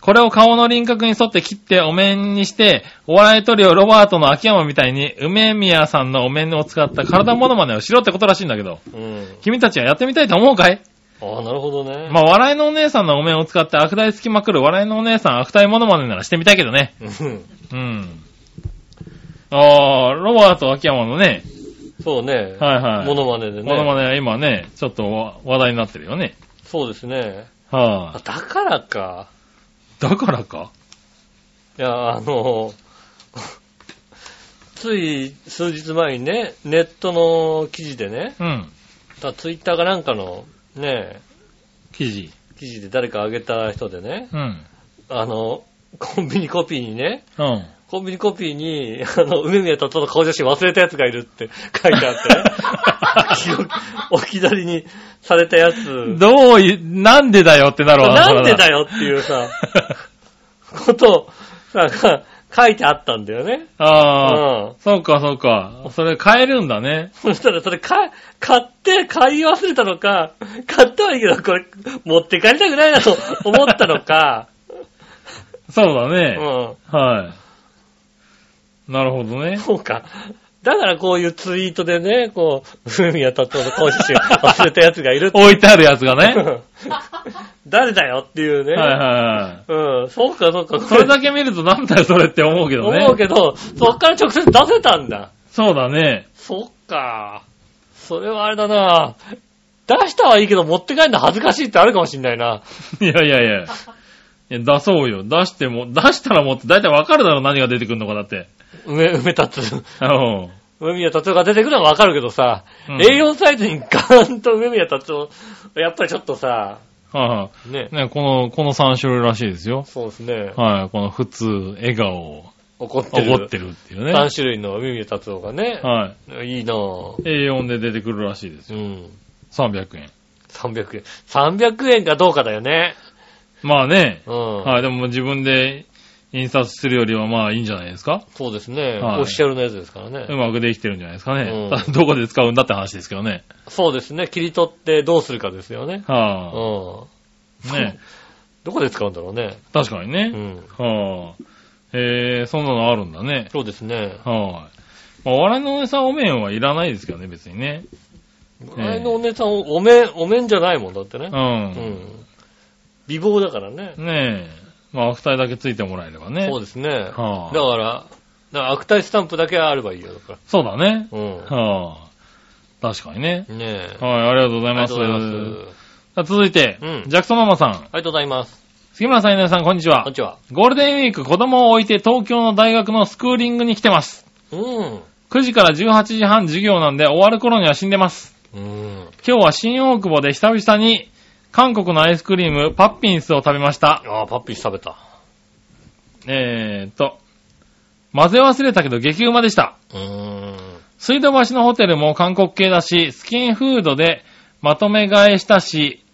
Speaker 3: これを顔の輪郭に沿って切ってお面にして、お笑いトリオロバートの秋山みたいに、梅宮さんのお面を使った体モノマネをしろってことらしいんだけど、
Speaker 2: うん。
Speaker 3: 君たちはやってみたいと思うかい
Speaker 2: ああ、なるほどね。
Speaker 3: まあ、笑いのお姉さんのお面を使って悪態つきまくる笑いのお姉さん悪態モノマネならしてみたいけどね。
Speaker 2: うん。
Speaker 3: うん。あー、ロバート秋山のね、
Speaker 2: そうね。
Speaker 3: はいはい
Speaker 2: モノマネでね。
Speaker 3: モノマネは今ね、ちょっとわ話題になってるよね。
Speaker 2: そうですね。あ、
Speaker 3: は
Speaker 2: だからか。
Speaker 3: あ、だからか
Speaker 2: いや、あの、 つい数日前にね、ネットの記事でね、
Speaker 3: うん。
Speaker 2: たツイッターかなんかのね、
Speaker 3: 記事。
Speaker 2: 記事で誰かあげた人でね、
Speaker 3: うん。
Speaker 2: あの、コンビニコピーにね、
Speaker 3: うん。
Speaker 2: コンビニコピーに、あの、梅宮達夫の顔写真忘れたやつがいるって書いてあって、ね、置き去りにされたやつ、
Speaker 3: どうい、なんでだよってなるわ
Speaker 2: なんでだ
Speaker 3: よ
Speaker 2: よっていうさ、ことを、なんか、書いてあったんだよね。
Speaker 3: ああ、
Speaker 2: うん。
Speaker 3: そうかそうか。それ変えるんだね。
Speaker 2: そしたらそれか、買って、買い忘れたのか、買ったはいいけど、これ、持って帰りたくないなと思ったのか、
Speaker 3: そうだ
Speaker 2: う
Speaker 3: ね。
Speaker 2: ん。
Speaker 3: はい。なるほどね。
Speaker 2: そうか。だからこういうツイートでね、こう、風味やたとの顔写真忘れたやつがいるって
Speaker 3: 置いてあるやつ がね。
Speaker 2: うん 誰だよっていうね。
Speaker 3: はいはい。
Speaker 2: うん、そうかそうか。
Speaker 3: それだけ見るとなんだよそれって思うけどね。
Speaker 2: 思うけど、そっから直接出せたんだ。
Speaker 3: そうだね。
Speaker 2: そっか。それはあれだな。出したはいいけど持って帰るの恥ずかしいってあるかもしんないな。
Speaker 3: いやいやいや。いや出そうよ。出しても、出したらもって、だいたいわかるだろ、何が出てくるのか、だって。
Speaker 2: 梅、梅立つ。
Speaker 3: うん。
Speaker 2: 梅宮達夫が出てくるのはわかるけどさ、
Speaker 3: うん
Speaker 2: A4 サイズにガーンと梅宮達夫、やっぱりちょっとさ、
Speaker 3: は
Speaker 2: ね
Speaker 3: い。。ね、この、この3種類らしいですよ。
Speaker 2: そうですね。
Speaker 3: はい。この普通、笑顔、
Speaker 2: 怒ってる。
Speaker 3: 怒ってるっていうね。
Speaker 2: 3種類の梅宮達夫がね、
Speaker 3: はい
Speaker 2: いなぁ。
Speaker 3: い。A4 で出てくるらしいです
Speaker 2: う
Speaker 3: よ。
Speaker 2: ん。
Speaker 3: 300円。
Speaker 2: 300円。300円かどうかだよね。
Speaker 3: まあね。
Speaker 2: うん。
Speaker 3: はい。でも自分で印刷するよりはまあいいんじゃないですか。
Speaker 2: そうですね。
Speaker 3: はい
Speaker 2: オフィシャルのやつですから
Speaker 3: う
Speaker 2: ね。
Speaker 3: まくできてるんじゃないですかね。
Speaker 2: う
Speaker 3: どこで使うんだって話ですけどね。
Speaker 2: そうですね。切り取ってどうするかですよね。うん。
Speaker 3: は
Speaker 2: ど
Speaker 3: あ。ね。
Speaker 2: こで使うんだろうね。
Speaker 3: 確かに
Speaker 2: う
Speaker 3: ね。
Speaker 2: ん。
Speaker 3: はあ。えー、そんなのあるんだね。
Speaker 2: そうですね。
Speaker 3: はい。まあ、お笑いのお姉さんお面はいらないですけどね、別にね。
Speaker 2: 前のお姉さん、おめん、おめんじゃないもんだってね
Speaker 3: う。。
Speaker 2: うんん。美貌だからね。
Speaker 3: ねえ。まあ、悪態だけついてもらえればね。
Speaker 2: そうですね。だか
Speaker 3: はあ
Speaker 2: ら、だから悪態スタンプだけあればいいよ。だか
Speaker 3: そうだね。
Speaker 2: ら。うん。
Speaker 3: はあ。確かにね。
Speaker 2: ねえ。
Speaker 3: はい、ありがとうござい
Speaker 2: ありが
Speaker 3: ま
Speaker 2: と
Speaker 3: す。
Speaker 2: うございます。
Speaker 3: さあ続いて、
Speaker 2: うん
Speaker 3: ジャクソンママさん。
Speaker 2: ありがとうございます。
Speaker 3: 杉村さん、皆さん、こんにちは
Speaker 2: こんに。ちは。
Speaker 3: ゴールデンウィーク、子供を置いて東京の大学のスクーリングに来てます。
Speaker 2: うん。
Speaker 3: 9時から18時半授業なんで終わる頃には死んでます。
Speaker 2: うん。
Speaker 3: 今日は新大久保で久々に韓国のアイスクリーム、パッピンスを食べました。
Speaker 2: ああ、パッピー食べた。
Speaker 3: えーっと、混ぜ忘れたけど激うまでした。
Speaker 2: うーん。
Speaker 3: 水道橋のホテルも韓国系だし、スキンフードでまとめ買いしたし、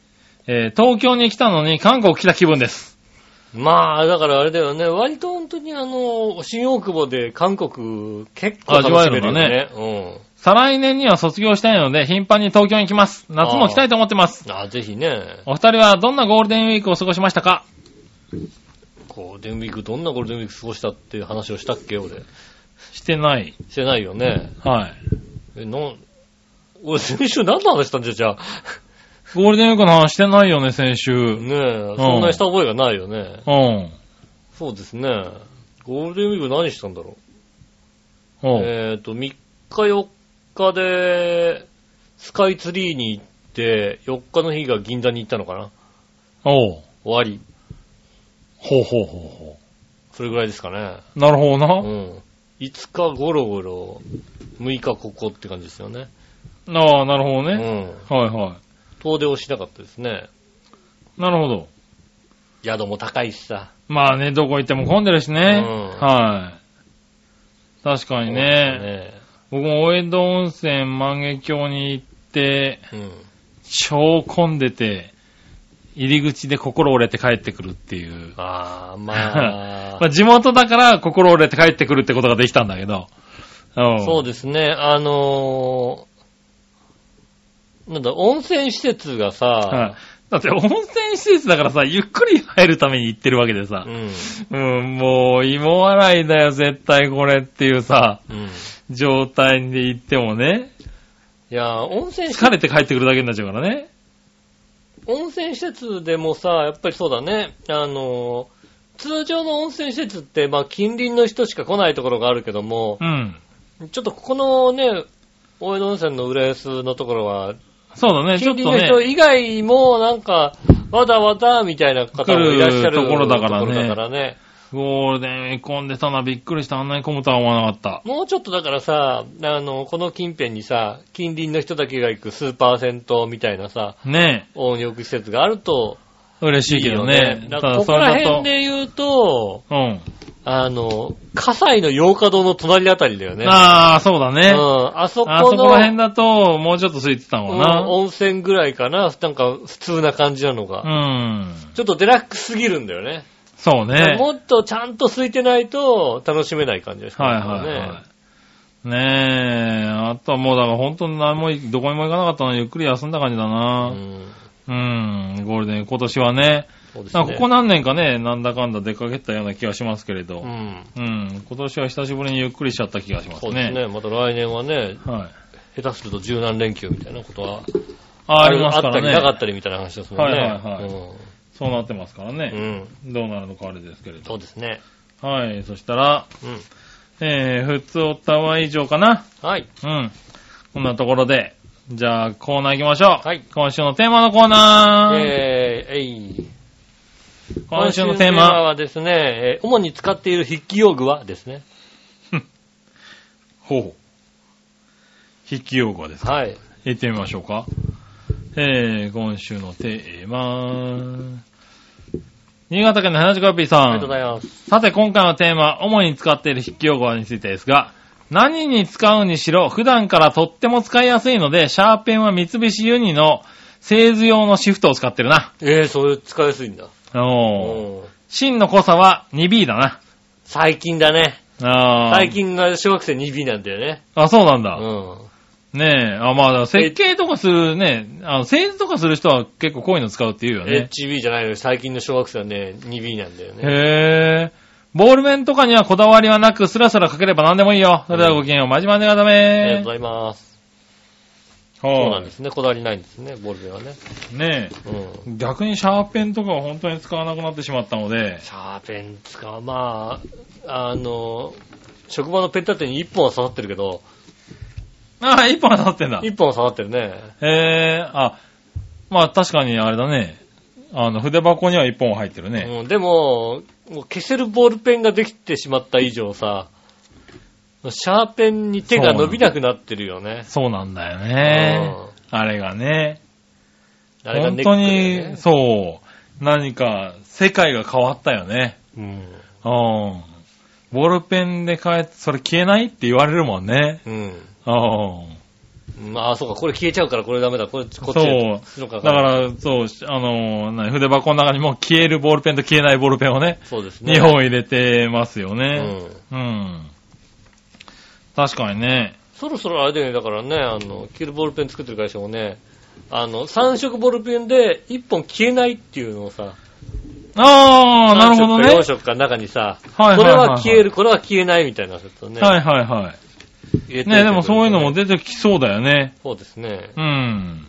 Speaker 3: えー東京に来たのに韓国来た気分です。
Speaker 2: まあ、だからあれだよね。割と本当にあの、新大久保で韓国結構
Speaker 3: 味
Speaker 2: 楽
Speaker 3: わ
Speaker 2: し
Speaker 3: え
Speaker 2: め
Speaker 3: る
Speaker 2: るよ
Speaker 3: の
Speaker 2: ね
Speaker 3: ね。
Speaker 2: ね
Speaker 3: 再来年には卒業したいので、頻繁に東京に来ます。夏も来たいと思ってます。
Speaker 2: うん。ああ、ぜひね。
Speaker 3: お二人はどんなゴールデンウィークを過ごしましたか
Speaker 2: ゴールデンウィーク、どんなゴールデンウィーク過ごしたっていう話をしたっけ俺。
Speaker 3: してない。
Speaker 2: してないよね。
Speaker 3: はい。
Speaker 2: え、なん、俺先週何の話したんじゃ、じゃあ。
Speaker 3: ゴールデンウィークの話してないよね、先週。うん。
Speaker 2: ねえ、そんなした覚えがないよね。そうですね。ゴールデンウィーク何したんだろう。
Speaker 3: おう
Speaker 2: えっ、と、3日4日で、スカイツリーに行って、4日の日が銀座に行ったのかな
Speaker 3: おう
Speaker 2: 終わり。
Speaker 3: ほうほうほうほ
Speaker 2: それぐらいですかね。
Speaker 3: う。なるほど
Speaker 2: う
Speaker 3: な。
Speaker 2: ん。5日ゴロゴロ、6日ここって感じですよね。
Speaker 3: ああ、なる
Speaker 2: う
Speaker 3: ほどね。
Speaker 2: ん。
Speaker 3: はいは
Speaker 2: 遠出をしなかったですね。
Speaker 3: い。なるほど。
Speaker 2: 宿も高いしさ。
Speaker 3: まあね、どこ行っても混んでるしね。
Speaker 2: うん
Speaker 3: はい。確かにね。
Speaker 2: ね
Speaker 3: 僕も大江戸温泉万華鏡に行って、
Speaker 2: うん。
Speaker 3: 超混んでて、入り口で心折れて帰ってくるっていう。
Speaker 2: あー、まあ
Speaker 3: まあ地元だから心折れて帰ってくるってことができたんだけど。うん
Speaker 2: そうですね。あのー、なんだ、温泉施設がさ、
Speaker 3: はいだって温泉施設だからさ、ゆっくり入るために行ってるわけでさ
Speaker 2: う。ん。
Speaker 3: うん、もう、芋笑いだよ、絶対これっていうさ、
Speaker 2: うん。
Speaker 3: 状態で行って もね。
Speaker 2: いやー、温泉施設
Speaker 3: 疲れて帰ってくるだけになっちゃうからね。
Speaker 2: 温泉施設でもさ、やっぱりそうだね、あの、通常の温泉施設って、まあ、近隣の人しか来ないところがあるけども
Speaker 3: う、ん。
Speaker 2: ちょっとここのね、大江戸温泉の浦安のところは、
Speaker 3: そうだね、ちょ
Speaker 2: 近
Speaker 3: っ
Speaker 2: 隣
Speaker 3: と
Speaker 2: の
Speaker 3: ね
Speaker 2: 人。以外もなんか、わざわざみたいな方もいらっしゃる
Speaker 3: 来るところだからね
Speaker 2: ところだからね。
Speaker 3: ゴールデンウィーク混んでたな、びっくりした。あんなに混むとは思わなかった。
Speaker 2: もうちょっとだからさ、あの、この近辺にさ、近隣の人だけが行くスーパー銭湯みたいなさ、
Speaker 3: ね
Speaker 2: 温浴施設があると
Speaker 3: え。嬉しいけどね。
Speaker 2: いいよだか
Speaker 3: た
Speaker 2: ら
Speaker 3: だ、
Speaker 2: こ
Speaker 3: そ
Speaker 2: こ
Speaker 3: れ
Speaker 2: ら
Speaker 3: だと
Speaker 2: 辺。で言うと、
Speaker 3: うん。
Speaker 2: あの、葛西の洋華堂の隣あたりだよね。
Speaker 3: ああ、そうだ
Speaker 2: う
Speaker 3: ね。
Speaker 2: ん、あそこ
Speaker 3: あそこ
Speaker 2: の
Speaker 3: ら辺だと、もうちょっと空いてた
Speaker 2: う
Speaker 3: のか
Speaker 2: ん
Speaker 3: な。
Speaker 2: 温泉ぐらいかな、なんか普通な感じなのが。
Speaker 3: うん。
Speaker 2: ちょっとデラックスすぎるんだよね。
Speaker 3: そうね。
Speaker 2: もっとちゃんと空いてないと楽しめない感じです
Speaker 3: はいはい
Speaker 2: ね
Speaker 3: は。い。ねえ、あとはもうだから本当に何もい、どこにも行かなかったのでゆっくり休んだ感じだ
Speaker 2: う
Speaker 3: な。
Speaker 2: ん。
Speaker 3: うん、ゴールデン、今年はね、
Speaker 2: そうです
Speaker 3: な
Speaker 2: ね。
Speaker 3: んかここ何年かね、なんだかんだ出かけたような気がしますけれど、
Speaker 2: う
Speaker 3: うん、
Speaker 2: ん。
Speaker 3: 今年は久しぶりにゆっくりしちゃった気がしま
Speaker 2: そ
Speaker 3: す
Speaker 2: うです
Speaker 3: ね。
Speaker 2: ね。また来年はね、
Speaker 3: はい。
Speaker 2: 下手すると柔軟連休みたいなことは
Speaker 3: あ、ありますか
Speaker 2: あった
Speaker 3: ら
Speaker 2: りなかっ
Speaker 3: ね。
Speaker 2: たりみたいな話ですもんね。
Speaker 3: はいはいはそうなってますから
Speaker 2: うん。
Speaker 3: ね。
Speaker 2: うん。
Speaker 3: どうなるのかあれですけれ
Speaker 2: そ
Speaker 3: ど
Speaker 2: う。ですね。
Speaker 3: はい、そしたら、
Speaker 2: うん。
Speaker 3: えー、普通おったは以上かな。
Speaker 2: はい。
Speaker 3: うん。こんなところで、じゃあコーナー行きましょう。
Speaker 2: はい
Speaker 3: 今週のテーマのコーナー。
Speaker 2: えー、えい。
Speaker 3: 今週のテ
Speaker 2: 今
Speaker 3: ー
Speaker 2: 週の
Speaker 3: マ、
Speaker 2: はですね、えー主に使っている筆記用具はですね。
Speaker 3: ほう。筆記用語ですか。
Speaker 2: はい。
Speaker 3: 行ってみましょうか。えー、今週のテーマ、新潟県の花塚 P さ
Speaker 2: ありがとうござ
Speaker 3: ん。
Speaker 2: います。
Speaker 3: さて、今回のテーマ、主に使っている筆記用語についてですが、何に使うにしろ、普段からとっても使いやすいので、シャーペンは三菱ユニの製図用のシフトを使ってるな。
Speaker 2: えー、それ使いやすいんだ。
Speaker 3: おー。
Speaker 2: うん
Speaker 3: 真の濃さは 2B だな。
Speaker 2: 最近だね。
Speaker 3: あー
Speaker 2: 最。近が小学生 2B なんだよね。
Speaker 3: あ、そうなんだ。
Speaker 2: うん。
Speaker 3: ねえ。あ、まあ、だから設計とかするね、あの、製図とかする人は結構こういうの使うって言うよね。
Speaker 2: HB じゃないのに最近の小学生はね、2B なんだよね。
Speaker 3: へえ。ボールペンとかにはこだわりはなく、スラスラ書ければ何でもいいよ。それではごきげんよう。まじまじがダ
Speaker 2: ありがと
Speaker 3: メ
Speaker 2: うございます。
Speaker 3: はい
Speaker 2: そうなんですね。こだわりないんですね、ボールペンはね。
Speaker 3: ね
Speaker 2: うん。
Speaker 3: え。逆にシャーペンとかは本当に使わなくなってしまったので、
Speaker 2: シャーペン使う。まあ、あの、職場のペン立てに1本は刺さってるけど、
Speaker 3: ああ、一本当たってんだ。へ
Speaker 2: 1本は刺さってるね。
Speaker 3: え。あ、まあ確かにあれだね。あの、筆箱には一本入ってるね。
Speaker 2: うん、でも、もう消せるボールペンができてしまった以上さ、シャーペンに手が伸びなくなってるよね。
Speaker 3: そうなんだよね
Speaker 2: うん。
Speaker 3: あれがね。
Speaker 2: あれが
Speaker 3: 本
Speaker 2: ネック
Speaker 3: 当
Speaker 2: だよね
Speaker 3: に、そう、何か世界が変わったよね。
Speaker 2: うん。
Speaker 3: うん。ボールペンで変え、それ消えないって言われるもんね。
Speaker 2: うん。
Speaker 3: うん。
Speaker 2: まあ、そうか、これ消えちゃうから、これダメだ、これ、こっち
Speaker 3: そう
Speaker 2: するのか
Speaker 3: だから、そう、あの、何筆箱の中にも消えるボールペンと消えないボールペンをね、
Speaker 2: そうですね。
Speaker 3: 2本入れてますよ
Speaker 2: う
Speaker 3: ね。
Speaker 2: ん。
Speaker 3: うん。確かにね。
Speaker 2: そろそろあれだよね、だからね、あの、消えるボールペン作ってる会社もね、あの、3色ボールペンで1本消えないっていうのをさ、
Speaker 3: あー、なるほどね。
Speaker 2: 3色か4色か中にさ、
Speaker 3: はいはいはい
Speaker 2: これ
Speaker 3: はい
Speaker 2: は消える、これは消えないみたいなちょっとね。
Speaker 3: はいはいは
Speaker 2: 入れて
Speaker 3: い。
Speaker 2: る
Speaker 3: ねでもそういうのも
Speaker 2: ね
Speaker 3: 出てきそうだよね。
Speaker 2: そうですね。
Speaker 3: うん。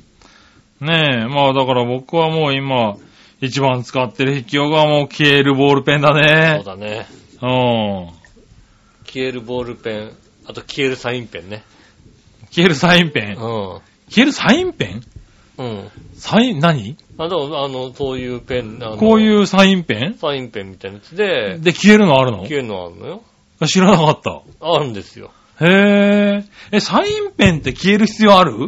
Speaker 3: ねえ、まあだから僕はもう今、一番使ってる筆記用具はもう消えるボールペンだ
Speaker 2: そう
Speaker 3: ね。
Speaker 2: だね。
Speaker 3: うん。
Speaker 2: 消えるボールペン、あと消えるサインペンね。
Speaker 3: 消えるサインペ
Speaker 2: う
Speaker 3: ン。
Speaker 2: ん。
Speaker 3: 消えるサインペン
Speaker 2: うん。
Speaker 3: サイン、何
Speaker 2: あ、でも、あの、そういうペン、あの
Speaker 3: こういうサインペ
Speaker 2: サインペンみたいなやつで
Speaker 3: ン、で消えるのある
Speaker 2: 消えるのあるのよ。
Speaker 3: の知らなかっ
Speaker 2: あるんですよ。
Speaker 3: た。へえ。え、サインペンって消える必要ある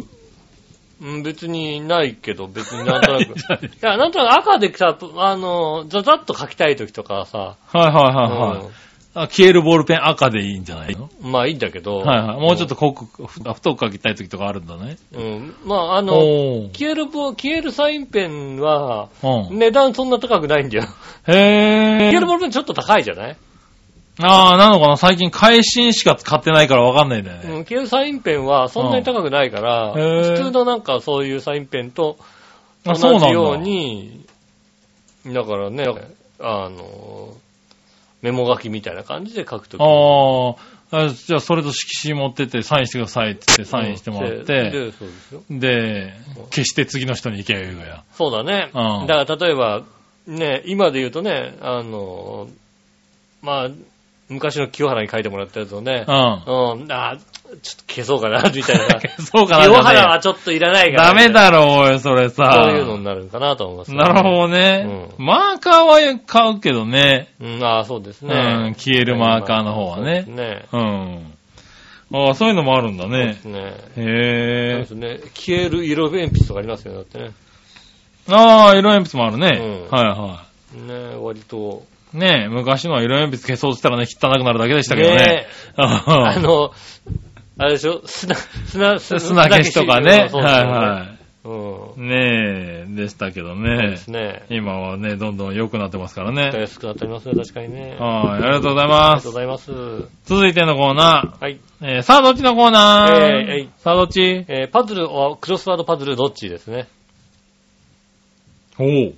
Speaker 2: うん、別にないけど、別になんとなく。い
Speaker 3: ないない
Speaker 2: や、なんとなく赤でさ、あの、ザザッと書きたい時とかさ、
Speaker 3: はいはいはいはい、あ。消えるボールペン赤でいいんじゃないの
Speaker 2: うんまあいいんだけど、
Speaker 3: はいはい。もうちょっと濃く、ふ太く書きたい時とかあるんだね。
Speaker 2: うん、まああの、
Speaker 3: おー。
Speaker 2: 消えるボ、消えるサインペンは、
Speaker 3: うん。
Speaker 2: 値段そんな高くないんだよ。
Speaker 3: へえ。
Speaker 2: 消えるボールペンちょっと高いじゃない、
Speaker 3: ああ、なのかな最近、会心しか使ってないからわかんないんだよ
Speaker 2: う
Speaker 3: ね。
Speaker 2: ん、消えるサインペンはそんなに高くないから、
Speaker 3: うんへー
Speaker 2: 普通のなんかそういうサインペンと同
Speaker 3: あ、そうなん
Speaker 2: じ
Speaker 3: だ。
Speaker 2: ように、だからね、あの、メモ書きみたいな感じで書くとき。
Speaker 3: あーあ、じゃあ、それと色紙持ってって、サインしてくださいって言って、サインしてもらっ
Speaker 2: うん
Speaker 3: て、
Speaker 2: でそうですよ。
Speaker 3: で、消して次の人に行けばいいわや。
Speaker 2: そうだね。
Speaker 3: うん
Speaker 2: だから例えば、ね、今で言うとね、あの、まあ、昔の清原に書いてもらったやつをね
Speaker 3: う、ん。
Speaker 2: うん、あーちょっと消そうかな、みたい な。
Speaker 3: そうかな、
Speaker 2: 清原はちょっといらないから。
Speaker 3: ダメだろ、おい、それさ。
Speaker 2: そういうのになるかなと思います、
Speaker 3: なるほどね。
Speaker 2: う
Speaker 3: マーカーは買うけどね。
Speaker 2: ど。うん、ああ、そうですね。
Speaker 3: うん消えるマーカーの方はね
Speaker 2: そうですね。
Speaker 3: うん。ああ、そういうのもあるんだ
Speaker 2: そうで
Speaker 3: ね
Speaker 2: す。ね。そう
Speaker 3: へ
Speaker 2: で
Speaker 3: え
Speaker 2: す。ね。消える色鉛筆とかありますよね、だってね。
Speaker 3: ああ、色鉛筆もある
Speaker 2: うん
Speaker 3: ね。はいは
Speaker 2: ね割と。
Speaker 3: い。ねえ、昔のは色鉛筆消そうとしたらね、汚くなるだけでしたけどね。
Speaker 2: ねあ
Speaker 3: あ
Speaker 2: の、あれでしょ砂、砂、
Speaker 3: 砂消しとかね。
Speaker 2: 砂消しと
Speaker 3: はいは
Speaker 2: そうそう
Speaker 3: い。ねえ、でしたけ
Speaker 2: う
Speaker 3: ど
Speaker 2: ん。そう
Speaker 3: ね
Speaker 2: で。すね。
Speaker 3: 今はね、どんどん良くなってますからね。
Speaker 2: 安くなっておりますね、確かにね。
Speaker 3: はい、ありがとうござい
Speaker 2: あり
Speaker 3: ま
Speaker 2: がと
Speaker 3: す
Speaker 2: う。ございます。は
Speaker 3: 続いてのコーナ
Speaker 2: い。
Speaker 3: ー。えー、さあ、どっちのコーナー
Speaker 2: えーえい
Speaker 3: さあ、どっち
Speaker 2: えーパズル、あクロスワードパズルどっちですね。
Speaker 3: おう。
Speaker 2: 違う。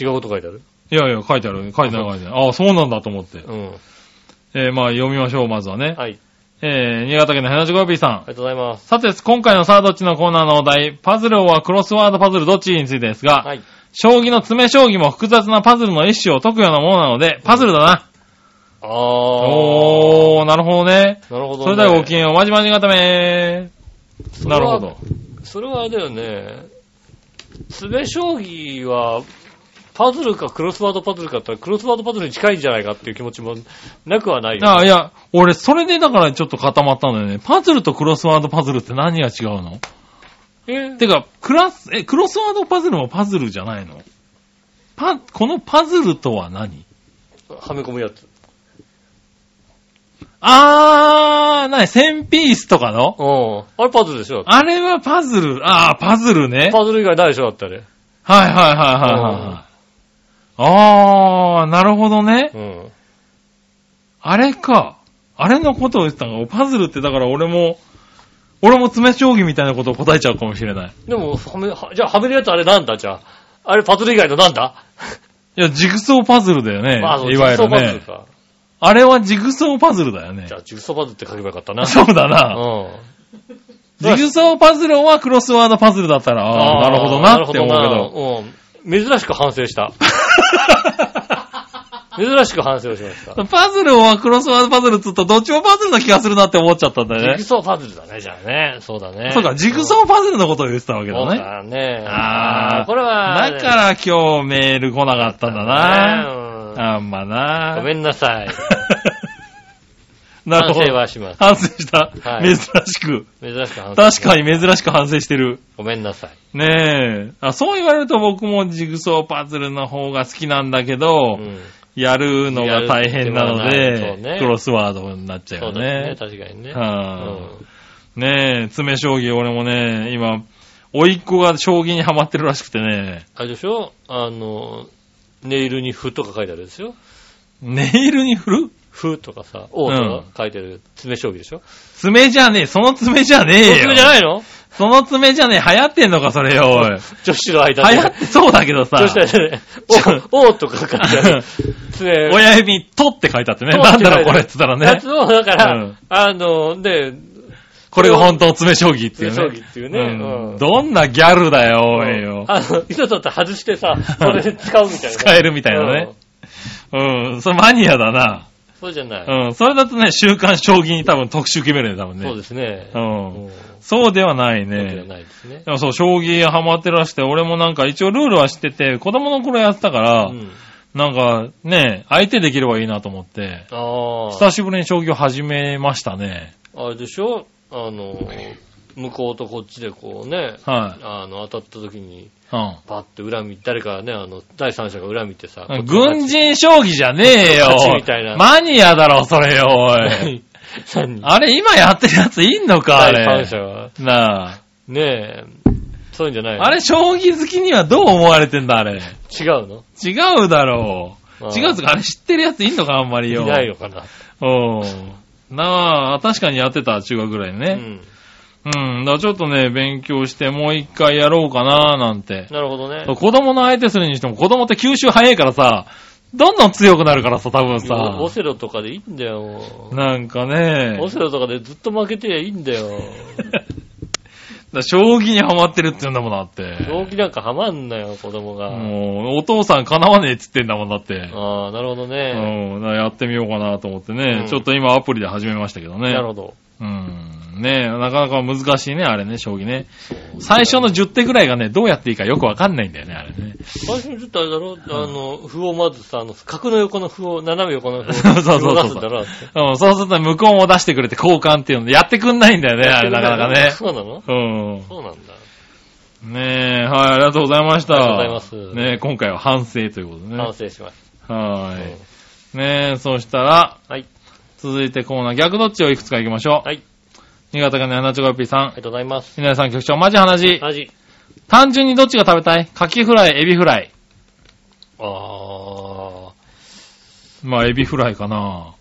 Speaker 2: 違うこと書いてある
Speaker 3: いやいや、書いてある。書いてある、書いてある。ああ、そうなんだと思って。
Speaker 2: うん。
Speaker 3: えー、まあ、読みましょう、まずは
Speaker 2: は
Speaker 3: ね。
Speaker 2: い。あり
Speaker 3: えー、新潟県のヘナチョコヨピーさん
Speaker 2: が。とうございます。
Speaker 3: さて、今回のさあ、どっちのコーナーのお題、パズルはクロスワードパズルどっちについてですが、
Speaker 2: はい。
Speaker 3: 将棋の詰将棋も複雑なパズルの一種を解くようなものなので、パズルだな。
Speaker 2: あー。
Speaker 3: おー、なるほどね。
Speaker 2: なるほど、ね。
Speaker 3: それではごきげんよう、まじまじがため
Speaker 2: それ
Speaker 3: な
Speaker 2: は
Speaker 3: るほど。
Speaker 2: それはあれだよね。詰め将棋は、パズルかクロスワードパズルかって言ったら、クロスワードパズルに近いんじゃないかっていう気持ちもなくはないよ、ね。
Speaker 3: あいや、俺、それでだからちょっと固まったんだよね。パズルとクロスワードパズルって何が違うの
Speaker 2: え
Speaker 3: てか、クラス、え、クロスワードパズルもパズルじゃないのパ、このパズルとは何
Speaker 2: はめ込むやつ。
Speaker 3: あー、なに、1000ピースとかの
Speaker 2: うん。あれパズルでしょ
Speaker 3: あれはパズル。あー、パズルね。
Speaker 2: パズル以外ないでしょだってあれ。
Speaker 3: はいはいはいはいはいはい。あー、なるほどね。
Speaker 2: うん。
Speaker 3: あれか。あれのことを言ってたのか。パズルってだから俺も、俺も詰め将棋みたいなことを答えちゃうかもしれない。
Speaker 2: でも、はめ、はじゃあはめるやつあれなんだじゃあ。あれパズル以外のなんだ、
Speaker 3: いや、ジグソーパズルだよね。
Speaker 2: まあ、そう
Speaker 3: いわゆ
Speaker 2: ジ
Speaker 3: る
Speaker 2: グソーパズル
Speaker 3: ね。
Speaker 2: か。
Speaker 3: あれはジグソーパズルだよね
Speaker 2: じゃ。あ、ジグソーパズルって書けばよかったな。
Speaker 3: そうだな。
Speaker 2: うん。
Speaker 3: ジグソーパズルはクロスワードパズルだったら、ああ、なるほどなって思うけど。
Speaker 2: うけど。うん。珍しく反省 した。珍しく反省をしました。
Speaker 3: パズルはクロスワードパズルっつったらどっちもパズルな気がするなって思っちゃったんだ
Speaker 2: ジ
Speaker 3: よ
Speaker 2: グ
Speaker 3: ね。
Speaker 2: ソーパズルだね、じゃあね。そうだね。
Speaker 3: そうか、ジグソーパズルのことを言ってたわ
Speaker 2: ー
Speaker 3: けだ
Speaker 2: そう
Speaker 3: ね。
Speaker 2: だね。
Speaker 3: あー
Speaker 2: これは、
Speaker 3: だから今日メール来なかったんだ
Speaker 2: ね
Speaker 3: な。あんま
Speaker 2: うん
Speaker 3: な。
Speaker 2: ごめ
Speaker 3: ん。
Speaker 2: んなさい。
Speaker 3: なる
Speaker 2: 反
Speaker 3: ほ
Speaker 2: 省
Speaker 3: ど。
Speaker 2: はします。
Speaker 3: 反省した。
Speaker 2: はい
Speaker 3: 珍しく。
Speaker 2: 珍しく反省。
Speaker 3: 確かに珍しく反省してる。
Speaker 2: ごめんなさい。
Speaker 3: ねえ。あ、そう言われると僕もジグソーパズルの方が好きなんだけど、
Speaker 2: うん
Speaker 3: やるのが大変なの
Speaker 2: やるっていうのはないそ
Speaker 3: で、
Speaker 2: うね
Speaker 3: クロスワードになっちゃう
Speaker 2: そ
Speaker 3: よ
Speaker 2: うだね。
Speaker 3: ね。
Speaker 2: 確かにね。
Speaker 3: は
Speaker 2: うん
Speaker 3: いねえ、詰将棋、俺もね、今、甥いっ子が将棋にハマってるらしくてね、
Speaker 2: あれでしょあの、ネイルに符とか書いてあるですよ。
Speaker 3: ネイルに振る
Speaker 2: 符とかさ、王とか書いてる詰将棋でしょ
Speaker 3: 爪じゃねえ、その爪じゃねえ
Speaker 2: そ
Speaker 3: よ
Speaker 2: れじゃ。ないの
Speaker 3: その爪じゃねえ、流行ってんのか、それよ、おい。
Speaker 2: 女子の間
Speaker 3: 流
Speaker 2: で
Speaker 3: 行。ってそうだけどさ
Speaker 2: 女、子の間で。お、おとか書いて ある。ね
Speaker 3: 親指に、とって書いて あってね、
Speaker 2: と
Speaker 3: なんだろう、
Speaker 2: って書いてある
Speaker 3: これって言ったら
Speaker 2: や
Speaker 3: ね
Speaker 2: つ、を、だから、
Speaker 3: うん
Speaker 2: あの、ね、
Speaker 3: これが本当の爪将棋っていうね。
Speaker 2: 詰将棋っていうね
Speaker 3: ん
Speaker 2: うん
Speaker 3: どんなギャルだよ、おいよ。
Speaker 2: あの、糸取って外してさ、これで使うみたいな。
Speaker 3: 使えるみたいな
Speaker 2: う
Speaker 3: ね
Speaker 2: ん。。
Speaker 3: うん、それマニアだな。
Speaker 2: そうじゃない。
Speaker 3: うん、それだとね、週刊将棋に多分特集決めるね、多分ね。
Speaker 2: そうですね。
Speaker 3: う
Speaker 2: うん
Speaker 3: ん。そうではない
Speaker 2: そうじゃ
Speaker 3: ね。
Speaker 2: ないですね。
Speaker 3: でもそう、将棋ハマってらして、俺もなんか一応ルールは知ってて、子供の頃やってたから、
Speaker 2: うん。
Speaker 3: なんかね、相手できればいいなと思って、
Speaker 2: ああ。
Speaker 3: 久しぶりに将棋を始めましたね。
Speaker 2: あれでしょあの、向こうとこっちでこうね、
Speaker 3: は
Speaker 2: あの、当たった時に、
Speaker 3: い。うん
Speaker 2: パッて裏見、誰かね、あの、第三者が裏見てさ、こっちの
Speaker 3: 軍人将棋じゃねえよ
Speaker 2: こっちみたいな。
Speaker 3: マニアだろ、それよ、お い。
Speaker 2: 何何
Speaker 3: あれ、今やってるやついんのか、 あ
Speaker 2: 第
Speaker 3: れ
Speaker 2: 三。者は。
Speaker 3: なあ。
Speaker 2: ねえ、そういうんじゃないの
Speaker 3: あれ、将棋好きにはどう思われてんだ、あれ。
Speaker 2: 違うの
Speaker 3: 違うだろう
Speaker 2: あ。ー
Speaker 3: 違うっつうか、あれ知ってるやついんのか、あんまりよ。
Speaker 2: いないのかな。
Speaker 3: うん。なあ、確かにやってた、中学ぐらい
Speaker 2: うん
Speaker 3: ね。。うん。だからちょっとね、勉強して、もう一回やろうかな、なんて。
Speaker 2: なるほどね。
Speaker 3: 子供の相手するにしても、子供って吸収早いからさ、どんどん強くなるからさ、多分さ。
Speaker 2: オセロとかでいいんだよ。
Speaker 3: なんかね
Speaker 2: オ。セロとかでずっと負けてりゃいいんだよ。
Speaker 3: だから将棋にハマってるって言うんだもんだって。
Speaker 2: 動機なんかハマんなよ、子供が。
Speaker 3: もう、お父さん叶わねえっつってんだもんだって。
Speaker 2: ああ、なるほど
Speaker 3: う
Speaker 2: ね。
Speaker 3: ん、だからやってみようかなと思ってね、
Speaker 2: うん
Speaker 3: ちょっと今アプリで始めましたけどね。
Speaker 2: なるほど。
Speaker 3: うん。ねえ、なかなか難しいね、あれね、将棋ね。最初の10手ぐらいがね、どうやっていいかよくわかんないんだよね、あれね。
Speaker 2: 最初にちょっとあれだろ、あの、歩をまずさ、あの、角の横の歩を、斜め横の歩を
Speaker 3: そうそうそうそう
Speaker 2: 出すんだろだって
Speaker 3: うん、そうすると向こうも出してくれて交換っていうのでやってくんないんだよね、あれなかなかね。
Speaker 2: そうなの
Speaker 3: うん。
Speaker 2: そうなんだ。
Speaker 3: ねえ、はい、ありがとうございました。
Speaker 2: ありがとうございます
Speaker 3: ねえ、今回は反省ということでね。
Speaker 2: 反省しまし
Speaker 3: は
Speaker 2: た。うん
Speaker 3: い。ねえ、そしたら、
Speaker 2: はい。
Speaker 3: 続いてコーナー、逆どっちをいくつか行きましょう。
Speaker 2: はい。
Speaker 3: 新潟県の七チョコヨッピーさ
Speaker 2: あ
Speaker 3: ん
Speaker 2: り。がとうございます。
Speaker 3: 稲田さん局長、マジ話。
Speaker 2: 味。
Speaker 3: 単純にどっちが食べたいカキフライ、エビフライ。
Speaker 2: ああ。
Speaker 3: まあ、エビフライかな。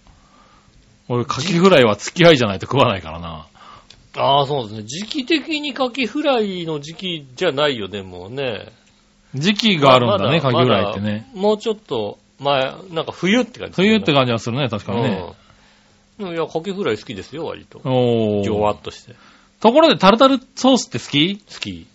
Speaker 3: 俺、カキフライは付き合いじゃないと食わないからな。
Speaker 2: ああ、そうですね。時期的にカキフライの時期じゃないよね、もうね。
Speaker 3: 時期があるんだね、カ
Speaker 2: ま
Speaker 3: キ
Speaker 2: ま
Speaker 3: フライってね。
Speaker 2: まだもうちょっと前、なんか冬って感じ、
Speaker 3: 冬って
Speaker 2: 感
Speaker 3: 感じはするね、確かにね。。
Speaker 2: うん。いや、カキフライ好きですよ、割と。
Speaker 3: お
Speaker 2: じょわ
Speaker 3: ー。
Speaker 2: っとして。好
Speaker 3: ところで、タルタルソースって好き
Speaker 2: き。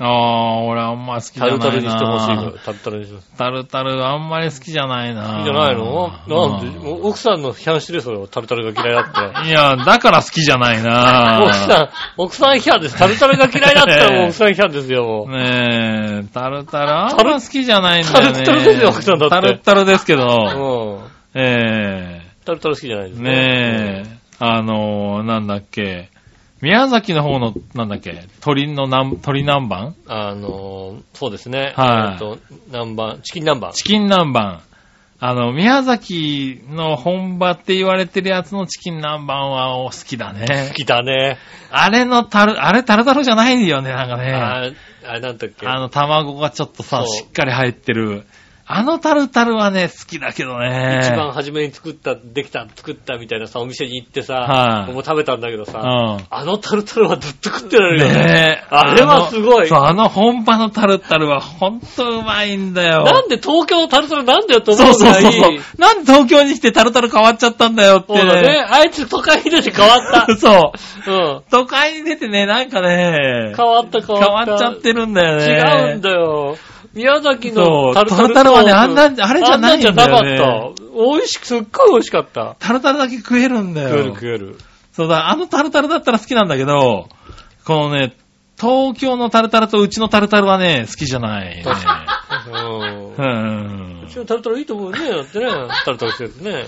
Speaker 3: あー、俺あんまり好きじ
Speaker 2: タ
Speaker 3: ゃない
Speaker 2: ル
Speaker 3: な。
Speaker 2: タルにしてほしいから。タルタルにしてほしい。
Speaker 3: タルタルあんまり好きじゃないな。
Speaker 2: いいじゃないのなんで、
Speaker 3: うん
Speaker 2: もう奥さんの批判してるよ、それを。タルタルが嫌いだ って。
Speaker 3: いや、だから好きじゃない な。
Speaker 2: 奥さん、奥さん批判です。タルタルが嫌いだった らもう奥さん批判ですよ、もう。
Speaker 3: ねえ、タルタルあんま好きじゃないんだよね。
Speaker 2: タルタルですよ奥さんだって
Speaker 3: タルタルですけど、
Speaker 2: うん。
Speaker 3: え
Speaker 2: タルタル好きじゃないで
Speaker 3: え
Speaker 2: す
Speaker 3: ねえ、あのー、なんだっけ、宮崎の方の、なんだっけ、鳥のなん、鳥南蛮
Speaker 2: あのー、そうですね。
Speaker 3: はい
Speaker 2: えっと、南蛮、チキン南蛮。
Speaker 3: チキン南蛮。あの、宮崎の本場って言われてるやつのチキン南蛮はお好きだね
Speaker 2: 好。きだね。
Speaker 3: あれのタル、あれタルタルじゃないよね、なんかね。
Speaker 2: あーあれなんだっけ。
Speaker 3: あの、卵がちょっとさ、
Speaker 2: そう
Speaker 3: しっかり入ってる。あのタルタルはね、好きだけどね。
Speaker 2: 一番初めに作った、できた、作ったみたいなさ、お店に行ってさ
Speaker 3: は、い
Speaker 2: もう食べたんだけどさ、
Speaker 3: 番。
Speaker 2: あのタルタルはずっと食ってら
Speaker 3: う
Speaker 2: れ
Speaker 3: ん。
Speaker 2: るよね。
Speaker 3: ねえ。
Speaker 2: あれはすごい
Speaker 3: あのそう、あの本場のタルタルはほんとうまいんだよ。
Speaker 2: なんで東京のタルタルなんだよと思
Speaker 3: そうう
Speaker 2: ぐ
Speaker 3: そう
Speaker 2: らい。
Speaker 3: そうそう。なんで東京に来てタルタル変わっちゃったんだよって、
Speaker 2: そうだね。。あいつ都会に出て変わった。
Speaker 3: そう。
Speaker 2: うん。
Speaker 3: 都会に出てね、なんかね、
Speaker 2: 変わった変
Speaker 3: 変
Speaker 2: わ
Speaker 3: わ
Speaker 2: った。
Speaker 3: っちゃってるんだよね。
Speaker 2: 違うんだよ。宮崎
Speaker 3: そ
Speaker 2: の
Speaker 3: う
Speaker 2: タルタル
Speaker 3: タルタルはね
Speaker 2: ソース
Speaker 3: あんなんあれじゃないんだよね
Speaker 2: あんなんじゃなかった。美味しく、すっごい美味しかった。
Speaker 3: タルタルだけ食えるんだよ。
Speaker 2: 食える食える。
Speaker 3: そうだ、あのタルタルだったら好きなんだけど、このね、東京のタルタルとうちのタルタルはね、好きじゃない、 ね。
Speaker 2: 確
Speaker 3: う。
Speaker 2: うんちのタルタルいいと思うね。だってね、タルタルしてるね。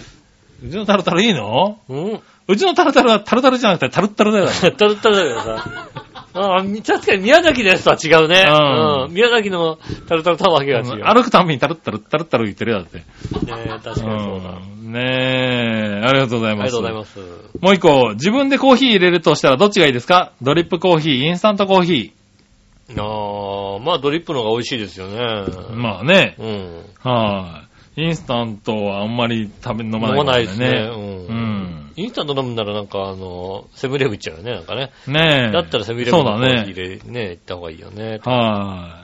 Speaker 3: うちのタルタルいいの
Speaker 2: うん。
Speaker 3: うちのタルタルはタルタルじゃなくてタルタルだよ。
Speaker 2: タルタルだけどさ。 あみ確かに宮崎のやつとは違うね。
Speaker 3: うん
Speaker 2: うん。宮崎のタルタルとはわけが違う。ね
Speaker 3: 歩くたびにタルタル、タルタル言ってるよだって。
Speaker 2: 確かにそうだ。あ
Speaker 3: うんねえ、ありがとうござい
Speaker 2: り
Speaker 3: ま
Speaker 2: が
Speaker 3: す。
Speaker 2: とうございます。
Speaker 3: もう一個、自分でコーヒー入れるとしたらどっちがいいですかドリップコーヒー、インスタントコーヒ
Speaker 2: あー、まあドリップの方が美味しいですよね。
Speaker 3: ー。まあね、
Speaker 2: うん。
Speaker 3: はい、インスタントはあんまり食べ、飲
Speaker 2: 飲
Speaker 3: まない
Speaker 2: まない
Speaker 3: か
Speaker 2: で
Speaker 3: ら
Speaker 2: すね。
Speaker 3: う。ん。
Speaker 2: インスタント飲むならなんかあの、セブンイレブン行っちゃうよね、なんかね。
Speaker 3: ねえ。
Speaker 2: だったらセブンイレブン
Speaker 3: そう
Speaker 2: の
Speaker 3: だ
Speaker 2: コーヒ
Speaker 3: ね。
Speaker 2: ーでね、行った方がいいよね。
Speaker 3: は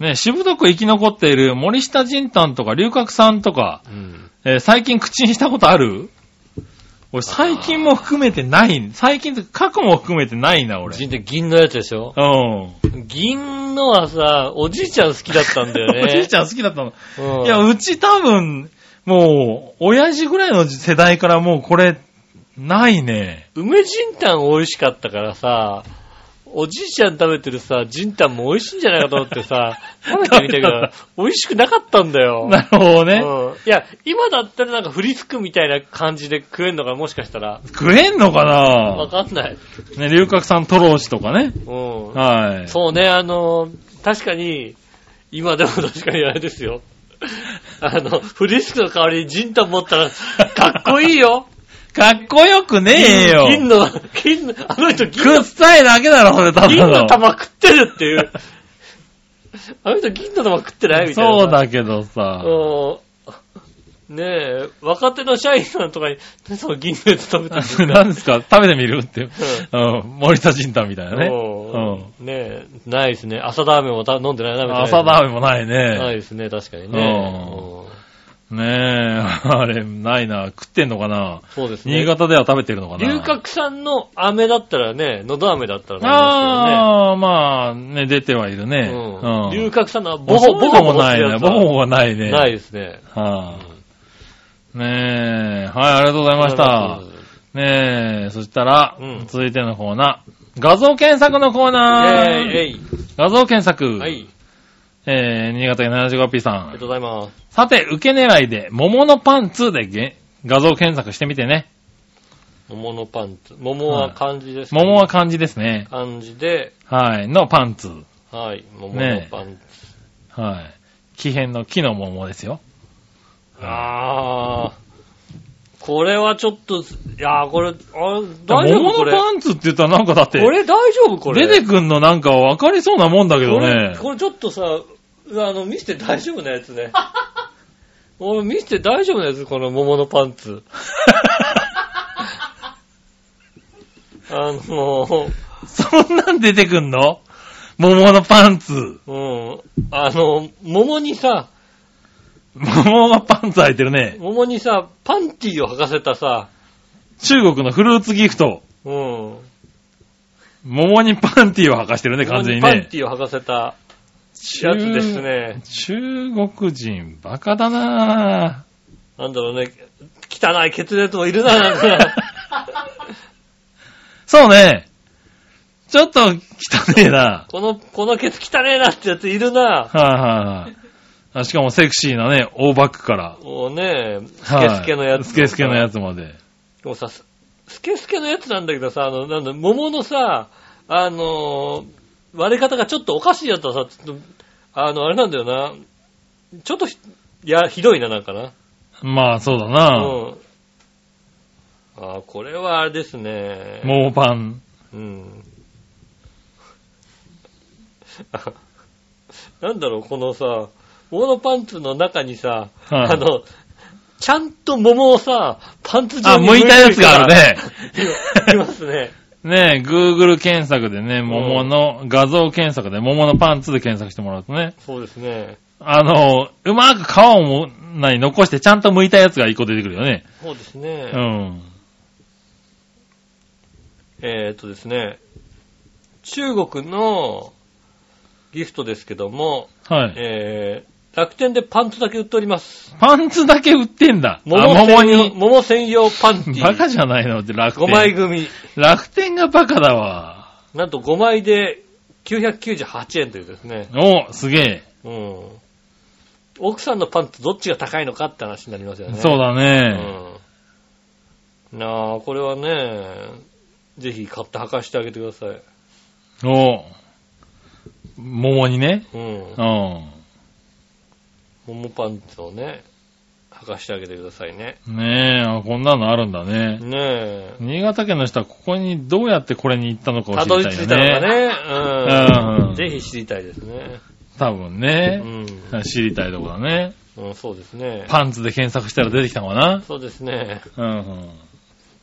Speaker 3: い。ね、しぶとく生き残っている森下仁丹とか龍角さんとか、
Speaker 2: うん。
Speaker 3: えー最近口にしたことある俺最近も含めてない。最近って過去も含めてないな、俺。
Speaker 2: 人って銀のやつでしょ
Speaker 3: うん。
Speaker 2: 銀のはさ、おじいちゃん好きだったんだよね。
Speaker 3: おじいちゃん好きだったの。
Speaker 2: うん
Speaker 3: いや、うち多分、もう、親父ぐらいの世代からもうこれ、ないね。
Speaker 2: 梅じんたん美味しかったからさ、おじいちゃん食べてるさ、じんたんも美味しいんじゃないかと思ってさ、食べてみたけど、美味しくなかったんだよ。
Speaker 3: なるほど ね。
Speaker 2: うん、いや、今だったらなんかフリスクみたいな感じで食えんのかもしかしたら。
Speaker 3: 食えんのか
Speaker 2: わ
Speaker 3: な
Speaker 2: かんない。
Speaker 3: ね、龍角さんトロー氏とかね。
Speaker 2: うん。
Speaker 3: はい。
Speaker 2: そうね、あの、確かに、今でも確かにあれですよ。あの、フリスクの代わりにジンタン持ったら、かっこいい よ。
Speaker 3: かっこよくねえよ。
Speaker 2: 銀の、銀の、あの人銀
Speaker 3: 食
Speaker 2: の
Speaker 3: っ、たいだけだろ、それ、ただ
Speaker 2: 銀の
Speaker 3: の。
Speaker 2: 玉食ってるっていう。あの人銀の玉食ってないみたいな。
Speaker 3: そう。だけどさ。
Speaker 2: うん。ねえ、若手の社員さんとかに、何その銀のやつ食べてるんですか
Speaker 3: 何ですか食べてみるって。うん。森田仁太みたいなね。
Speaker 2: うんねえ、ないですね。朝ラーメンもた飲んでない、食べ
Speaker 3: う
Speaker 2: て
Speaker 3: ん。
Speaker 2: ない。
Speaker 3: 朝ラーメンもない
Speaker 2: ない
Speaker 3: ね。
Speaker 2: ですね、確かに
Speaker 3: う
Speaker 2: ね。
Speaker 3: ねえ、あれ、ないな。食ってんのかな
Speaker 2: そうですね。
Speaker 3: 新潟では食べてるのかな
Speaker 2: 龍角散の飴だったらね、のど飴だったらな
Speaker 3: ああ、まあ、ね、出てはいる
Speaker 2: ります
Speaker 3: ね。
Speaker 2: けどね。うん。
Speaker 3: う
Speaker 2: 龍
Speaker 3: ん。
Speaker 2: 角散のボ
Speaker 3: ボ
Speaker 2: ホ、
Speaker 3: ホ
Speaker 2: ボ
Speaker 3: ボ
Speaker 2: ホ
Speaker 3: ホ
Speaker 2: ボ
Speaker 3: も
Speaker 2: ホ
Speaker 3: ないね。ボホ
Speaker 2: が
Speaker 3: がないね。
Speaker 2: ない
Speaker 3: い。
Speaker 2: ですね。
Speaker 3: はあ、ねえ。はい、ありがとうございました。ねえ、そしたら、
Speaker 2: うん
Speaker 3: 続いてのコーナー。画像検索のコーナー。
Speaker 2: えい、え
Speaker 3: 画像検索。
Speaker 2: い。はい。あり
Speaker 3: えー、新潟県 75P さ
Speaker 2: が
Speaker 3: ん。
Speaker 2: とうございます。
Speaker 3: さて、受け狙いで、桃のパンツでげ画像検索してみてね。
Speaker 2: 桃のパンツ。桃は漢字です、
Speaker 3: 桃は漢字ですね。
Speaker 2: 漢字で、
Speaker 3: はい。のパンツ。
Speaker 2: はい。桃の
Speaker 3: ねえ
Speaker 2: パンツ。
Speaker 3: はい。木変の木の桃ですよ。
Speaker 2: ああ。これはちょっと、いやー、これ、あ大丈
Speaker 3: 桃
Speaker 2: 夫
Speaker 3: の
Speaker 2: これ。
Speaker 3: パンツって言ったらなんかだって、
Speaker 2: これ大丈夫これ。
Speaker 3: 出てくんのなんか分かりそうなもんだけどね
Speaker 2: これ。これちょっとさ、あの、見せて大丈夫なやつね。俺見せて大丈夫なやつ、この桃のパンツ。 あの、
Speaker 3: そんなん出てくんの桃のパンツ。
Speaker 2: うん。あの、桃にさ、
Speaker 3: 桃がパンツ履いてるね。
Speaker 2: 桃にさ、パンティーを履かせたさ、
Speaker 3: 中国のフルーツギフト。
Speaker 2: うん。
Speaker 3: 桃にパンティーを履かしてるね、完全に
Speaker 2: 桃パン
Speaker 3: ね。
Speaker 2: ティーを履かせたや
Speaker 3: 中
Speaker 2: つですね。
Speaker 3: 中国人、バカだなぁ。
Speaker 2: なんだろうね、汚い血熱もいるな、なん か。
Speaker 3: そうね。ちょっと汚ねえな。
Speaker 2: この、このケツ汚ねえなってやついるな。
Speaker 3: はいはいはいあ。しかもセクシーなね、大バックから。
Speaker 2: もうね、ス
Speaker 3: はい
Speaker 2: ケスケのやつ。
Speaker 3: スケスケのやつまで。
Speaker 2: でもさ、ススケスケのやつなんだけどさ、あの、なんだ、桃のさ、あのー割れ方がちょっとおかしいやつはさ、ちょっと、あの、あれなんだよな。ちょっとひ、いや、ひどいな、なんかな。
Speaker 3: まあ、そうだ
Speaker 2: う
Speaker 3: な。
Speaker 2: ん。あーこれはあれですね。
Speaker 3: 桃パン。
Speaker 2: うん。あなんだろう、このさ、桃のパンツの中にさ、
Speaker 3: はい
Speaker 2: あの、ちゃんと桃をさ、パンツ
Speaker 3: あ、
Speaker 2: 上に
Speaker 3: 向いたやつがあるね。
Speaker 2: いますね。
Speaker 3: ねえ、Google 検索でね、桃の、画像検索で桃のパンツで検索してもらうとね、
Speaker 2: そうですね。
Speaker 3: あの、うまく皮をも、何、残してちゃんと剥いたやつが一個出てくるよね。
Speaker 2: そうです
Speaker 3: う
Speaker 2: ね。
Speaker 3: ん。
Speaker 2: えーっとですね、中国のギフトですけども、
Speaker 3: はい。
Speaker 2: えー、楽天でパンツだけ売っております。
Speaker 3: パンツだけ売ってんだ。あ、
Speaker 2: 桃
Speaker 3: 桃
Speaker 2: 専用
Speaker 3: に。
Speaker 2: 桃専用パンティ
Speaker 3: バカじゃないのって楽
Speaker 2: 5枚
Speaker 3: 天。
Speaker 2: 組。
Speaker 3: 楽天がバカだわ。
Speaker 2: なんと5枚で998円というですね。
Speaker 3: お、すげえ。
Speaker 2: うん。奥さんのパンツどっちが高いのかって話になりますよね。
Speaker 3: そうだね。
Speaker 2: うん。なあ、これはね、ぜひ買って履かしてあげてください。
Speaker 3: お、桃にね。
Speaker 2: うん
Speaker 3: う。ん。
Speaker 2: 桃パンツをね、履かしてあげてくださいね。
Speaker 3: ねえ、あこんなのあるんだ
Speaker 2: ね
Speaker 3: ね。
Speaker 2: え。
Speaker 3: 新潟県の人はここにどうやってこれに行ったのかを
Speaker 2: た
Speaker 3: 知
Speaker 2: ど
Speaker 3: り
Speaker 2: り
Speaker 3: た
Speaker 2: 着
Speaker 3: い
Speaker 2: い
Speaker 3: よ
Speaker 2: たの
Speaker 3: ね。
Speaker 2: かね。うん。
Speaker 3: うん
Speaker 2: ぜひ知りたいですね。
Speaker 3: 多分
Speaker 2: う
Speaker 3: ね。
Speaker 2: ん。
Speaker 3: 知りたいとこだね。
Speaker 2: うん、そうですね。
Speaker 3: パンツで検索したら出てきたのかな。
Speaker 2: そうですね。
Speaker 3: うん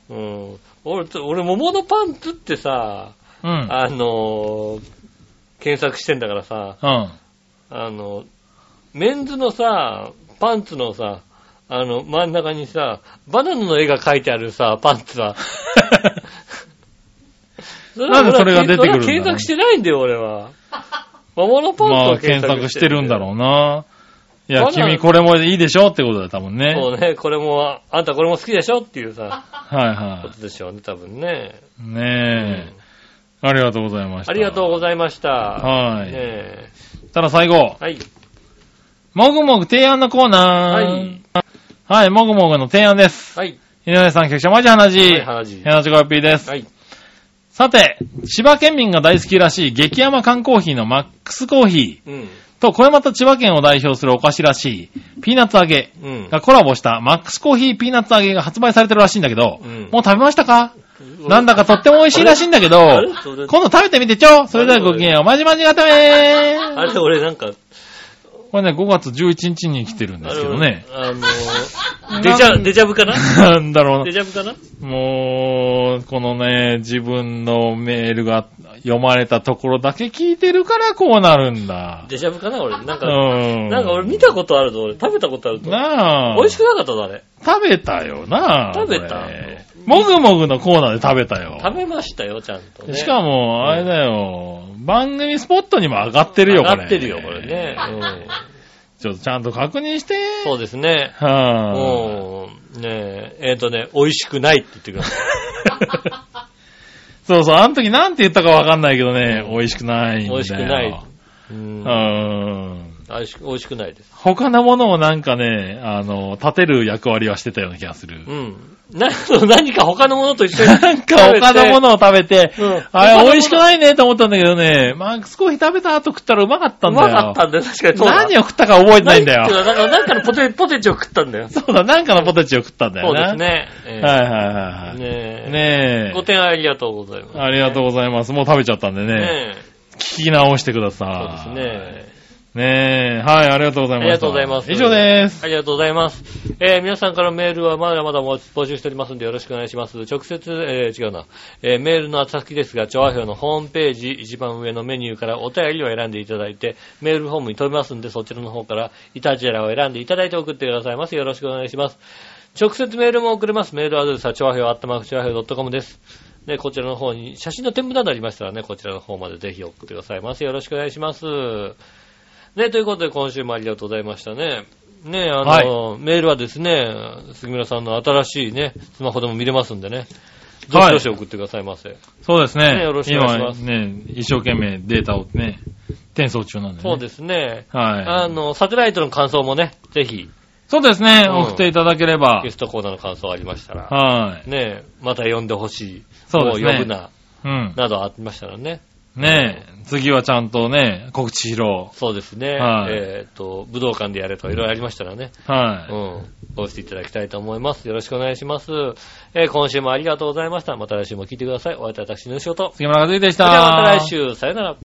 Speaker 2: うん。俺、俺、桃のパンツってさ、
Speaker 3: うん。うん。
Speaker 2: あのー検索してんだからさ、
Speaker 3: うん。
Speaker 2: あの、メンズのさ、パンツのさ、あの、真ん中にさ、バナナの絵が描いてあるさ、パンツは。そ
Speaker 3: なんでそれが出てくる
Speaker 2: 俺
Speaker 3: んだろう
Speaker 2: は検索してないんだよ、俺は。桃のパンツ
Speaker 3: ま
Speaker 2: を
Speaker 3: あ検索してるんだろうな。い
Speaker 2: バ
Speaker 3: や、
Speaker 2: ナナ
Speaker 3: 君これもいいでしょってことだよ、多分ね。
Speaker 2: そうね、これも、あんたこれも好きでしょっていうさ、
Speaker 3: はい
Speaker 2: こ
Speaker 3: は
Speaker 2: とでしょうね、多分ね。
Speaker 3: い。ねえ。ありがとうございました。
Speaker 2: ありがとうご
Speaker 3: い
Speaker 2: ざいました。
Speaker 3: は
Speaker 2: ね
Speaker 3: い
Speaker 2: え
Speaker 3: ます。ただ最後。
Speaker 2: はい。
Speaker 3: もぐもぐ提案のコーナー。
Speaker 2: はい。
Speaker 3: はい、もぐもぐの提案です。
Speaker 2: はい。
Speaker 3: 井上さん、局長、マジ話。
Speaker 2: はい、
Speaker 3: ヘ
Speaker 2: 花地
Speaker 3: ナチョコヨッピーです。
Speaker 2: はい。
Speaker 3: さて、千葉県民が大好きらしい激甘缶コーヒーのマックスコーヒ
Speaker 2: うん。
Speaker 3: ーと、これまた千葉県を代表するお菓子らしい、ピーナッツ揚げ
Speaker 2: うん。
Speaker 3: がコラボしたマックスコーヒーピーナッツ揚げが発売されてるらしいんだけど、
Speaker 2: うん
Speaker 3: もう食べましたかなんだかとっても美味しいらしいんだけど、
Speaker 2: あれそれ
Speaker 3: 今度食べてみてちょそれではごきげんよう、まじまじがため
Speaker 2: あれ、俺なんか、
Speaker 3: これね、5月11日に来てるんですけどね。
Speaker 2: あの、デジャ、デジャブかな
Speaker 3: なんだろう
Speaker 2: デジャブかな
Speaker 3: な。もう、このね、自分のメールが読まれたところだけ聞いてるからこうなるんだ。
Speaker 2: デジャブかな俺、なん
Speaker 3: う
Speaker 2: か、
Speaker 3: ん。
Speaker 2: なんか俺見たことあるぞ、俺。食べたことあるぞ。
Speaker 3: なあ。
Speaker 2: 美味しくなかったぞ、あれ。
Speaker 3: 食べたよなあ。
Speaker 2: 食べた
Speaker 3: これもぐもぐのコーナーで食べたよ。
Speaker 2: 食べましたよ、ちゃんと、ね。
Speaker 3: しか
Speaker 2: も、
Speaker 3: も、あれだよ、番組スポットにも上がってるよ、
Speaker 2: 上
Speaker 3: これ。
Speaker 2: がってるよ、これね。うん
Speaker 3: ちょっとちゃんと確認して。
Speaker 2: そうですね。
Speaker 3: はぁ、
Speaker 2: うん。ねえ、えっ、とね、美味しくないって言ってくださ
Speaker 3: そうそう、あの時なんて言ったかわかんないけどね、美味しくないんだ
Speaker 2: い。
Speaker 3: よ。
Speaker 2: 美味しくない。うん
Speaker 3: う。ーん。
Speaker 2: 美味しく美味しくないです。
Speaker 3: 他のものをなんかね、あの、立てる役割はしてたような気がする
Speaker 2: う。ん。な、 何か他のものと一緒に。
Speaker 3: なんか他のものを食べて、
Speaker 2: うん
Speaker 3: あれ美味しくないねと思ったんだけどね、マックスコーヒー食べた後食ったらうまかった
Speaker 2: うん
Speaker 3: だよ。
Speaker 2: まかったんだよ、確かに。そうだ
Speaker 3: 何を食ったか覚えてないんだ
Speaker 2: 何
Speaker 3: よ。
Speaker 2: ってうかなんかのポテ、ポテチを食ったんだよ。
Speaker 3: そうだ、なんかのポテチを食ったんだ
Speaker 2: そ
Speaker 3: よ
Speaker 2: うで
Speaker 3: な。
Speaker 2: すね。ええ
Speaker 3: はいはいはいはい。ね
Speaker 2: ね
Speaker 3: え。
Speaker 2: え。ご提案ありがとうございます。
Speaker 3: ありがとうございます。もう食べちゃったんでね。
Speaker 2: ねえ。
Speaker 3: 聞き直してください。
Speaker 2: そうですね。
Speaker 3: ね。え。はい、ありがとうござ
Speaker 2: あ
Speaker 3: いました。
Speaker 2: りがとうございます
Speaker 3: 以上です。
Speaker 2: ありがとうございます。えー皆さんからメールはまだまだ募集しておりますんでよろしくお願いします。直接、えー違うな。えーメールの宛先ですが、調和表のホームページ一番上のメニューからお便りを選んでいただいて、メールフォームに飛びますんで、そちらの方からイタジェラを選んでいただいて送ってくださいます。よろしくお願いします。直接メールも送れます。メールアドレスは、調和表、あったまく調和表 .com です。で、こちらの方に、写真の添付などありましたらね、こちらの方までぜひ送ってくださいませ。よろしくお願いします。ね、ということで今週もありがとうございましたね。ね、あの、メールはですね、杉村さんの新しいね、スマホでも見れますんでね、どしどし送ってくださいませ。
Speaker 3: そうですね。
Speaker 2: ねよろしくお願いします
Speaker 3: 今ね、一生懸命データをね、転送中なんで、ね。
Speaker 2: そうですね。
Speaker 3: はい。
Speaker 2: あの、サテライトの感想もね、ぜひ、
Speaker 3: そうですね、
Speaker 2: うん
Speaker 3: 送っていただければ
Speaker 2: ゲ。ストコーナーの感想ありましたら、
Speaker 3: はい。
Speaker 2: ね、また呼んでほしい。
Speaker 3: そうですね
Speaker 2: も呼ぶな、
Speaker 3: うん。
Speaker 2: などありましたらね。
Speaker 3: ねえ、次はちゃんとね、告知披露。
Speaker 2: そうですね。
Speaker 3: はい
Speaker 2: えっ、と、武道館でやれとかいろいろありましたらね、う
Speaker 3: は
Speaker 2: ん、ごしていただきたいと思います。よろしくお願いします。えー今週もありがとうございました。また来週も聞いてください。お会いいたい私の仕事。
Speaker 3: い。杉村和之でし
Speaker 2: それ
Speaker 3: た。
Speaker 2: ではまた来週、さよなら。